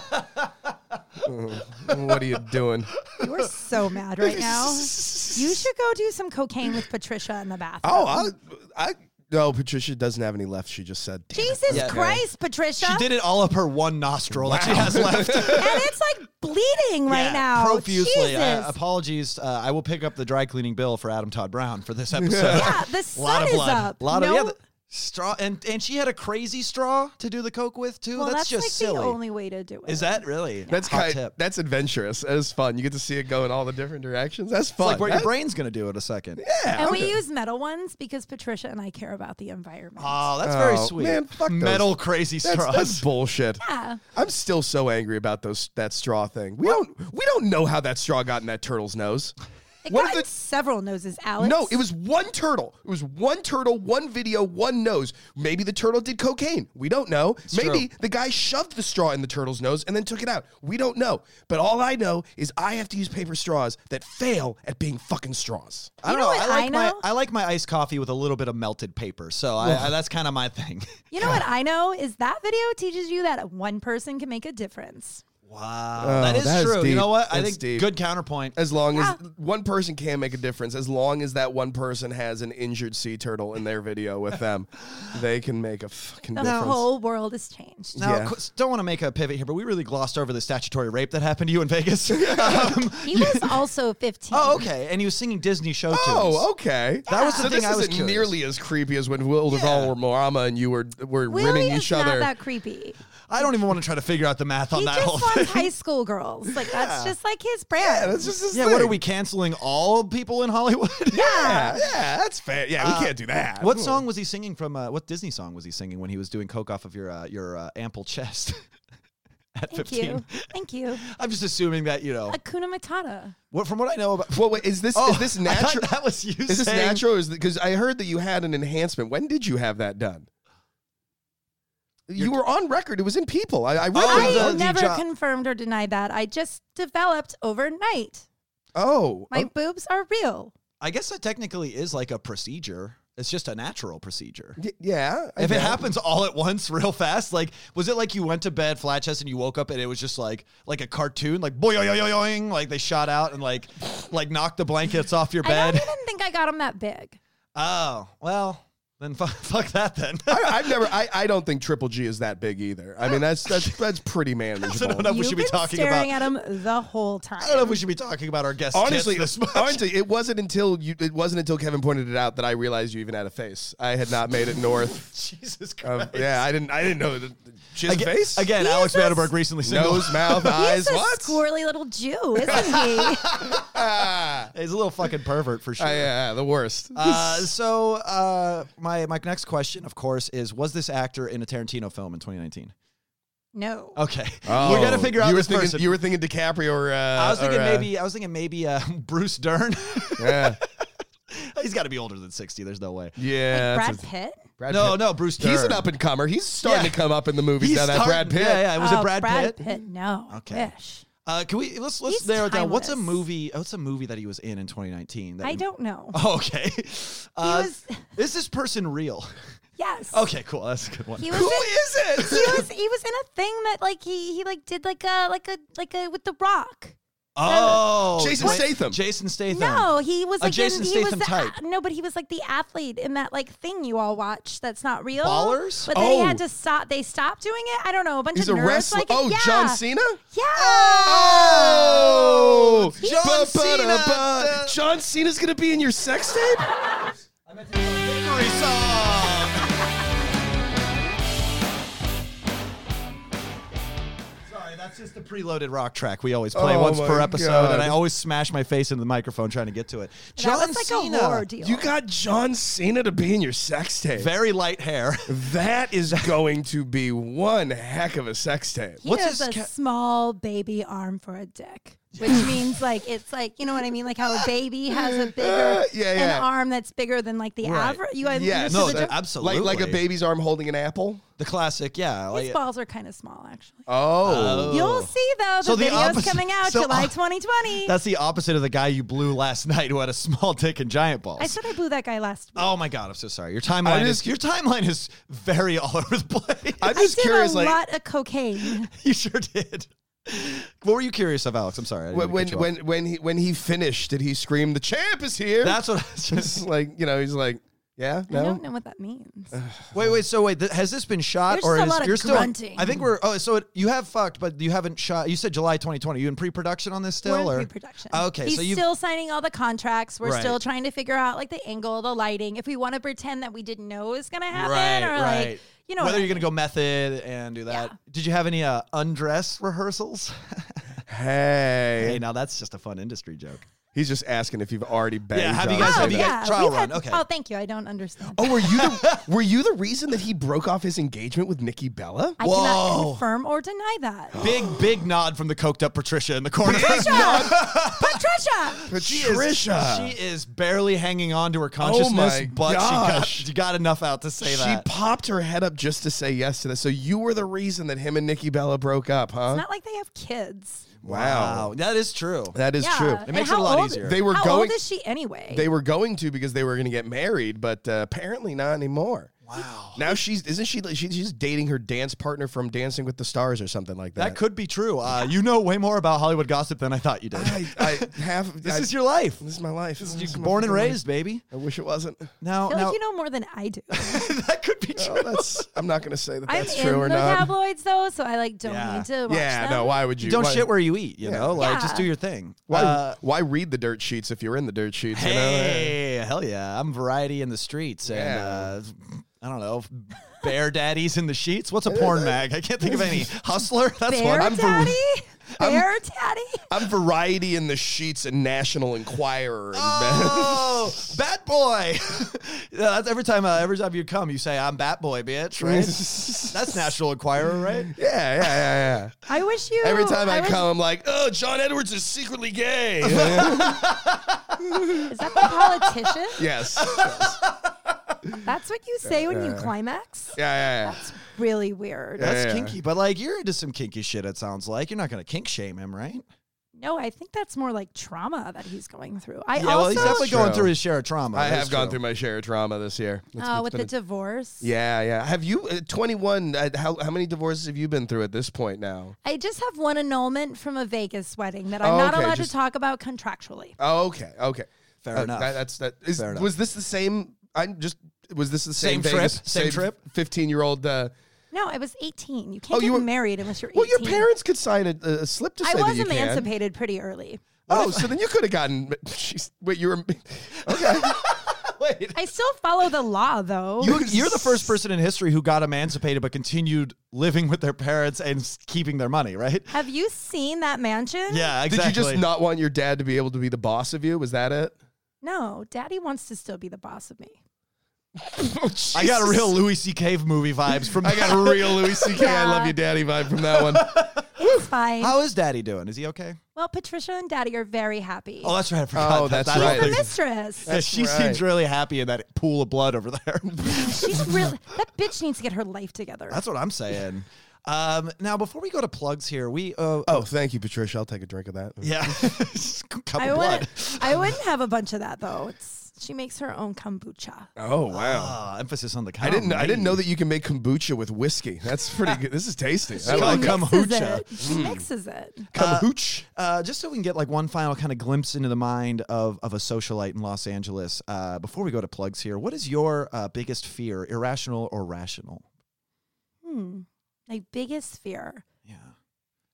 Speaker 4: Mm, what are you doing?
Speaker 5: You're so mad right now.
Speaker 3: *laughs*
Speaker 5: You should go do some cocaine with Patricia in the bathroom.
Speaker 4: Oh, I, I no. Patricia doesn't have any left. She just said, "Damn it."
Speaker 5: Jesus
Speaker 3: Yeah.
Speaker 5: Christ, Patricia.
Speaker 3: she did it all up her one nostril that she has left
Speaker 4: *laughs*
Speaker 5: and it's like bleeding right
Speaker 3: Yeah,
Speaker 5: now.
Speaker 3: profusely
Speaker 5: Jesus.
Speaker 3: uh, apologies uh, I will pick up the dry cleaning bill for Adam Todd Brown for this episode
Speaker 5: yeah,
Speaker 3: a *laughs*
Speaker 5: the
Speaker 3: lot
Speaker 5: sun
Speaker 3: of
Speaker 5: is
Speaker 3: blood
Speaker 5: up.
Speaker 3: a lot of
Speaker 5: No-
Speaker 3: yeah the- straw and and she had a crazy straw to do the coke with too
Speaker 5: well,
Speaker 3: that's,
Speaker 5: that's,
Speaker 3: just
Speaker 5: like
Speaker 3: silly
Speaker 5: the only way to do it.
Speaker 3: is that really
Speaker 4: That's
Speaker 3: Hot
Speaker 4: kind.
Speaker 3: tip.
Speaker 4: That's adventurous. That's fun. You get to see it go in all the different directions. That's
Speaker 3: It's
Speaker 4: fun.
Speaker 3: like where
Speaker 4: That's-
Speaker 3: your brain's gonna do in a second
Speaker 5: And we use metal ones because Patricia and I care about the environment.
Speaker 3: Oh, that's very
Speaker 4: Oh,
Speaker 3: sweet.
Speaker 4: man, fuck those.
Speaker 3: Metal crazy
Speaker 4: That's,
Speaker 3: straws. *laughs*
Speaker 4: that's bullshit.
Speaker 5: Yeah.
Speaker 4: I'm still so angry about those that straw thing. We don't we don't know how that straw got in that turtle's nose.
Speaker 5: It
Speaker 4: What
Speaker 5: got
Speaker 4: if the-
Speaker 5: several noses, Alex.
Speaker 4: No, it was one turtle. It was one turtle, one video, one nose. Maybe the turtle did cocaine. We don't know. Maybe the guy shoved the straw in the turtle's nose and then took it out. We don't know. But all I know is I have to use paper straws that fail at being fucking straws.
Speaker 3: I don't
Speaker 5: know
Speaker 3: know.
Speaker 5: what
Speaker 3: I like
Speaker 5: I
Speaker 3: my
Speaker 5: know?
Speaker 3: I like my iced coffee with a little bit of melted paper. So I, I, that's kind of my thing. *laughs*
Speaker 5: You know what I know is that video teaches you that one person can make a difference.
Speaker 3: Wow,
Speaker 6: Oh,
Speaker 3: that is
Speaker 6: that is
Speaker 3: true. You
Speaker 6: deep.
Speaker 3: know what? I
Speaker 6: That's
Speaker 3: think
Speaker 6: deep.
Speaker 3: good counterpoint.
Speaker 4: As long
Speaker 5: Yeah.
Speaker 4: as one person can make a difference, as long as that one person has an injured sea turtle in their video with them,
Speaker 6: They can make a fucking
Speaker 5: The
Speaker 6: difference.
Speaker 5: whole world has
Speaker 3: *laughs*
Speaker 5: changed.
Speaker 3: Now,
Speaker 6: Yeah.
Speaker 3: qu- don't want to make a pivot here, but we really glossed over the statutory rape that happened to you in Vegas. Um,
Speaker 5: He was also 15.
Speaker 3: oh, okay. And he was singing Disney show tunes.
Speaker 4: Oh, okay.
Speaker 3: That was the
Speaker 4: so
Speaker 3: thing
Speaker 4: This
Speaker 3: I was
Speaker 4: isn't
Speaker 3: curious.
Speaker 4: nearly as creepy as when Will Duvall were Morama and you were were
Speaker 5: Willie
Speaker 4: rimming
Speaker 5: is
Speaker 4: each
Speaker 5: not
Speaker 4: other.
Speaker 5: that creepy.
Speaker 3: I don't even want to try to figure out the math on
Speaker 5: He
Speaker 3: that
Speaker 5: just
Speaker 3: whole
Speaker 5: wants
Speaker 3: thing.
Speaker 5: high school girls. Like that's just like his brand.
Speaker 4: yeah, that's just his
Speaker 3: yeah, what are
Speaker 4: thing.
Speaker 3: we canceling all people in Hollywood?
Speaker 4: Yeah, yeah, that's fair. Yeah, we can't do that.
Speaker 3: Uh, What song was he singing from? Uh, what Disney song was he singing when he was doing coke off of your uh, your uh, ample chest *laughs* at
Speaker 5: Thank
Speaker 3: 15?
Speaker 5: you. Thank you.
Speaker 3: *laughs* I'm just assuming that you know.
Speaker 5: Akuna Matata.
Speaker 3: What from what I know about.
Speaker 4: Well, wait, is this
Speaker 3: Oh,
Speaker 4: is this
Speaker 3: *laughs* I thought
Speaker 4: natural?
Speaker 3: That was you.
Speaker 4: Is this
Speaker 3: saying-
Speaker 4: natural? Is because I heard that you had an enhancement. When did you have that done? You were on record. It was in People. I, I read.
Speaker 3: Oh,
Speaker 4: it.
Speaker 3: the-
Speaker 5: I
Speaker 3: the
Speaker 5: never
Speaker 3: jo-
Speaker 5: confirmed or denied that. I just developed overnight.
Speaker 4: oh,
Speaker 5: My
Speaker 4: oh,
Speaker 5: boobs are real.
Speaker 3: I guess that technically is like a procedure. It's just a natural procedure.
Speaker 4: y- yeah. I
Speaker 3: If it
Speaker 4: guess.
Speaker 3: happens all at once, real fast, like was it like you went to bed flat chest and you woke up and it was just like like a cartoon, like boing, boing, boing, like they shot out and like like knocked the blankets off your
Speaker 5: I
Speaker 3: bed.
Speaker 5: don't even think I got them that big.
Speaker 3: Oh well, then fuck, *laughs* fuck that then.
Speaker 4: I, I've never. I, I don't think Triple G is that big either. I mean, that's that's that's pretty manageable.
Speaker 3: I don't know if we
Speaker 5: You've
Speaker 3: should be
Speaker 5: been
Speaker 3: talking about.
Speaker 5: staring at them the whole time.
Speaker 3: I don't know if we should be talking about our guest.
Speaker 4: honestly,
Speaker 3: tits this much.
Speaker 4: honestly, it wasn't until you. It wasn't until Kevin pointed it out that I realized you even had a face. I had not made it
Speaker 3: *laughs*
Speaker 4: north.
Speaker 3: Jesus Christ.
Speaker 4: of, Um, yeah, I didn't. I didn't know that. His
Speaker 3: again,
Speaker 4: face
Speaker 3: again,
Speaker 5: He
Speaker 3: Alex
Speaker 5: is a
Speaker 3: Vandenberg recently
Speaker 4: *laughs*
Speaker 3: single.
Speaker 4: nose, mouth, eyes.
Speaker 5: He's a
Speaker 4: What?
Speaker 5: squirrely
Speaker 3: *laughs*
Speaker 5: little Jew, isn't he?
Speaker 3: He's a little fucking pervert for sure.
Speaker 4: Ah, yeah, yeah, the worst.
Speaker 3: Uh, so uh, my my next question, of course, is was this actor in a Tarantino film in 2019?
Speaker 5: no.
Speaker 3: Okay,
Speaker 4: Oh,
Speaker 3: we got to figure out
Speaker 4: you were
Speaker 3: this
Speaker 4: thinking,
Speaker 3: person.
Speaker 4: You were thinking DiCaprio or uh,
Speaker 3: I was thinking
Speaker 4: or, uh,
Speaker 3: maybe I was thinking maybe uh, *laughs* Bruce Dern.
Speaker 4: Yeah,
Speaker 3: He's got to be older than 60. There's no way.
Speaker 4: yeah.
Speaker 5: Brad
Speaker 4: that's a-
Speaker 5: Pitt?
Speaker 4: Brad
Speaker 3: no,
Speaker 4: Pitt.
Speaker 3: no, Bruce Dern.
Speaker 4: He's an up and comer. He's starting
Speaker 3: Yeah.
Speaker 4: to come up in the movies
Speaker 3: He's
Speaker 4: now. That Brad
Speaker 3: starting-
Speaker 4: Pitt.
Speaker 3: Yeah, yeah. Was
Speaker 5: Oh,
Speaker 3: it Brad, Pitt?
Speaker 5: No.
Speaker 3: Okay.
Speaker 5: Okay. Wish.
Speaker 3: Uh, can we let's let's
Speaker 5: He's
Speaker 3: narrow it down. What's a
Speaker 5: timeless.
Speaker 3: movie? What's a movie that he was in in 2019? That
Speaker 5: I don't know.
Speaker 3: Oh,
Speaker 5: *laughs*
Speaker 3: okay. Uh,
Speaker 5: was-
Speaker 3: Is this person
Speaker 5: *laughs*
Speaker 3: real?
Speaker 5: Yes.
Speaker 3: Okay, cool. That's a good one.
Speaker 5: He was
Speaker 4: Who
Speaker 5: in-
Speaker 4: is
Speaker 5: he
Speaker 4: it?
Speaker 5: was he was in a thing that like he he like did like a like a like a with the rock.
Speaker 3: oh,
Speaker 4: Jason
Speaker 3: wait,
Speaker 4: Statham.
Speaker 3: Jason Statham.
Speaker 5: No, he was
Speaker 3: A
Speaker 5: like in-
Speaker 3: Jason
Speaker 5: he
Speaker 3: Statham
Speaker 5: was the,
Speaker 3: type.
Speaker 5: no, but he was like the athlete in that like thing you all watch that's not real.
Speaker 3: Ballers?
Speaker 5: But then they had
Speaker 4: Oh.
Speaker 5: to stop. They stopped doing it. I don't know. A
Speaker 4: *laughs*
Speaker 5: bunch
Speaker 4: He's a
Speaker 5: of nerds
Speaker 4: wrestler.
Speaker 5: like it.
Speaker 4: oh,
Speaker 5: yeah.
Speaker 4: John Cena.
Speaker 5: Yeah.
Speaker 4: Oh,
Speaker 5: John
Speaker 4: Cena. John Cena's gonna be in your sex tape.
Speaker 3: Victory song. Sorry, that's just the preloaded rock track we always play
Speaker 4: Oh
Speaker 3: once
Speaker 4: my
Speaker 3: per episode,
Speaker 4: God.
Speaker 3: and I always smash my face into the microphone trying to get to it. John
Speaker 5: that was like
Speaker 3: Cena.
Speaker 5: a war deal.
Speaker 4: You got John Cena to be in your sex tape.
Speaker 3: Very light hair. *laughs*
Speaker 4: That is going to be one heck of a sex tape.
Speaker 5: He
Speaker 3: What's
Speaker 5: has
Speaker 3: his
Speaker 5: a
Speaker 3: ca-
Speaker 5: small baby arm for
Speaker 3: *laughs*
Speaker 5: a dick, which means like it's like you know what I mean, like how a baby has a
Speaker 3: *laughs*
Speaker 5: bigger
Speaker 4: yeah, yeah.
Speaker 5: an arm that's bigger than like the
Speaker 3: Right.
Speaker 5: average. You guys
Speaker 4: Yes.
Speaker 3: No,
Speaker 5: understand the
Speaker 3: that-
Speaker 5: joke?
Speaker 3: absolutely.
Speaker 4: Like, like a baby's arm holding an apple.
Speaker 3: The classic, yeah.
Speaker 5: his
Speaker 3: Like,
Speaker 5: balls are kind of small actually.
Speaker 4: Oh.
Speaker 3: uh, Oh.
Speaker 5: You'll see though. The
Speaker 3: So the
Speaker 5: video's
Speaker 3: opposite-
Speaker 5: coming out
Speaker 3: so,
Speaker 5: July
Speaker 3: uh,
Speaker 5: 2020.
Speaker 3: that's the opposite of the guy you blew last *laughs* night who had a small dick and giant balls.
Speaker 5: I said I blew that guy last week.
Speaker 3: Oh my god, I'm so sorry. Your timeline
Speaker 4: just-
Speaker 3: is your timeline is very *laughs* all over the place.
Speaker 4: I'm
Speaker 5: I
Speaker 4: just
Speaker 5: did
Speaker 4: curious,
Speaker 5: a
Speaker 4: like
Speaker 5: lot of cocaine.
Speaker 3: you sure did. What were you curious of, Alex? I'm sorry. I didn't
Speaker 4: when
Speaker 3: mean
Speaker 4: when
Speaker 3: to cut you
Speaker 4: when, when he when he finished, did he scream, "The champ is here"?
Speaker 3: off. that's what I
Speaker 4: *laughs*
Speaker 3: was
Speaker 4: It's
Speaker 3: just.
Speaker 4: like you know, he's like, yeah,
Speaker 5: *laughs* I
Speaker 4: no.
Speaker 5: don't know what that means.
Speaker 3: *laughs* Uh, Wait, wait. So wait, th- has this been shot
Speaker 5: There's
Speaker 3: or
Speaker 5: just a
Speaker 3: is,
Speaker 5: lot of
Speaker 3: you're still?
Speaker 5: grunting.
Speaker 3: I think we're. Oh, so it, you have fucked, but you haven't shot. You said July 2020. You in pre-production on this
Speaker 5: We're
Speaker 3: still,
Speaker 5: in
Speaker 3: or Ah,
Speaker 5: pre-production.
Speaker 3: Okay,
Speaker 5: He's
Speaker 3: so you.
Speaker 5: still signing all the contracts. We're
Speaker 3: Right.
Speaker 5: still trying to figure out like the angle, the lighting. If we want to pretend that we didn't know is gonna happen,
Speaker 3: Right,
Speaker 5: or
Speaker 3: right.
Speaker 5: like you know,
Speaker 3: whether
Speaker 5: what
Speaker 3: you're
Speaker 5: I
Speaker 3: gonna go method and do that.
Speaker 5: Yeah.
Speaker 3: Did you have any *laughs* uh, undress rehearsals?
Speaker 4: Hey,
Speaker 3: hey, now that's just a fun industry joke.
Speaker 7: He's just asking if you've already banged.
Speaker 3: have you
Speaker 7: John
Speaker 3: guys-
Speaker 5: oh,
Speaker 3: have you
Speaker 7: Cena.
Speaker 3: guys-
Speaker 5: yeah.
Speaker 3: trial
Speaker 5: we've
Speaker 3: run, okay.
Speaker 5: Oh, thank you. I don't understand.
Speaker 4: Oh, were you the were you the reason that he broke off his engagement with Nikki Bella?
Speaker 5: I
Speaker 3: Whoa.
Speaker 5: cannot confirm or deny
Speaker 3: *gasps*
Speaker 5: that.
Speaker 3: Big, big nod from the coked up Patricia in the corner.
Speaker 5: Patricia! Patricia!
Speaker 3: *laughs* She is-
Speaker 4: Patricia! Oh
Speaker 3: She is barely hanging on to her consciousness,
Speaker 4: my
Speaker 3: but
Speaker 4: gosh.
Speaker 3: she got she got enough out to say
Speaker 4: She
Speaker 3: that.
Speaker 4: popped her head up just to say yes to this. So you were the reason that him and Nikki Bella broke up, huh?
Speaker 5: It's not like they have kids.
Speaker 4: wow.
Speaker 3: that is true.
Speaker 4: That is
Speaker 5: yeah.
Speaker 4: true.
Speaker 5: And
Speaker 3: makes it a
Speaker 5: how
Speaker 3: lot
Speaker 5: old-
Speaker 3: easier.
Speaker 4: They were
Speaker 5: how
Speaker 4: going
Speaker 5: old is she anyway?
Speaker 4: they were going to because they were going to get married, but uh, apparently not anymore. Wow. Now she's isn't she, she she's dating her dance partner from Dancing with the Stars or something like
Speaker 3: That
Speaker 4: that.
Speaker 3: could be true. Uh, you know way more about Hollywood gossip than I thought you did.
Speaker 4: I, I have
Speaker 3: *laughs* this
Speaker 4: I-
Speaker 3: is your life.
Speaker 4: this is my life. This
Speaker 3: You're
Speaker 4: is my
Speaker 3: born and
Speaker 4: fucking life.
Speaker 3: raised, baby.
Speaker 4: I wish it
Speaker 3: *laughs*
Speaker 4: wasn't.
Speaker 3: Now,
Speaker 5: I feel
Speaker 3: now
Speaker 5: like you know more than I do.
Speaker 3: *laughs* that could be true.
Speaker 4: Oh, that's I'm not going to say that
Speaker 5: I'm
Speaker 4: that's
Speaker 5: in
Speaker 4: true
Speaker 5: the
Speaker 4: or not.
Speaker 5: tabloids though, so I like don't
Speaker 3: Yeah.
Speaker 5: need to watch
Speaker 4: yeah,
Speaker 5: them.
Speaker 4: no. Why would you?
Speaker 3: Don't
Speaker 4: why,
Speaker 3: shit where you eat. You
Speaker 4: Yeah.
Speaker 3: know, like just
Speaker 5: Yeah.
Speaker 3: do your thing.
Speaker 4: Why,
Speaker 3: Uh,
Speaker 4: why read the dirt sheets if you're in the dirt sheets? you know? uh,
Speaker 3: hey, hell yeah! I'm variety in the streets, and
Speaker 4: Yeah.
Speaker 3: uh, I don't know. Bear daddies in the sheets. What's
Speaker 4: *laughs*
Speaker 3: a porn mag? I can't think of any. Hustler. *laughs* That's
Speaker 5: Bear
Speaker 3: one.
Speaker 5: Daddy?
Speaker 4: *laughs*
Speaker 5: Bear Daddy?
Speaker 4: I'm variety in the sheets and National Enquirer. And
Speaker 3: Oh, Bat Boy! *laughs* Yeah, that's every time. Uh, every time you come, you say, "I'm Bat Boy,
Speaker 4: *laughs*
Speaker 3: bitch." Right? that's National Enquirer, right?
Speaker 4: yeah, yeah, yeah, yeah.
Speaker 5: I wish you
Speaker 4: Every time I,
Speaker 5: wish-
Speaker 4: come, I'm like, oh, John Edwards is secretly
Speaker 3: *laughs*
Speaker 4: gay.
Speaker 5: Is that the politician?
Speaker 4: *laughs* yes. yes.
Speaker 5: That's what you say when you climax?
Speaker 4: Yeah, yeah, yeah.
Speaker 5: That's really weird.
Speaker 3: That's
Speaker 4: Yeah.
Speaker 3: kinky, but like you're into some kinky shit. It sounds like you're not gonna kink shame him, right?
Speaker 5: No, I think that's more like trauma that he's going through. I
Speaker 3: yeah,
Speaker 5: also uh,
Speaker 3: well, he's definitely
Speaker 4: True.
Speaker 3: going through his share of trauma.
Speaker 4: I
Speaker 3: That
Speaker 4: have
Speaker 3: is
Speaker 4: gone
Speaker 3: true.
Speaker 4: through my share of trauma this year. It's-
Speaker 5: uh,
Speaker 4: it's
Speaker 5: with
Speaker 4: been
Speaker 5: the
Speaker 4: a-
Speaker 5: divorce.
Speaker 4: yeah, yeah. Have you, uh, 21, uh, how, how many divorces have you been through at this point now?
Speaker 5: I just have one annulment from a Vegas wedding that I'm
Speaker 4: Oh,
Speaker 5: not
Speaker 4: okay,
Speaker 5: allowed
Speaker 4: just-
Speaker 5: to talk about contractually.
Speaker 4: Oh, okay, okay. Uh,
Speaker 3: Fair enough.
Speaker 4: That, that's that. Is,
Speaker 3: Fair enough.
Speaker 4: Was this the same? I'm just. Was this the same,
Speaker 3: Same trip?
Speaker 4: Vegas-
Speaker 3: Same trip?
Speaker 4: Fifteen year old. Uh,
Speaker 5: No, I was 18. You
Speaker 4: Oh,
Speaker 5: can't
Speaker 4: you
Speaker 5: get
Speaker 4: were-
Speaker 5: married unless you're 18.
Speaker 4: well, your parents could sign a, a slip to say
Speaker 5: I
Speaker 4: that
Speaker 5: was
Speaker 4: you can.
Speaker 5: emancipated pretty early.
Speaker 4: Oh, so then you could have gotten. *laughs* Jeez, wait, you were. *laughs* Okay. wait.
Speaker 5: I still follow the law though.
Speaker 3: You, you're the first person in history who got emancipated but continued living with their parents and s- keeping their money, right?
Speaker 5: Have you seen that mansion?
Speaker 3: Yeah,
Speaker 4: Did
Speaker 3: exactly.
Speaker 4: you just not want your dad to be able to be the boss of you? Was that *laughs* it?
Speaker 5: No, daddy wants to still be the boss of me.
Speaker 4: Oh,
Speaker 3: I got a
Speaker 4: Jesus.
Speaker 3: real Louis C. Cave movie vibes
Speaker 4: *laughs*
Speaker 3: from.
Speaker 4: I got a real Louis C.K. I love you, daddy vibe from that *laughs* one.
Speaker 5: It's
Speaker 3: *laughs*
Speaker 5: fine.
Speaker 3: How is Daddy doing? Is he okay?
Speaker 5: well, Patricia and daddy are very happy.
Speaker 3: Oh, that's right. I forgot.
Speaker 4: Oh,
Speaker 3: that-
Speaker 4: that's
Speaker 3: that-
Speaker 4: right.
Speaker 5: the mistress.
Speaker 3: Yeah, she
Speaker 4: right.
Speaker 3: seems really happy in that pool of blood over there. *laughs*
Speaker 5: She's really that bitch needs to get her life together.
Speaker 3: That's what I'm saying. Um, now, before we go to plugs here, we uh,
Speaker 4: Oh, thank you, Patricia. I'll take a drink of that.
Speaker 3: yeah, *laughs* cup
Speaker 5: I
Speaker 3: of blood.
Speaker 5: wouldn't *laughs* I wouldn't have a bunch of that though. It's she makes her own kombucha.
Speaker 4: Oh wow.
Speaker 3: Ah, emphasis on the.
Speaker 4: I didn't. I didn't know that you can make kombucha with whiskey. That's pretty good. This is tasty. I
Speaker 5: She
Speaker 3: like
Speaker 5: mixes
Speaker 3: kombucha. Mm.
Speaker 5: it. She mixes it.
Speaker 4: kombucha.
Speaker 3: Uh, just so we can get like one final kind of glimpse into the mind of, of a socialite in Los Angeles, uh, before we go to plugs here, what is your uh, biggest fear, irrational or rational?
Speaker 5: Hmm. My biggest fear.
Speaker 3: Yeah,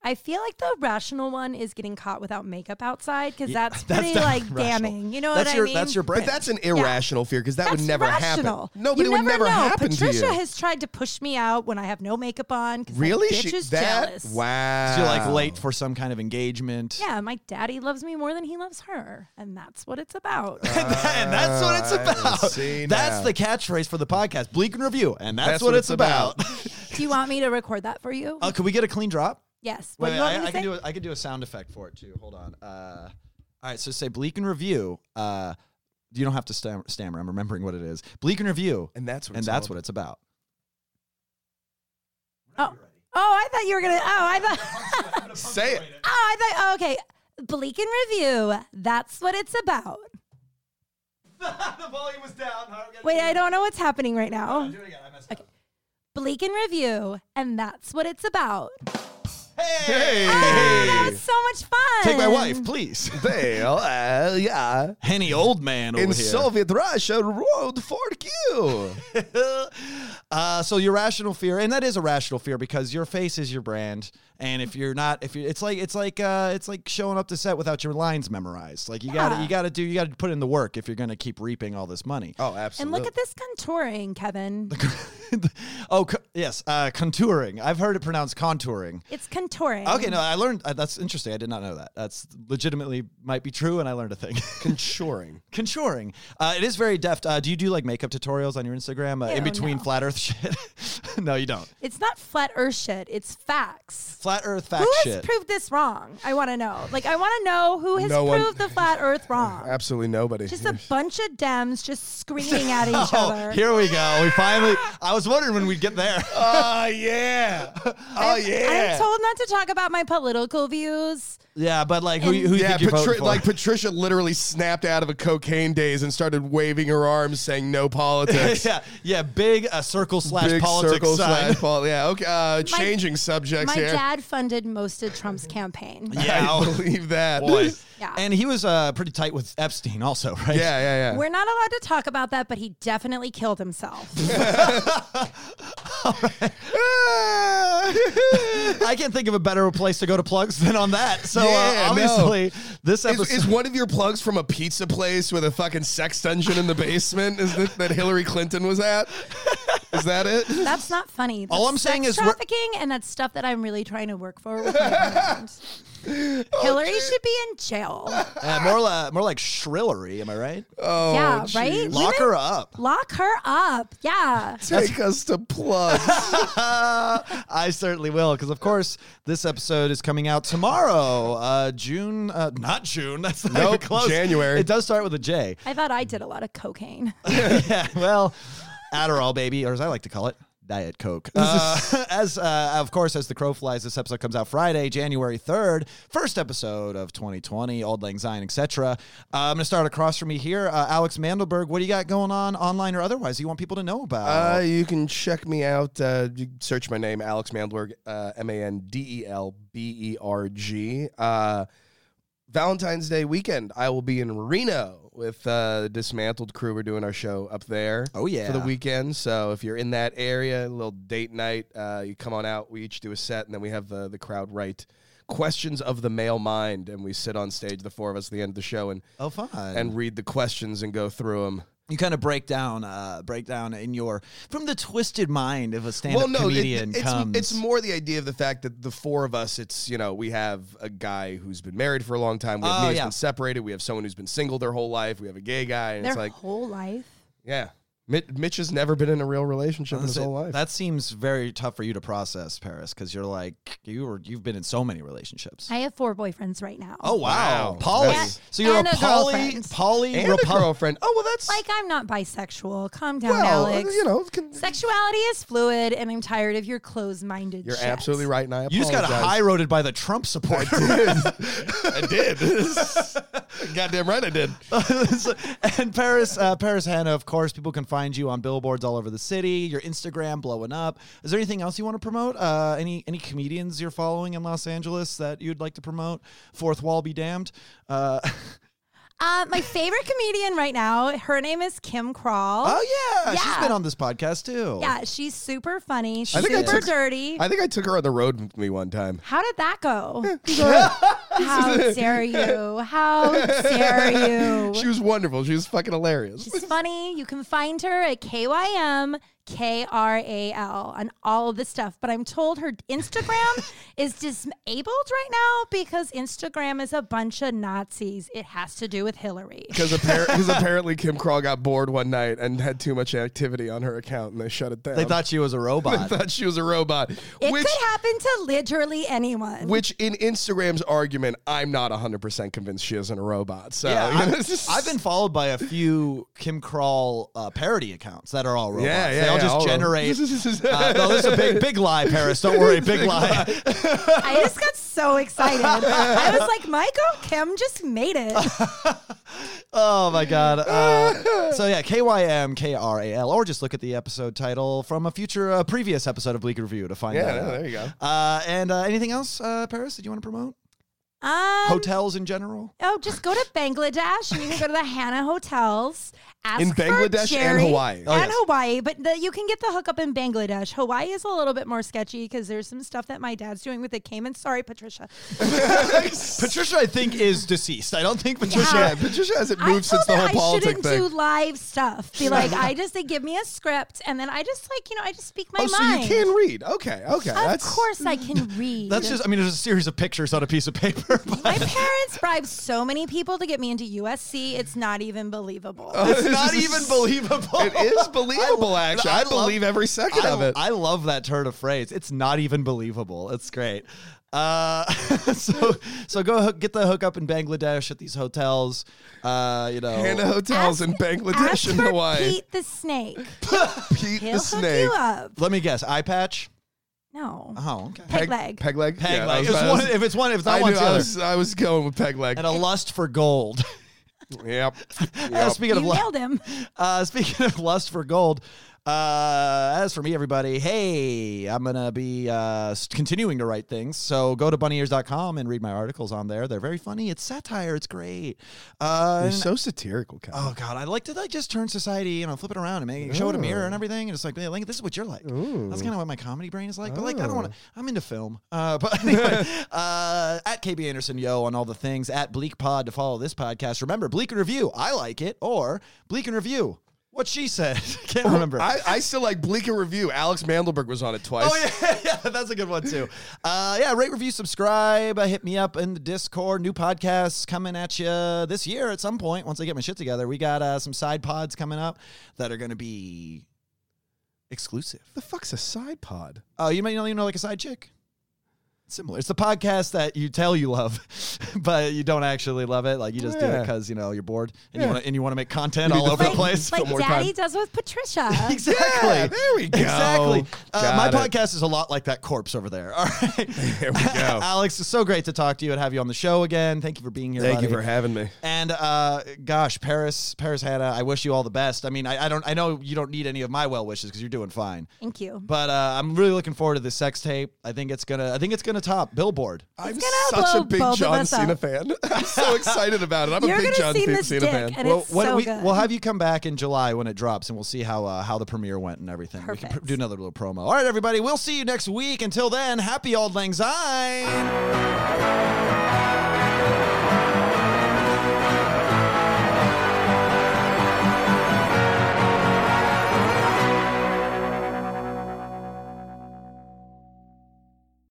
Speaker 5: I feel like the rational one is getting caught without makeup outside because
Speaker 3: Yeah,
Speaker 5: *laughs* that's
Speaker 3: *laughs* that's
Speaker 5: pretty
Speaker 3: not
Speaker 5: like
Speaker 3: rational.
Speaker 5: damning. You know
Speaker 3: that's
Speaker 5: what
Speaker 3: your
Speaker 5: I mean?
Speaker 3: that's your brain.
Speaker 4: But that's an irrational fear because that
Speaker 5: That's
Speaker 4: would never
Speaker 5: rational.
Speaker 4: happen. No, but
Speaker 5: you
Speaker 4: it would
Speaker 5: never
Speaker 4: never
Speaker 5: know.
Speaker 4: happen
Speaker 5: Patricia
Speaker 4: to you.
Speaker 5: has tried to push me out when I have no makeup on. 'cause that
Speaker 4: really?
Speaker 5: bitch
Speaker 4: She-
Speaker 5: is
Speaker 4: that?
Speaker 5: jealous.
Speaker 4: Wow.
Speaker 3: so you're like late for some kind of engagement.
Speaker 5: Yeah, my daddy loves me more than he loves her, and that's what it's about.
Speaker 4: Uh,
Speaker 3: and, that- *laughs* and that's what it's
Speaker 4: I
Speaker 3: about.
Speaker 4: see
Speaker 3: That's
Speaker 4: now.
Speaker 3: the catchphrase for the podcast, Bleak and Review, and that's, what, it's about.
Speaker 5: *laughs*
Speaker 3: *laughs*
Speaker 5: Do you want me to record that for you?
Speaker 3: uh, could we get a clean drop?
Speaker 5: yes. What
Speaker 3: Wait, wait,
Speaker 5: do you want me
Speaker 3: I,
Speaker 5: to
Speaker 3: I can
Speaker 5: say?
Speaker 3: do a, I can do a sound effect for it too. Hold on. Uh, all right, so say Bleak and Review. Uh, you don't have to stam- stammer. I'm remembering what it is. Bleak and Review,
Speaker 4: And that's what.
Speaker 3: and
Speaker 4: it's
Speaker 3: that's
Speaker 4: all-
Speaker 3: what it's about.
Speaker 5: oh. oh, I thought you were gonna. Oh, I thought. *laughs*
Speaker 4: Say it.
Speaker 5: oh, I thought. Oh, okay. Bleak and review. That's what it's about.
Speaker 3: *laughs* the volume was down.
Speaker 5: Wait, I don't know what's happening right
Speaker 4: Uh,
Speaker 5: now.
Speaker 3: it again. I messed up.
Speaker 5: Bleak and review, and that's what it's about.
Speaker 3: Hey!
Speaker 5: Oh, that was so much fun.
Speaker 3: Take my
Speaker 4: *laughs*
Speaker 3: wife, please.
Speaker 4: Well, uh, yeah.
Speaker 3: Henny old man over
Speaker 4: In
Speaker 3: here.
Speaker 4: Oh, Soviet Russia, road for you.
Speaker 3: *laughs* Uh, so your rational fear, and that is a rational fear because your face is your brand, and if you're not, if you, it's like it's like uh, it's like showing up to set without your lines memorized. Like you gotta you gotta do you gotta put in the work if you're gonna keep reaping all this money.
Speaker 4: Oh,
Speaker 5: And
Speaker 4: absolutely.
Speaker 5: look at this contouring, Kevin.
Speaker 3: *laughs* oh co- yes, uh, contouring. I've heard it pronounced contouring.
Speaker 5: It's contouring.
Speaker 3: Okay, no, I learned uh, that's interesting. I did not know that. That's legitimately might be true, and I learned a thing.
Speaker 4: Contouring.
Speaker 3: *laughs* contouring. Uh, it is very deft. Uh, do you do like makeup tutorials on your Instagram uh, in
Speaker 5: Ew,
Speaker 3: between
Speaker 5: no.
Speaker 3: flat Earth *laughs* shit? no, you don't.
Speaker 5: It's not flat earth shit, it's facts.
Speaker 3: Flat Earth fact
Speaker 5: Who has
Speaker 3: shit.
Speaker 5: proved this wrong? I want to know. Like, I want to know who has
Speaker 8: No one.
Speaker 5: proved the flat
Speaker 3: *laughs*
Speaker 5: earth wrong.
Speaker 8: Absolutely nobody.
Speaker 4: *laughs*
Speaker 5: Just a bunch of Dems just
Speaker 3: *laughs*
Speaker 5: screaming at each other.
Speaker 3: Oh, here we go. We finally. I was wondering when we'd get there.
Speaker 4: Oh, yeah. Oh, yeah.
Speaker 5: I'm told not to talk about my political views.
Speaker 3: *laughs* yeah, but like, who, who you
Speaker 4: yeah,
Speaker 3: think you're voting
Speaker 4: Patri-
Speaker 3: for?
Speaker 4: like
Speaker 3: *laughs*
Speaker 4: Patricia literally snapped out of a cocaine daze and started waving her arms, saying "No politics."
Speaker 3: *laughs* yeah, yeah, big uh, circle slash
Speaker 4: Big
Speaker 3: politics
Speaker 4: circle
Speaker 3: sign. *laughs*
Speaker 4: slash pol- Yeah, okay. Uh, changing subjects
Speaker 5: My
Speaker 4: here.
Speaker 5: dad funded most of Trump's campaign.
Speaker 3: *laughs* yeah,
Speaker 4: *laughs* I believe that.
Speaker 3: boy.
Speaker 5: Yeah.
Speaker 3: And uh, he was uh, pretty tight with Epstein, also,
Speaker 4: *laughs*
Speaker 3: right? *laughs*
Speaker 4: Yeah, yeah, yeah. *laughs*
Speaker 5: We're not allowed to talk about that, but he definitely killed himself.
Speaker 3: I can't think of a better place to go to plugs than on that. So
Speaker 4: Yeah,
Speaker 3: uh,
Speaker 4: no.
Speaker 3: obviously, this episode
Speaker 4: Is, is one of your plugs from a pizza place with a fucking sex dungeon in the basement? Is that, that Hillary Clinton was at? Is that it?
Speaker 5: That's not funny. That's
Speaker 3: All I'm saying
Speaker 5: sex
Speaker 3: is we're-
Speaker 5: trafficking, and that's stuff that I'm really trying to work for. With my brand. Hillary should be in jail.
Speaker 3: Uh, more, la- more like shrillery, am I right?
Speaker 5: yeah, right.
Speaker 3: Lock
Speaker 5: Women-
Speaker 3: her up.
Speaker 5: Lock her up. Yeah.
Speaker 4: Take us to plugs.
Speaker 3: *laughs* I certainly will, because of course this episode is coming out tomorrow, uh, June. Uh, not June. That's not even
Speaker 4: Nope,
Speaker 3: close.
Speaker 4: January.
Speaker 3: It does start with
Speaker 4: *laughs*
Speaker 3: a J.
Speaker 5: I thought I did a lot of cocaine.
Speaker 3: yeah, well, Adderall, baby, or as I like to call it, Diet Coke. Uh, *laughs* as uh, of course, as the crow flies, this episode comes out Friday, January third, first episode of 2020, Old Lang Syne, etc. Uh, I'm gonna start across from me here, uh, Alex Mandelberg. What do you got going on, online or otherwise? You want people to know about?
Speaker 4: Uh, you can check me out. Uh, you can search my name, Alex Mandlerg, uh, M A N D E L B E R G. Uh, Valentine's Day weekend, I will be in Reno with uh, the Dismantled Crew. We're doing our show up there.
Speaker 3: Oh, yeah.
Speaker 4: for the weekend. So if you're in that area, a little date night, uh, you come on out. We each do a set, and then we have the the crowd write questions of the male mind, and we sit on stage, the four of us, at the end of the show, and
Speaker 3: oh, fun.
Speaker 4: and read the questions and go through them.
Speaker 3: you kind of break down, uh, break down in your from the twisted mind of a stand-up
Speaker 4: it-
Speaker 3: comedian
Speaker 4: it's,
Speaker 3: comes.
Speaker 4: It's more the idea of the fact that the four of us, it's, you know, we have a guy who's been married for a long time. We have
Speaker 3: Oh,
Speaker 4: me who's
Speaker 3: yeah.
Speaker 4: been separated. We have someone who's been single their whole life. We have a gay guy. And
Speaker 5: Their
Speaker 4: it's like,
Speaker 5: whole life.
Speaker 4: yeah. Mi- Mitch has never been in a real relationship in his
Speaker 3: That's
Speaker 4: whole
Speaker 3: it.
Speaker 4: life.
Speaker 3: That seems very tough for you to process, Paris, because you're like you were you've been in so many relationships.
Speaker 5: I have four boyfriends right now.
Speaker 3: oh wow,
Speaker 4: Wow.
Speaker 3: poly.
Speaker 5: That's-
Speaker 3: so you're
Speaker 5: And
Speaker 3: a
Speaker 5: a
Speaker 3: poly,
Speaker 5: girlfriend.
Speaker 3: poly
Speaker 4: and a
Speaker 3: Repu-
Speaker 4: girlfriend. Oh, well, that's,
Speaker 5: Like I'm not bisexual. Calm down,
Speaker 4: well,
Speaker 5: Alex.
Speaker 4: you know, can-
Speaker 5: Sexuality is fluid, and I'm tired of your closed-minded.
Speaker 4: you're
Speaker 5: shit.
Speaker 4: absolutely right. And I apologize.
Speaker 3: You just
Speaker 4: *laughs*
Speaker 3: got high roaded by the Trump supporter.
Speaker 4: I did. *laughs* Goddamn right I did.
Speaker 3: *laughs* So- and Paris, uh, Paris Hannah, of course, people can find you on billboards all over the city. Your Instagram blowing up. Is there anything else you want to promote? Uh, any any comedians you're following in Los Angeles that you'd like to promote? Fourth wall be damned. Uh, *laughs*
Speaker 5: Uh, my favorite comedian right now, her name is Kim Crawl.
Speaker 3: oh yeah, she's
Speaker 5: Yeah.
Speaker 3: been on this podcast too.
Speaker 5: Yeah, she's super funny,
Speaker 4: I think I
Speaker 5: super
Speaker 4: took-
Speaker 5: dirty.
Speaker 4: I think I took her on the road with me one time.
Speaker 5: How did that
Speaker 4: *laughs*
Speaker 5: go? How dare you? How dare
Speaker 3: Oh,
Speaker 5: you?
Speaker 4: She was wonderful. She was fucking hilarious.
Speaker 5: She's funny. You can find her at KYM K R A L on all of the stuff. But I'm told her
Speaker 4: *laughs*
Speaker 5: Instagram is disabled right now because Instagram is a bunch of Nazis. It has to do
Speaker 4: *laughs*
Speaker 5: with Hillary.
Speaker 4: Because apparently, apparently Kim Crawl got bored one night and had too much activity on her account, and they shut it down.
Speaker 3: They thought she was a
Speaker 4: *laughs*
Speaker 3: robot.
Speaker 4: Thought uh, she was a robot,
Speaker 5: It
Speaker 4: which
Speaker 5: could happen to literally anyone.
Speaker 4: which in Instagram's argument, I'm not 100 percent convinced she isn't a robot. So *laughs* you
Speaker 3: yeah,
Speaker 4: know,
Speaker 3: I,
Speaker 4: it's just-
Speaker 3: have been followed by a few Kim Crawl uh, parody accounts that are all robots.
Speaker 4: Yeah, yeah,
Speaker 3: they all
Speaker 4: yeah,
Speaker 3: just
Speaker 4: all *laughs*
Speaker 3: generate.
Speaker 4: robots.
Speaker 3: uh, no, this is a big, big lie, Paris. Don't
Speaker 4: *laughs*
Speaker 3: worry, big, lie.
Speaker 5: I just got so excited. I was like, my girl Kim just made
Speaker 4: *laughs*
Speaker 5: it.
Speaker 3: Oh my god.
Speaker 9: *laughs*
Speaker 3: Uh, so yeah, K Y M K R A L, or just look at the episode title from a future, uh, previous episode of Bleak Review to find
Speaker 4: yeah,
Speaker 3: that
Speaker 4: no,
Speaker 3: out.
Speaker 4: there you go.
Speaker 3: Uh, and uh, anything else, uh, Paris? Did you want to promote
Speaker 5: Um,
Speaker 3: hotels in general?
Speaker 5: oh, just go to Bangladesh and you can go to the Hannah Hotels ask
Speaker 9: In
Speaker 5: for
Speaker 9: Bangladesh and
Speaker 5: Jerry
Speaker 9: Hawaii. Oh,
Speaker 5: and
Speaker 9: yes.
Speaker 5: Hawaii, but the, you can get the hookup in Bangladesh. Hawaii is a little bit more sketchy because there's some stuff that my dad's doing with the Cayman. Sorry, Patricia.
Speaker 3: Patricia, I think, is deceased. I don't think Patricia.
Speaker 5: Yeah.
Speaker 9: Yeah, Patricia hasn't
Speaker 5: I
Speaker 9: moved since the
Speaker 5: told her
Speaker 9: whole
Speaker 5: I
Speaker 9: politic
Speaker 5: shouldn't
Speaker 9: thing.
Speaker 5: do live stuff.
Speaker 9: *laughs*
Speaker 5: Be like, I just they give me a script and then I just like you know I just speak my
Speaker 9: Oh, so
Speaker 5: mind.
Speaker 9: you can read? Okay, okay. *laughs*
Speaker 5: of
Speaker 9: that's
Speaker 5: course, I can read.
Speaker 3: That's just. I mean, there's a series of pictures on a piece of paper. *laughs*
Speaker 5: my
Speaker 3: But
Speaker 5: parents bribed so many people to get me into USC. It's not even believable.
Speaker 9: *laughs*
Speaker 3: it's not even believable.
Speaker 9: It is believable, actually. I,
Speaker 3: *laughs* I love-
Speaker 9: believe every second
Speaker 3: I,
Speaker 9: of it.
Speaker 3: I love that turn of phrase. It's not even believable. It's great. Uh, *laughs* so so go hook, get the hookup in Bangladesh at these hotels. Uh, you know,
Speaker 9: Hannah hotels in
Speaker 5: Ask
Speaker 9: Bangladesh and
Speaker 5: for
Speaker 9: Hawaii.
Speaker 5: Pete the Snake.
Speaker 9: Pete
Speaker 5: He'll
Speaker 9: the
Speaker 5: hook
Speaker 9: snake.
Speaker 5: you up.
Speaker 3: let me guess. Eye patch.
Speaker 5: No.
Speaker 3: Oh, okay.
Speaker 5: Peg leg.
Speaker 9: Peg leg.
Speaker 3: Peg
Speaker 9: Yeah, I
Speaker 3: leg.
Speaker 9: was
Speaker 3: It's
Speaker 9: about-
Speaker 3: one, if it's one, if it's
Speaker 9: I
Speaker 3: not
Speaker 9: knew
Speaker 3: one, it's the
Speaker 9: I
Speaker 3: other.
Speaker 9: was, I was going with peg leg.
Speaker 3: And a lust for gold. *laughs*
Speaker 9: Yep.
Speaker 3: Uh, speaking
Speaker 5: You
Speaker 3: of lust.
Speaker 5: nailed him.
Speaker 3: *laughs* Uh, speaking of lust for gold, uh, as for me, everybody, hey, I'm going to be uh, s- continuing to write things. So go to bunnyears.com and read my articles on there. They're very funny. It's satire. It's great. Uh,
Speaker 4: You're
Speaker 3: and-
Speaker 4: so satirical, Kevin.
Speaker 3: oh, God. I like to like just turn society, you know, flip it around and make, show it a mirror and everything. And it's like, yeah, Lincoln, this is what you're like. That's kind of what my comedy brain is like. But, like, I don't want to, I'm into film. Uh, but *laughs* anyway, uh, at KB Anderson, yo, on all the things, at Bleak Pod to follow this podcast. Remember, Bleak and Review, I like it, or Bleak and Review. What she said. *laughs* Can't remember.
Speaker 9: I, I still like Bleaker Review. Alex Mandelberg was on it twice.
Speaker 3: Oh yeah, *laughs* yeah, that's a good one too. Uh, yeah, rate, review, subscribe. Uh, hit me up in the Discord. New podcasts coming at you this year at some point. Once I get my shit together, we got uh, some side pods coming up that are going to be exclusive.
Speaker 4: the fuck's a side pod?
Speaker 3: Oh, you might know, you know, like a side chick. Similar. It's the podcast that you tell you love, *laughs* but you don't actually love it. Like you just do it
Speaker 4: Yeah.
Speaker 3: because you know you're bored and you want and you want to make content
Speaker 4: need
Speaker 3: all
Speaker 4: to
Speaker 3: over the
Speaker 5: Like,
Speaker 4: *laughs*
Speaker 3: place.
Speaker 5: like
Speaker 4: One more
Speaker 5: Daddy does with Patricia.
Speaker 3: *laughs* Exactly.
Speaker 9: Yeah, there we go.
Speaker 3: Exactly. Uh, my
Speaker 9: Got it.
Speaker 3: podcast is a lot like that corpse over there. *laughs* All right. There
Speaker 9: we go.
Speaker 3: *laughs* Alex, it's so great to talk to you and have you on the show again. Thank you for being here.
Speaker 9: Thank you
Speaker 3: buddy.
Speaker 9: for having me.
Speaker 3: And uh, gosh, Paris, Paris Hannah, I wish you all the best. I mean, I, I don't, I know you don't need any of my well wishes because you're doing fine.
Speaker 5: Thank you.
Speaker 3: But uh, I'm really looking forward to this sex tape. I think it's gonna, I think it's gonna top Billboard.
Speaker 9: I'm
Speaker 5: gonna
Speaker 9: such a
Speaker 5: blow
Speaker 9: big
Speaker 5: both of
Speaker 9: John
Speaker 5: us
Speaker 9: Cena
Speaker 5: up.
Speaker 9: fan. *laughs* I'm so excited about it. I'm
Speaker 5: You're
Speaker 9: a big
Speaker 5: gonna
Speaker 9: John
Speaker 5: see
Speaker 9: Fe-
Speaker 5: this
Speaker 9: Cena
Speaker 5: dick,
Speaker 9: fan.
Speaker 5: and it's
Speaker 3: when
Speaker 5: so
Speaker 3: we,
Speaker 5: good.
Speaker 3: We'll have you come back in July when it drops, and we'll see how uh, how the premiere went and everything. We can
Speaker 5: Perfect.
Speaker 3: pr- do another little promo. All right, everybody. We'll see you next week. Until then, happy old lang syne.